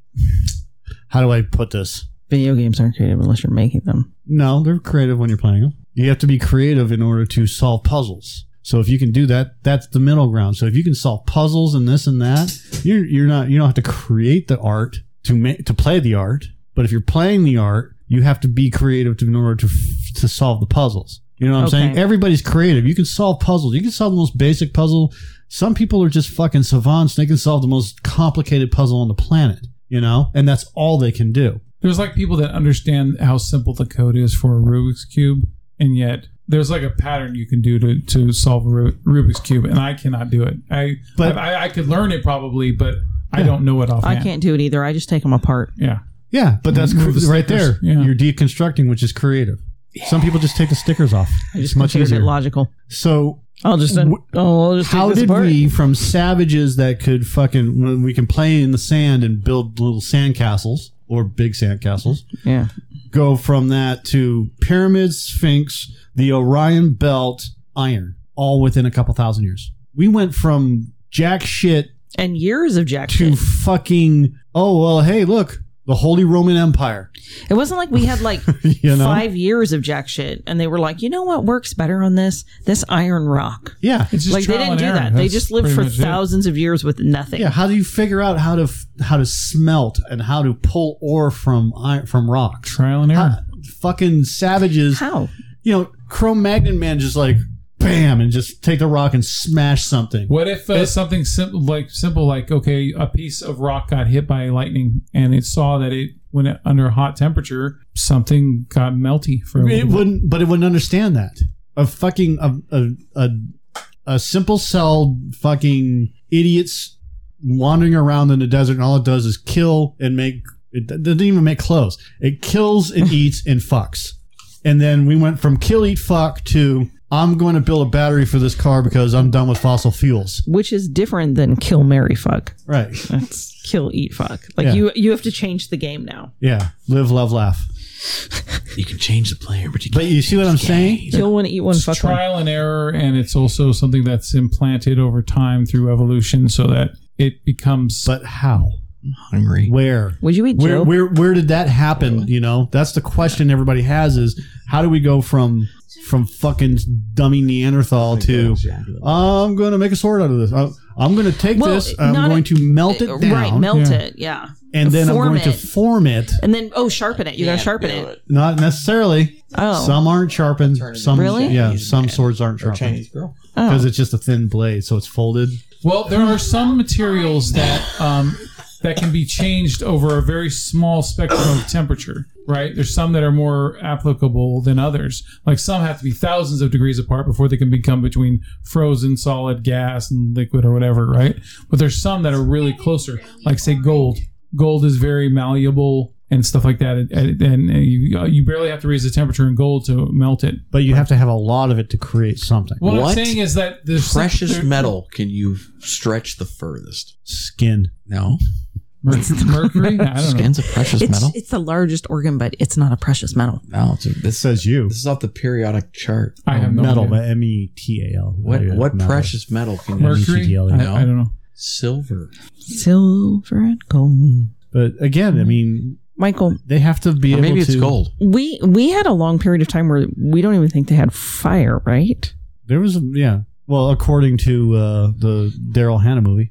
Speaker 1: How do I put this?
Speaker 3: Video games aren't creative unless you're making them.
Speaker 1: No, they're creative when you're playing them. You have to be creative in order to solve puzzles. So if you can do that, that's the middle ground. So if you can solve puzzles and this and that, you're you're not you don't have to create the art to make to play the art. But if you're playing the art, you have to be creative to, in order to f- to solve the puzzles. You know what I'm
Speaker 3: Okay.
Speaker 1: saying? Everybody's creative. You can solve puzzles. You can solve the most basic puzzle. Some people are just fucking savants. They can solve the most complicated puzzle on the planet. You know, and that's all they can do.
Speaker 2: There's like people that understand how simple the code is for a Rubik's cube, and yet there's like a pattern you can do to, to solve a Ru- Rubik's cube, and I cannot do it. I
Speaker 1: But-
Speaker 2: I, I could learn it probably, but I don't know it
Speaker 3: I
Speaker 2: offhand.
Speaker 3: can't do it either. I just take them apart.
Speaker 2: Yeah.
Speaker 1: Yeah, but that's cr-
Speaker 2: Remove the
Speaker 1: right there.
Speaker 2: stickers. Yeah.
Speaker 1: You're deconstructing, which is creative. Some people just take the stickers off.
Speaker 3: I
Speaker 1: It's
Speaker 3: just
Speaker 1: much
Speaker 3: considered
Speaker 1: easier.
Speaker 3: it logical.
Speaker 1: so
Speaker 3: I'll just.
Speaker 1: Wh-
Speaker 3: oh, I'll just take
Speaker 1: how
Speaker 3: this
Speaker 1: did
Speaker 3: apart.
Speaker 1: we from savages that could fucking when we can play in the sand and build little sand castles or big sand castles?
Speaker 3: Yeah.
Speaker 1: Go from that to pyramids, Sphinx, the Orion Belt, iron, all within a couple thousand years. We went from jack shit
Speaker 3: And years of jack
Speaker 1: to
Speaker 3: shit.
Speaker 1: fucking oh well hey look The Holy Roman Empire.
Speaker 3: It wasn't like we had like
Speaker 1: <laughs> You know?
Speaker 3: five years of jack shit, and they were like, you know what works better on this? This iron rock.
Speaker 1: Yeah. It's just
Speaker 3: like they
Speaker 1: trial
Speaker 3: didn't
Speaker 1: and
Speaker 3: do
Speaker 1: error.
Speaker 3: that. They
Speaker 1: That's
Speaker 3: just lived
Speaker 1: pretty
Speaker 3: for
Speaker 1: much it.
Speaker 3: thousands of years with nothing.
Speaker 1: Yeah, how do you figure out how to f- how to smelt and how to pull ore from iron, from rocks?
Speaker 2: Trial and
Speaker 3: Uh,
Speaker 2: error.
Speaker 1: fucking savages.
Speaker 3: How?
Speaker 1: You know, Cro-Magnon man just like bam and just take the rock and smash something.
Speaker 2: What if uh, something simple like simple like okay, a piece of rock got hit by lightning and it saw that it when it under hot temperature something got melty for a
Speaker 1: It
Speaker 2: little bit.
Speaker 1: wouldn't, but it wouldn't understand that. A fucking a a a, a simple cell fucking idiots wandering around in the desert, and all it does is kill and make. It doesn't even make clothes. It kills
Speaker 4: <laughs>
Speaker 1: and eats and fucks. And then we went from kill, eat, fuck to I'm going to build a battery for this car because I'm done with fossil fuels.
Speaker 3: Which is different than kill, marry, fuck.
Speaker 1: Right.
Speaker 3: That's kill, eat, fuck. Like
Speaker 1: Yeah.
Speaker 3: you, you have to change the game now.
Speaker 1: Yeah. Live, love, laugh.
Speaker 4: You can change the player, but you
Speaker 1: But you see what I'm saying?
Speaker 3: Kill one, eat one,
Speaker 2: It's
Speaker 3: fuck one.
Speaker 2: trial and error, and it's also something that's implanted over time through evolution, so that it becomes.
Speaker 1: But how?
Speaker 4: hungry.
Speaker 1: Where?
Speaker 3: Would you eat
Speaker 1: where,
Speaker 3: Joe?
Speaker 1: where where did that happen? You know, that's the question everybody has: is how do we go from from fucking dummy
Speaker 4: Oh
Speaker 1: Neanderthal to I'm going to make a sword out of this. I'm, I'm going to take
Speaker 3: Well,
Speaker 1: this. I'm
Speaker 3: not
Speaker 1: going
Speaker 3: a-
Speaker 1: to melt it
Speaker 3: uh,
Speaker 1: down.
Speaker 3: Right, melt it. Yeah.
Speaker 1: And then I'm
Speaker 3: Form
Speaker 1: going to
Speaker 3: it.
Speaker 1: form it.
Speaker 3: and then oh, sharpen it. You gotta sharpen it.
Speaker 1: Not necessarily.
Speaker 3: Oh.
Speaker 1: Some aren't sharpened. Some
Speaker 3: Really?
Speaker 1: Yeah. Some swords aren't sharpened.
Speaker 4: Chinese girl.
Speaker 1: Because it's just a thin blade, so it's folded.
Speaker 2: Well, there are some materials that um, that can be changed over a very small spectrum of temperature. Right? There's some that are more applicable than others. Like some have to be thousands of degrees apart before they can become between frozen, solid, gas, and liquid or whatever. Right? But there's some that are really closer. Like say gold. Gold is very malleable and stuff like that, and, and- and you you barely have to raise the temperature in gold to melt it.
Speaker 1: But you have to have a lot of it to create something.
Speaker 2: What, I'm saying is that there's
Speaker 4: precious
Speaker 2: there-
Speaker 4: metal can you stretch the furthest?
Speaker 1: Skin.
Speaker 4: No.
Speaker 2: Mercury? mercury? I don't know.
Speaker 4: Skin's a precious
Speaker 3: It's,
Speaker 4: metal.
Speaker 3: it's the largest organ, but it's not a precious metal.
Speaker 4: No, it's a, this
Speaker 1: says you.
Speaker 4: This is off the periodic chart.
Speaker 2: I have no
Speaker 1: metal,
Speaker 2: idea.
Speaker 1: but M E T A L.
Speaker 4: What
Speaker 1: Yeah,
Speaker 4: what
Speaker 1: metal.
Speaker 4: precious metal can you
Speaker 2: Mercury?
Speaker 1: Yeah.
Speaker 2: I, I don't know.
Speaker 4: Silver.
Speaker 3: Silver and gold.
Speaker 1: But again, I mean,
Speaker 3: Michael,
Speaker 1: they have to be
Speaker 4: Or
Speaker 1: able
Speaker 4: maybe it's
Speaker 1: to-
Speaker 4: gold.
Speaker 3: we we had a long period of time where we don't even think they had fire, right?
Speaker 1: There was, yeah. Well, according to uh, the Daryl Hannah movie,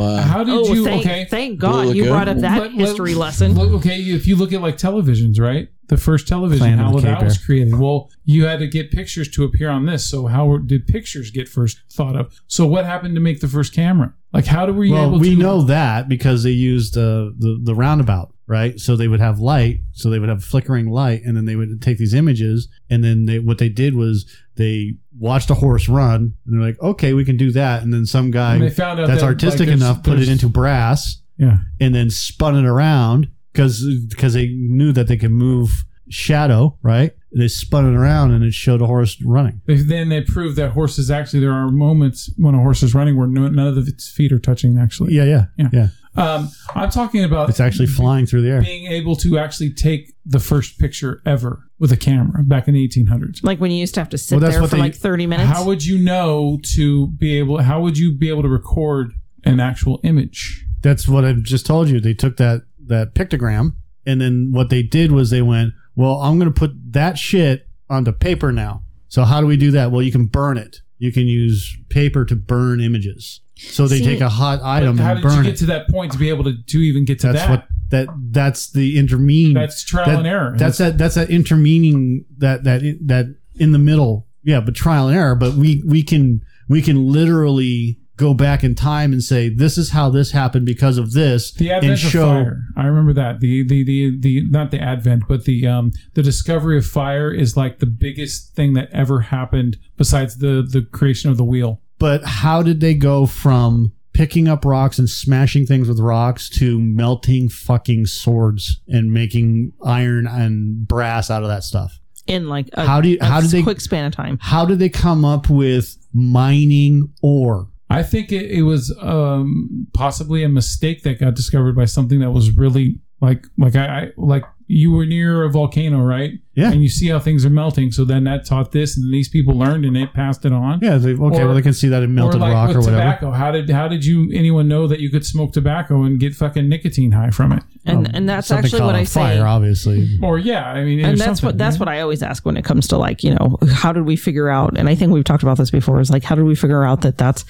Speaker 2: <laughs>
Speaker 4: uh,
Speaker 2: How did
Speaker 3: oh,
Speaker 2: you?
Speaker 3: thank,
Speaker 2: okay.
Speaker 3: thank God
Speaker 4: Blue
Speaker 3: you
Speaker 4: Lagoon?
Speaker 3: brought up that
Speaker 2: Let- let-
Speaker 3: history lesson.
Speaker 2: Look, okay, if you look at like televisions, right? The first television,
Speaker 1: Planet
Speaker 2: how
Speaker 1: of the
Speaker 2: that
Speaker 1: Cave
Speaker 2: was
Speaker 1: Bear.
Speaker 2: created. Well, you had to get pictures to appear on this. So how were- did pictures get first thought of? So what happened to make the first camera? Like how do we
Speaker 1: well,
Speaker 2: able
Speaker 1: we
Speaker 2: to?
Speaker 1: know that because they used uh, the the roundabout, right? So they would have light, so they would have flickering light, and then they would take these images, and then they what they did was they watched a horse run, and they're like, okay, we can do that, and then some guy
Speaker 2: And they found out
Speaker 1: that's
Speaker 2: that,
Speaker 1: artistic
Speaker 2: like, there's-
Speaker 1: enough put it
Speaker 2: there's-
Speaker 1: into brass,
Speaker 2: Yeah.
Speaker 1: and then spun it around because because they knew that they could move shadow, right? They spun it around, and it showed a horse running.
Speaker 2: They, then they proved that horses actually there are moments when a horse is running where no, none of its feet are touching. Actually,
Speaker 1: Yeah, yeah, yeah.
Speaker 2: Yeah. Um, I'm talking about
Speaker 1: It's actually flying through the air.
Speaker 2: being able to actually take the first picture ever with a camera back in the 1800s.
Speaker 3: like when you used to have to sit
Speaker 1: Well, that's
Speaker 3: there
Speaker 1: what
Speaker 3: for
Speaker 1: they-
Speaker 3: like thirty minutes.
Speaker 2: How would you know to be able? How would you be able to record an actual image?
Speaker 1: That's what I've just told you. They took that that pictogram, and then what they did was they went, "Well, I'm going to put that shit onto paper now." So how do we do that? Well, you can burn it. You can use paper to burn images. So they
Speaker 3: See,
Speaker 1: take a hot item
Speaker 2: how
Speaker 1: and
Speaker 2: did you
Speaker 1: burn
Speaker 2: get
Speaker 1: it.
Speaker 2: to that point to be able to, to even get to
Speaker 1: That's
Speaker 2: that?
Speaker 1: what that that's the intermean.
Speaker 2: That's trial
Speaker 1: that-
Speaker 2: and error.
Speaker 1: That's that that's that intermeaning that that that in the middle. Yeah, but trial and error. But we we can we can literally go back in time and say this is how this happened because of this
Speaker 2: the
Speaker 1: and
Speaker 2: advent
Speaker 1: show
Speaker 2: of fire. I remember that the, the the the not the advent, but the um the discovery of fire is like the biggest thing that ever happened besides the the creation of the wheel.
Speaker 1: but how did they go from picking up rocks and smashing things with rocks to melting fucking swords and making iron and brass out of that stuff?
Speaker 3: in like a,
Speaker 1: How do you-
Speaker 3: a
Speaker 1: how did they-
Speaker 3: Uh, quick span of time?
Speaker 1: How did they come up with mining ore?
Speaker 2: I think it, it was um, possibly a mistake that got discovered by something that was really like like I, I like you were near a volcano, right?
Speaker 1: Yeah.
Speaker 2: And you see how things are melting. So then that taught this, and these people learned, and it passed it on.
Speaker 1: Yeah, they, okay,
Speaker 2: Or-
Speaker 1: well, they can see that it melted
Speaker 2: like
Speaker 1: rock
Speaker 2: with
Speaker 1: or whatever.
Speaker 2: Tobacco. How did how did you anyone know that you could smoke tobacco and get fucking nicotine high from it?
Speaker 3: And and that's
Speaker 1: Oh, Something
Speaker 3: actually
Speaker 1: caught
Speaker 3: what
Speaker 1: on
Speaker 3: I
Speaker 1: fire,
Speaker 3: say. <laughs>
Speaker 1: obviously.
Speaker 2: Or yeah, I mean,
Speaker 3: and
Speaker 2: there's
Speaker 3: that's what
Speaker 2: something,
Speaker 3: that's
Speaker 2: yeah.
Speaker 3: what I always ask when it comes to like you know how did we figure out and I think we've talked about this before is like how did we figure out that that's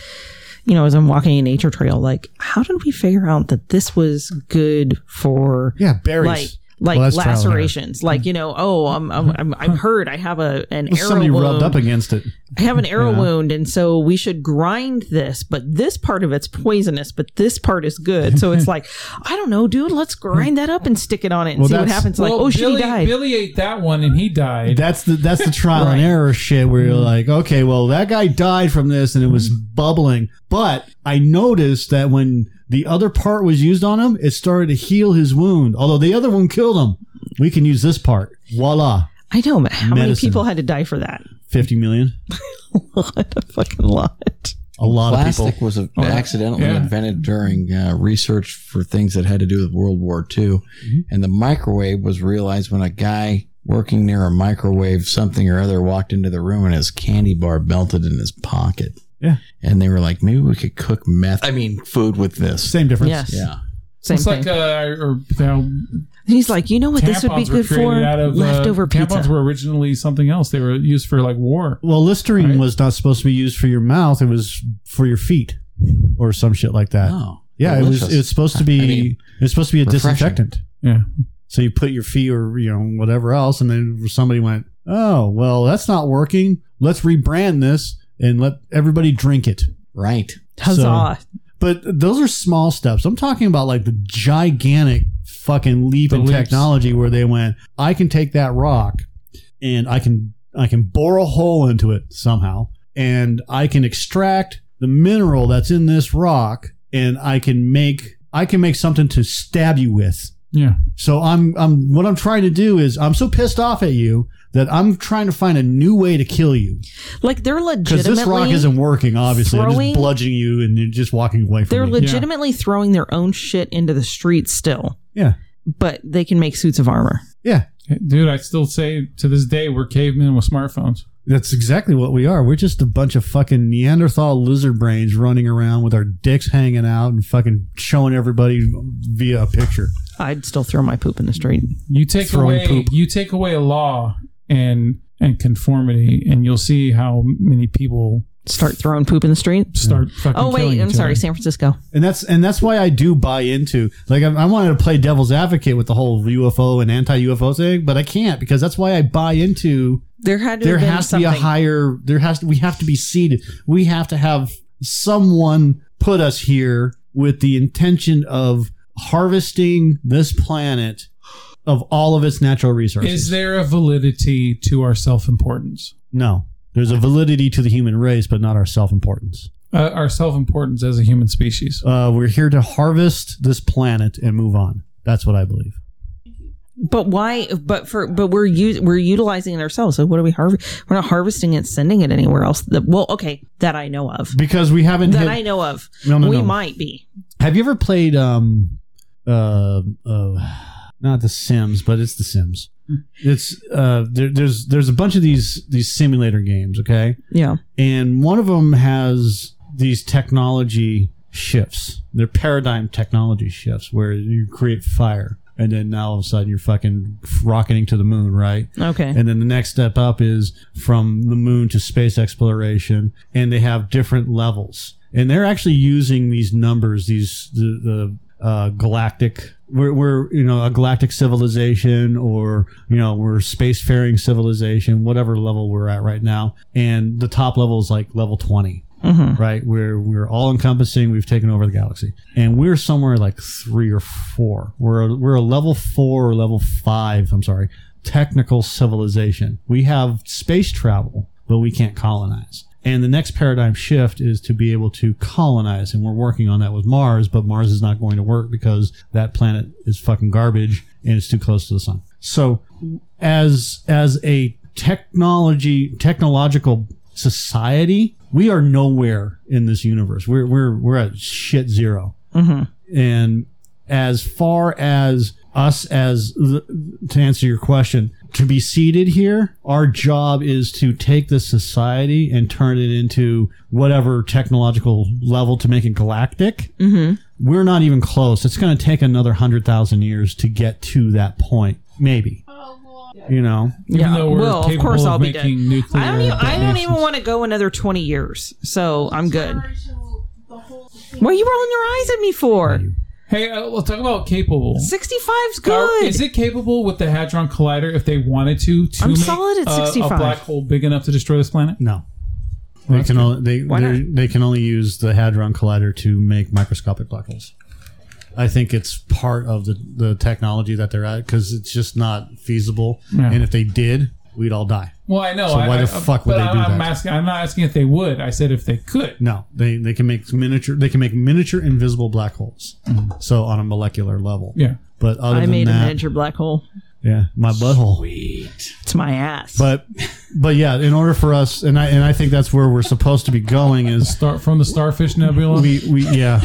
Speaker 3: you know as I'm walking a nature trail like how did we figure out that this was good for
Speaker 1: yeah berries.
Speaker 3: like like
Speaker 1: Well, that's trial and error. Mm-hmm.
Speaker 3: lacerations like you know oh I'm I'm I'm, I'm hurt I have a an
Speaker 1: Well,
Speaker 3: arrow
Speaker 1: somebody
Speaker 3: wound.
Speaker 1: rubbed up against it.
Speaker 3: I have an arrow
Speaker 1: Yeah.
Speaker 3: wound, and so we should grind this, but this part of it's poisonous, but this part is good.
Speaker 1: <laughs>
Speaker 3: So it's like, I don't know, dude, let's grind that up and stick it on it and
Speaker 1: Well,
Speaker 3: see what
Speaker 1: that's-
Speaker 3: happens. Like,
Speaker 2: Well,
Speaker 3: oh shit,
Speaker 2: Billy,
Speaker 3: he died.
Speaker 2: Billy ate that one and he died.
Speaker 1: That's the that's the trial and error shit where you're
Speaker 3: Mm-hmm.
Speaker 1: like, okay, well that guy died from this and it was bubbling, but I noticed that when the other part was used on him, it started to heal his wound. Although the other one killed him, we can use this part. Voila,
Speaker 3: I know, but how many
Speaker 1: Medicine.
Speaker 3: people had to die for that? <laughs>
Speaker 1: fifty million.
Speaker 3: fucking lot.
Speaker 1: A lot
Speaker 4: Plastic
Speaker 1: of people
Speaker 4: was uh, accidentally
Speaker 1: Yeah.
Speaker 4: invented during uh, research for things that had to do with World War II, and the microwave was realized when a guy working near a microwave something or other walked into the room and his candy bar melted in his pocket.
Speaker 1: Yeah.
Speaker 4: and they were like, maybe we could cook meth. I mean, food with this.
Speaker 1: Same difference.
Speaker 3: Yes.
Speaker 4: Yeah.
Speaker 3: Same
Speaker 2: it's
Speaker 3: thing.
Speaker 2: like uh, or, you know,
Speaker 3: He's like, you know what? This would be
Speaker 2: tampons were
Speaker 3: good for
Speaker 2: created out of, uh,
Speaker 3: leftover
Speaker 2: Tampons
Speaker 3: pizza.
Speaker 2: were originally something else. They were used for like war.
Speaker 1: Well, Listerine was not supposed to be used for your mouth; it was for your feet or some shit like that.
Speaker 4: Oh,
Speaker 1: yeah, it was.
Speaker 4: delicious.
Speaker 1: It was supposed to be.
Speaker 4: I mean,
Speaker 1: it was supposed to be a
Speaker 4: refreshing.
Speaker 1: disinfectant.
Speaker 2: Yeah.
Speaker 1: So you put your feet or you know whatever else, and then somebody went, "Oh, well, that's not working. Let's rebrand this and let everybody drink it."
Speaker 4: Right.
Speaker 3: Huzzah.
Speaker 1: but those are small steps. I'm talking about like the gigantic fucking leap
Speaker 2: The
Speaker 1: in
Speaker 2: leaps.
Speaker 1: technology where they went, "I can take that rock and I can I can bore a hole into it somehow, and I can extract the mineral that's in this rock, and I can make I can make something to stab you with."
Speaker 2: Yeah.
Speaker 1: So I'm I'm what I'm trying to do is I'm so pissed off at you that I'm trying to find a new way to kill you
Speaker 3: Like they're
Speaker 1: because
Speaker 3: legitimately
Speaker 1: this rock isn't working. Obviously, I'm
Speaker 3: throwing-
Speaker 1: just bludgeoning you and you're just walking away from
Speaker 3: They're
Speaker 1: me.
Speaker 3: legitimately throwing their own shit into the streets still,
Speaker 1: Yeah,
Speaker 3: but they can make suits of armor.
Speaker 1: yeah.
Speaker 2: Dude, I still say to this day we're cavemen with smartphones.
Speaker 1: That's exactly what we are. We're just a bunch of fucking Neanderthal lizard brains running around with our dicks hanging out and fucking showing everybody via a picture.
Speaker 3: I'd still throw my poop in the street.
Speaker 2: You take
Speaker 1: Throwing
Speaker 2: away
Speaker 1: poop.
Speaker 2: you take away a law and and conformity, and you'll see how many people
Speaker 3: Start throwing poop in the street.
Speaker 2: start fucking.
Speaker 3: Oh
Speaker 2: killing
Speaker 3: wait, I'm
Speaker 2: each
Speaker 3: sorry,
Speaker 2: other.
Speaker 3: San Francisco.
Speaker 1: And that's and that's why I do buy into like I, I wanted to play devil's advocate with the whole UFO and anti UFO thing, but I can't because that's why I buy into
Speaker 3: There had to
Speaker 1: there
Speaker 3: have been
Speaker 1: has to be
Speaker 3: something.
Speaker 1: a higher there has to we have to be seated we have to have someone put us here with the intention of harvesting this planet of all of its natural resources
Speaker 2: Is there a validity to our self-importance?
Speaker 1: no there's a validity to the human race but not our self-importance
Speaker 2: Uh, our self-importance as a human species.
Speaker 1: uh, we're here to harvest this planet and move on that's what i believe
Speaker 3: but why? But for but we're us, we're utilizing it ourselves. So what are we harvest? We're not harvesting it, sending it anywhere else. That, well, okay, that I know of.
Speaker 1: because we haven't
Speaker 3: That
Speaker 1: hit-
Speaker 3: I know of.
Speaker 1: No, no,
Speaker 3: we
Speaker 1: no.
Speaker 3: might be.
Speaker 1: Have you ever played um uh, uh not the Sims, but it's the Sims. It's uh there, there's there's a bunch of these these simulator games, okay?
Speaker 3: Yeah.
Speaker 1: And one of them has these technology shifts. They're paradigm technology shifts where you create fire and then now all of a sudden you're fucking rocketing to the moon, right?
Speaker 3: Okay.
Speaker 1: And then the next step up is from the moon to space exploration, and they have different levels. And they're actually using these numbers, these the, the uh, galactic. We're, we're you know a galactic civilization, or you know we're spacefaring civilization, whatever level we're at right now. And the top level is like level twenty
Speaker 3: Mhm.
Speaker 1: right? Where we're all encompassing, we've taken over the galaxy, and we're somewhere like three or four. We're we're a level four or level five. I'm sorry, technical civilization. We have space travel, but we can't colonize. And the next paradigm shift is to be able to colonize, and we're working on that with Mars. But Mars is not going to work because that planet is fucking garbage and it's too close to the sun. So, as as a technology technological society, we are nowhere in this universe. We're we're we're at shit 0
Speaker 3: Mhm.
Speaker 1: And as far as us as the, to answer your question to be seated here our job is to take this society and turn it into whatever technological level to make it galactic
Speaker 3: Mm-hmm.
Speaker 1: we're not even close it's going to take another 100000 years to get to that point maybe you know
Speaker 2: Even though we're
Speaker 3: well, of
Speaker 2: capable
Speaker 3: course
Speaker 2: of
Speaker 3: I'll be dead.
Speaker 2: making nuclear
Speaker 3: I don't even, I don't
Speaker 2: detonations.
Speaker 3: even want to go another 20 years, so I'm good. What are you rolling your eyes at me for?
Speaker 2: Hey, uh, let's talk about capable.
Speaker 3: 65's
Speaker 2: Are-
Speaker 3: good.
Speaker 2: Is it capable with the Hadron Collider if they wanted to? to
Speaker 3: I'm
Speaker 2: make,
Speaker 3: solid at
Speaker 2: uh,
Speaker 3: 65.
Speaker 2: a black hole big enough to destroy this planet?
Speaker 1: No. They can only they they're- they can only use the hadron collider to make microscopic black holes. I think it's part of the, the technology that they're at because it's just not feasible.
Speaker 2: Yeah.
Speaker 1: And if they did, we'd all die.
Speaker 2: Well, I know.
Speaker 1: So why the
Speaker 2: I, I-
Speaker 1: fuck would
Speaker 2: but
Speaker 1: they
Speaker 2: I'm,
Speaker 1: do
Speaker 2: I'm
Speaker 1: that?
Speaker 2: Asking, I'm not asking if they would. I said if they could.
Speaker 1: No, they they can make miniature they can make miniature invisible black holes. So on a molecular level,
Speaker 2: Mm-hmm. Yeah.
Speaker 1: But other
Speaker 3: I
Speaker 1: than
Speaker 3: made a
Speaker 1: that,
Speaker 3: miniature black hole.
Speaker 1: yeah, my butthole.
Speaker 3: It's my ass.
Speaker 1: But but yeah, in order for us, and I and I think that's where we're supposed to be going is
Speaker 2: start from the Starfish Nebula.
Speaker 1: We we yeah.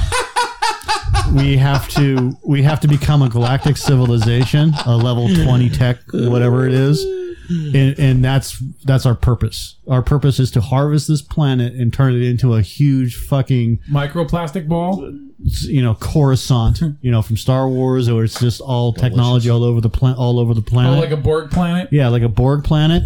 Speaker 1: We have to we have to become a galactic civilization, a level twenty tech, whatever it is, and, and that's that's our purpose. Our purpose is to harvest this planet and turn it into a huge fucking
Speaker 2: Microplastic ball.
Speaker 1: you know Coruscant, you know from Star Wars, or it's just all technology all over the plan all over the
Speaker 2: Oh,
Speaker 1: planet.
Speaker 2: like a Borg planet.
Speaker 1: Yeah, like a Borg planet,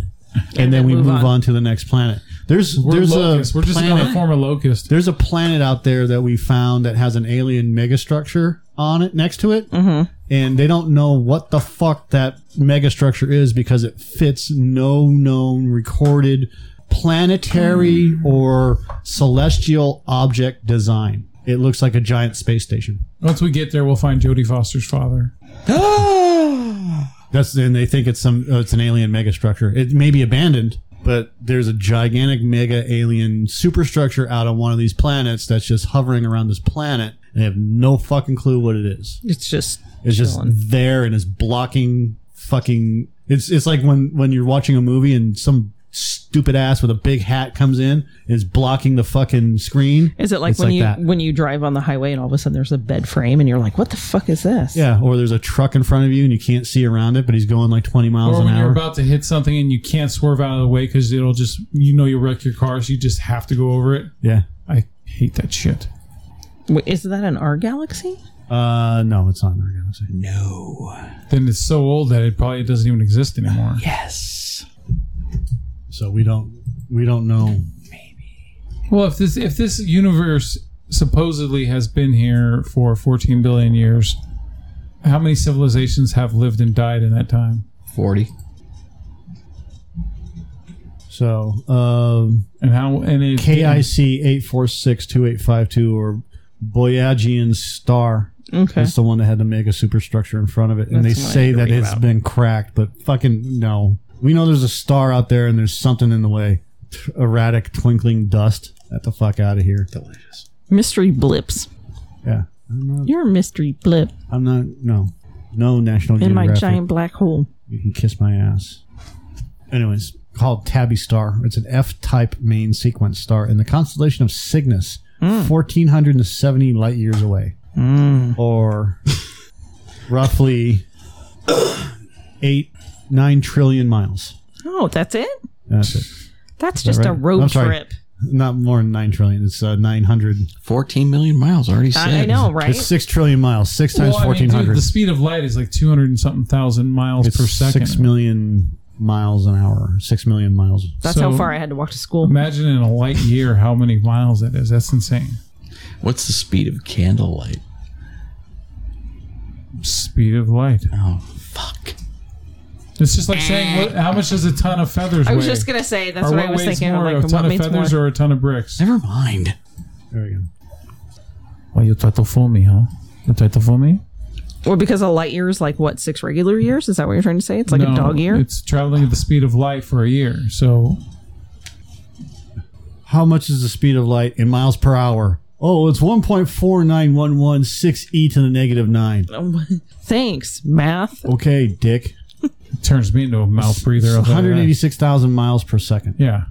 Speaker 1: and, then we move on. to the next planet. There's
Speaker 2: We're
Speaker 1: there's
Speaker 2: locusts.
Speaker 1: a
Speaker 2: We're just
Speaker 1: planet,
Speaker 2: another form of locust.
Speaker 1: There's a planet out there that we found that has an alien megastructure on it next to it, and they don't know what the fuck that megastructure is because it fits no known recorded planetary or celestial object design. It looks like a giant space station.
Speaker 2: Once we get there, we'll find Jodie Foster's father.
Speaker 1: That's and they think it's some uh, it's an alien megastructure. It may be abandoned, but there's a gigantic mega alien superstructure out on one of these planets that's just hovering around this planet and they have no fucking clue what it is.
Speaker 3: It's just
Speaker 1: it's just there and it's blocking fucking it's it's like when when you're watching a movie and some stupid ass with a big hat comes in and is blocking the fucking screen.
Speaker 3: Is it like
Speaker 1: It's
Speaker 3: when you
Speaker 1: that.
Speaker 3: when you drive on the highway and all of a sudden there's a bed frame and you're like, what the fuck is this?
Speaker 1: Yeah, or there's a truck in front of you and you can't see around it, but he's going like 20 miles
Speaker 2: Or
Speaker 1: an
Speaker 2: when you're
Speaker 1: hour.
Speaker 2: about to hit something and you can't swerve out of the way because it'll just, you know, you wreck your car, so you just have to go over it.
Speaker 1: Yeah.
Speaker 2: I hate that shit.
Speaker 3: Wait, is that in our galaxy?
Speaker 1: Uh, no, it's not in our galaxy. No.
Speaker 2: Then it's so old that it probably doesn't even exist anymore.
Speaker 3: Yes.
Speaker 1: So we don't we don't know.
Speaker 2: Well, if this if this universe supposedly has been here for 14 billion years, how many civilizations have lived and died in that time?
Speaker 4: 40.
Speaker 1: So um,
Speaker 2: and how and it,
Speaker 1: KIC eight four six two eight five two or Boyagian star.
Speaker 3: Okay.
Speaker 1: It's the one that had to make a superstructure in front of it, and
Speaker 3: That's
Speaker 1: they
Speaker 3: what I
Speaker 1: say
Speaker 3: need to
Speaker 1: that
Speaker 3: read
Speaker 1: it's
Speaker 3: about.
Speaker 1: been cracked, but fucking no. We know there's a star out there, and there's something in the way. T- erratic twinkling dust. Get the fuck out of here.
Speaker 3: Mystery blips.
Speaker 1: Yeah,
Speaker 3: You're a mystery blip
Speaker 1: I'm not. No, no National
Speaker 3: in my
Speaker 1: Geographic.
Speaker 3: giant black hole.
Speaker 1: You can kiss my ass. Anyways, called Tabby Star. It's an F-type main sequence star in the constellation of Cygnus,
Speaker 2: Hmm.
Speaker 1: fourteen hundred and seventy light years away, or <laughs> roughly eight nine trillion miles.
Speaker 3: Oh, that's it?
Speaker 1: That's it.
Speaker 3: That's
Speaker 1: Is that
Speaker 3: just a
Speaker 1: right?
Speaker 3: road
Speaker 1: I'm sorry.
Speaker 3: trip.
Speaker 1: Not more than nine trillion. It's uh, nine hundred.
Speaker 4: Fourteen million miles already
Speaker 3: I said. know, right?
Speaker 1: It's six trillion miles. Six times
Speaker 2: Well, I mean,
Speaker 1: fourteen
Speaker 2: dude,
Speaker 1: hundred.
Speaker 2: the speed of light is like 200 and something thousand miles per second.
Speaker 1: Six million miles an hour. Six million miles.
Speaker 3: That's how far I had to walk to school.
Speaker 2: Imagine in a light year how many miles that is. That's insane.
Speaker 4: What's the speed of candlelight?
Speaker 2: Speed of light.
Speaker 4: Oh,
Speaker 2: fuck. It's just like saying, what, how much does a ton of feathers
Speaker 3: I was
Speaker 2: weigh?
Speaker 3: just gonna say, that's
Speaker 2: Or
Speaker 3: what I was
Speaker 2: weighs
Speaker 3: thinking. I'm
Speaker 2: More,
Speaker 3: like,
Speaker 2: a ton
Speaker 3: what
Speaker 2: of
Speaker 3: weighs
Speaker 2: feathers
Speaker 3: more?
Speaker 2: or a ton of bricks?
Speaker 4: Never mind.
Speaker 1: There we go.
Speaker 2: Why you try to fool me, huh? You try to fool me?
Speaker 3: Well, because a light year is like what, six regular years? Is that what you're trying to say? It's like a
Speaker 2: No,
Speaker 3: dog year?
Speaker 2: It's traveling at the speed of light for a year. So
Speaker 1: How much is the speed of light in miles per hour? Oh, it's 1.49116 e to the negative 9.
Speaker 3: Thanks, math.
Speaker 1: Okay, dick.
Speaker 2: turns me into a mouth breather.
Speaker 1: It's
Speaker 2: of that.
Speaker 1: 186,000 miles per second.
Speaker 2: Yeah.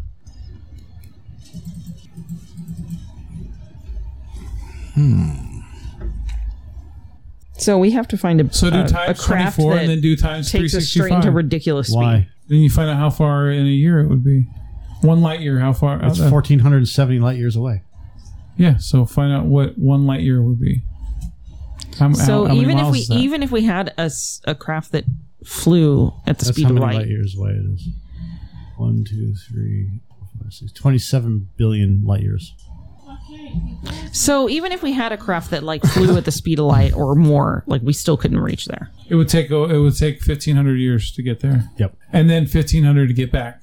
Speaker 3: So we have to find a
Speaker 2: So do
Speaker 3: a, a
Speaker 2: times
Speaker 3: craft
Speaker 2: 24
Speaker 3: that
Speaker 2: and then do times
Speaker 3: takes us straight
Speaker 2: 365.
Speaker 3: into ridiculous speed.
Speaker 2: Then you find out how far in a year it would be. One light year, how far?
Speaker 1: It's
Speaker 2: out-
Speaker 1: 1,470 light years away.
Speaker 2: Yeah, so find out what one light year would be. How,
Speaker 3: So
Speaker 2: how- how many
Speaker 3: even if
Speaker 2: miles
Speaker 3: we
Speaker 2: is that?
Speaker 3: even if we had a, s- a craft that flew at the
Speaker 1: That's
Speaker 3: speed
Speaker 1: how
Speaker 3: of
Speaker 1: many
Speaker 3: light,
Speaker 1: light years away it is. One, two, three, four, five, six, 27 billion light years.
Speaker 3: so even if we had a craft that like flew at the speed of light or more, like we still couldn't reach there.
Speaker 2: it would take oh, it would take fifteen hundred years to get there.
Speaker 1: Yep.
Speaker 2: and then fifteen hundred to get back.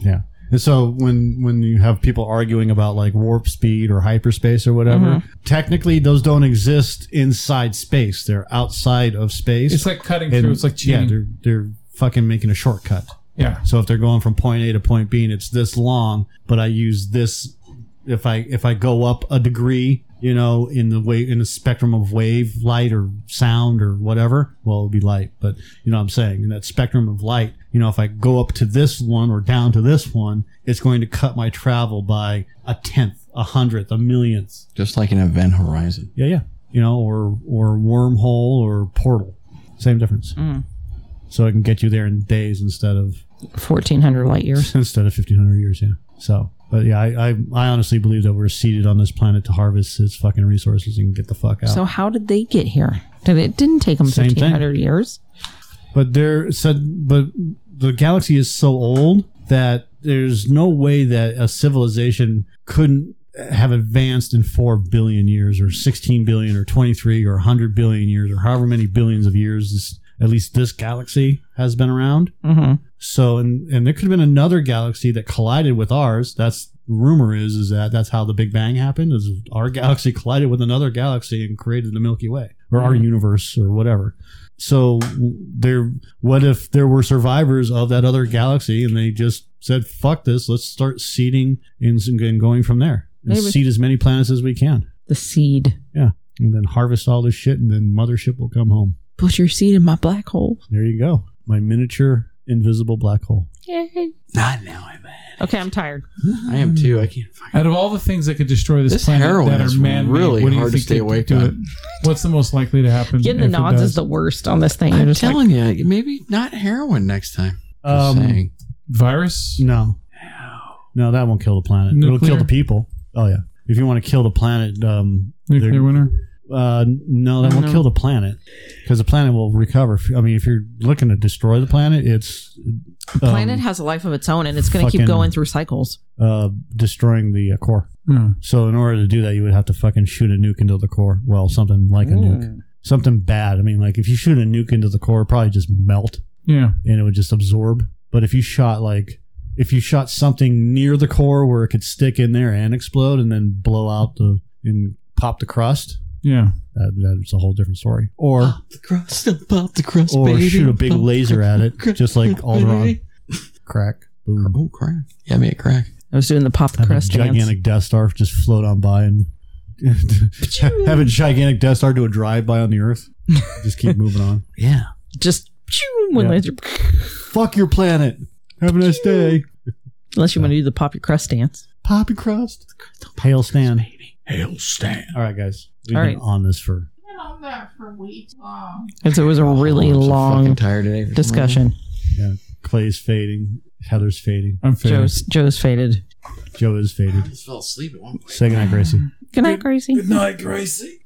Speaker 1: Yeah. And so when when you have people arguing about like warp speed or hyperspace or whatever,
Speaker 2: Mhm.
Speaker 3: Mm-hmm.
Speaker 1: technically those don't exist inside space. They're outside of space.
Speaker 2: It's like cutting through. It's like cheating.
Speaker 1: Yeah, they're they're fucking making a shortcut.
Speaker 2: Yeah.
Speaker 1: So if they're going from point A to point B and it's this long, but I use this if I if I go up a degree, you know, in the way in the spectrum of wave light or sound or whatever, well, it would be light, but you know what I'm saying, in that spectrum of light, you know, if I go up to this one or down to this one, it's going to cut my travel by a tenth, a hundredth, a millionth.
Speaker 4: Just like an event horizon.
Speaker 1: Yeah, yeah. You know, or or wormhole or portal. Same difference. So it can get you there in days instead of
Speaker 3: fourteen hundred light years.
Speaker 1: Instead of fifteen hundred years, yeah. So but yeah, I, I I honestly believe that we're seated on this planet to harvest its fucking resources and get the fuck out.
Speaker 3: So how did they get here? Did it didn't take them
Speaker 1: Same thing.
Speaker 3: fifteen hundred years?
Speaker 1: But there said, but the galaxy is so old that there's no way that a civilization couldn't have advanced in four billion years, or sixteen billion, or twenty-three, or hundred billion years, or however many billions of years this, at least this galaxy has been around.
Speaker 3: Mhm.
Speaker 1: So, and and there could have been another galaxy that collided with ours. That's the rumor is is that that's how the Big Bang happened. Is our <laughs> galaxy collided with another galaxy and created the Milky Way or our
Speaker 2: Mhm.
Speaker 1: universe or whatever. So there, what if there were survivors of that other galaxy and they just said, "Fuck this, let's start seeding and, and going from there and
Speaker 3: Maybe.
Speaker 1: seed as many planets as we can."
Speaker 3: The seed.
Speaker 1: Yeah, and then harvest all this shit, and then mothership will come home.
Speaker 3: Put your seed in my black hole.
Speaker 1: There you go, my miniature invisible black hole.
Speaker 3: Yay.
Speaker 4: Not now.
Speaker 3: Okay, I'm tired.
Speaker 4: I am too. I can't.
Speaker 2: Out of all the things that could destroy this,
Speaker 4: This
Speaker 2: planet
Speaker 4: heroin
Speaker 2: that
Speaker 4: is
Speaker 2: are man-made,
Speaker 4: really
Speaker 2: what do you
Speaker 4: hard to
Speaker 2: think
Speaker 4: stay
Speaker 2: they could
Speaker 4: awake
Speaker 2: do
Speaker 4: on.
Speaker 2: it? What's the most likely to happen?
Speaker 3: Getting
Speaker 2: Mm, if
Speaker 3: the
Speaker 2: it
Speaker 3: nods
Speaker 2: does?
Speaker 3: is the worst on this thing. You're
Speaker 4: I'm
Speaker 3: just like-
Speaker 4: telling you, maybe not heroin next time.
Speaker 1: Um,
Speaker 4: Just saying.
Speaker 2: virus?
Speaker 1: No, no, that won't kill the planet. It'll
Speaker 2: Nuclear?
Speaker 1: kill the people. Oh yeah, if you want to kill the planet, um,
Speaker 2: Nuclear
Speaker 1: they're-
Speaker 2: winter?
Speaker 1: Uh, no, that won't
Speaker 2: No.
Speaker 1: kill the planet because the planet will recover. I mean, if you're looking to destroy the planet, it's
Speaker 3: The planet has a life of its own, and it's going to keep
Speaker 1: fucking-
Speaker 3: going through cycles.
Speaker 1: uh, destroying the uh, core.
Speaker 2: Hmm.
Speaker 1: So in order to do that, you would have to fucking shoot a nuke into the core. Well, something like a nuke,
Speaker 2: Mm.
Speaker 1: something bad. I mean, like if you shoot a nuke into the core, it'd probably just melt
Speaker 2: Yeah.
Speaker 1: and it would just absorb. But if you shot like if you shot something near the core where it could stick in there and explode and then blow out the and pop the crust,
Speaker 2: Yeah.
Speaker 1: that, that's a whole different story. Or
Speaker 4: the crust, still pop the crust,
Speaker 1: or
Speaker 4: baby.
Speaker 1: shoot a big
Speaker 4: Pop the
Speaker 1: laser
Speaker 4: crust,
Speaker 1: at
Speaker 4: <laughs>
Speaker 1: it,
Speaker 4: crust,
Speaker 1: just like
Speaker 4: baby.
Speaker 1: Alderaan. crack, boom,
Speaker 4: oh crack, yeah, me a crack.
Speaker 3: I was doing the pop the
Speaker 1: Have
Speaker 3: crust
Speaker 1: a gigantic
Speaker 3: dance.
Speaker 1: Death Star just float on by and <laughs> have a gigantic Death Star do a drive by on the Earth. Just keep moving
Speaker 4: <laughs>
Speaker 1: on.
Speaker 4: Yeah,
Speaker 3: Just phew, one
Speaker 1: Yeah.
Speaker 3: laser.
Speaker 1: Fuck your planet. Have a nice day.
Speaker 3: Unless you want to do the pop your crust dance.
Speaker 1: Poppy crust. Hail Stan.
Speaker 4: Hail Stan.
Speaker 1: All right, guys. We've
Speaker 3: All
Speaker 1: been
Speaker 3: right.
Speaker 1: on this for
Speaker 17: Been on that for weeks long.
Speaker 3: Because it was a really
Speaker 4: Oh, I'm so
Speaker 3: long
Speaker 4: fucking tired today.
Speaker 3: discussion.
Speaker 1: yeah. Clay's fading. Heather's fading.
Speaker 2: I'm fading.
Speaker 3: Joe's Joe's faded.
Speaker 1: Joe is faded.
Speaker 4: just fell asleep at one point.
Speaker 1: Say goodnight, Gracie.
Speaker 3: Good night, Gracie.
Speaker 4: Good night, Gracie.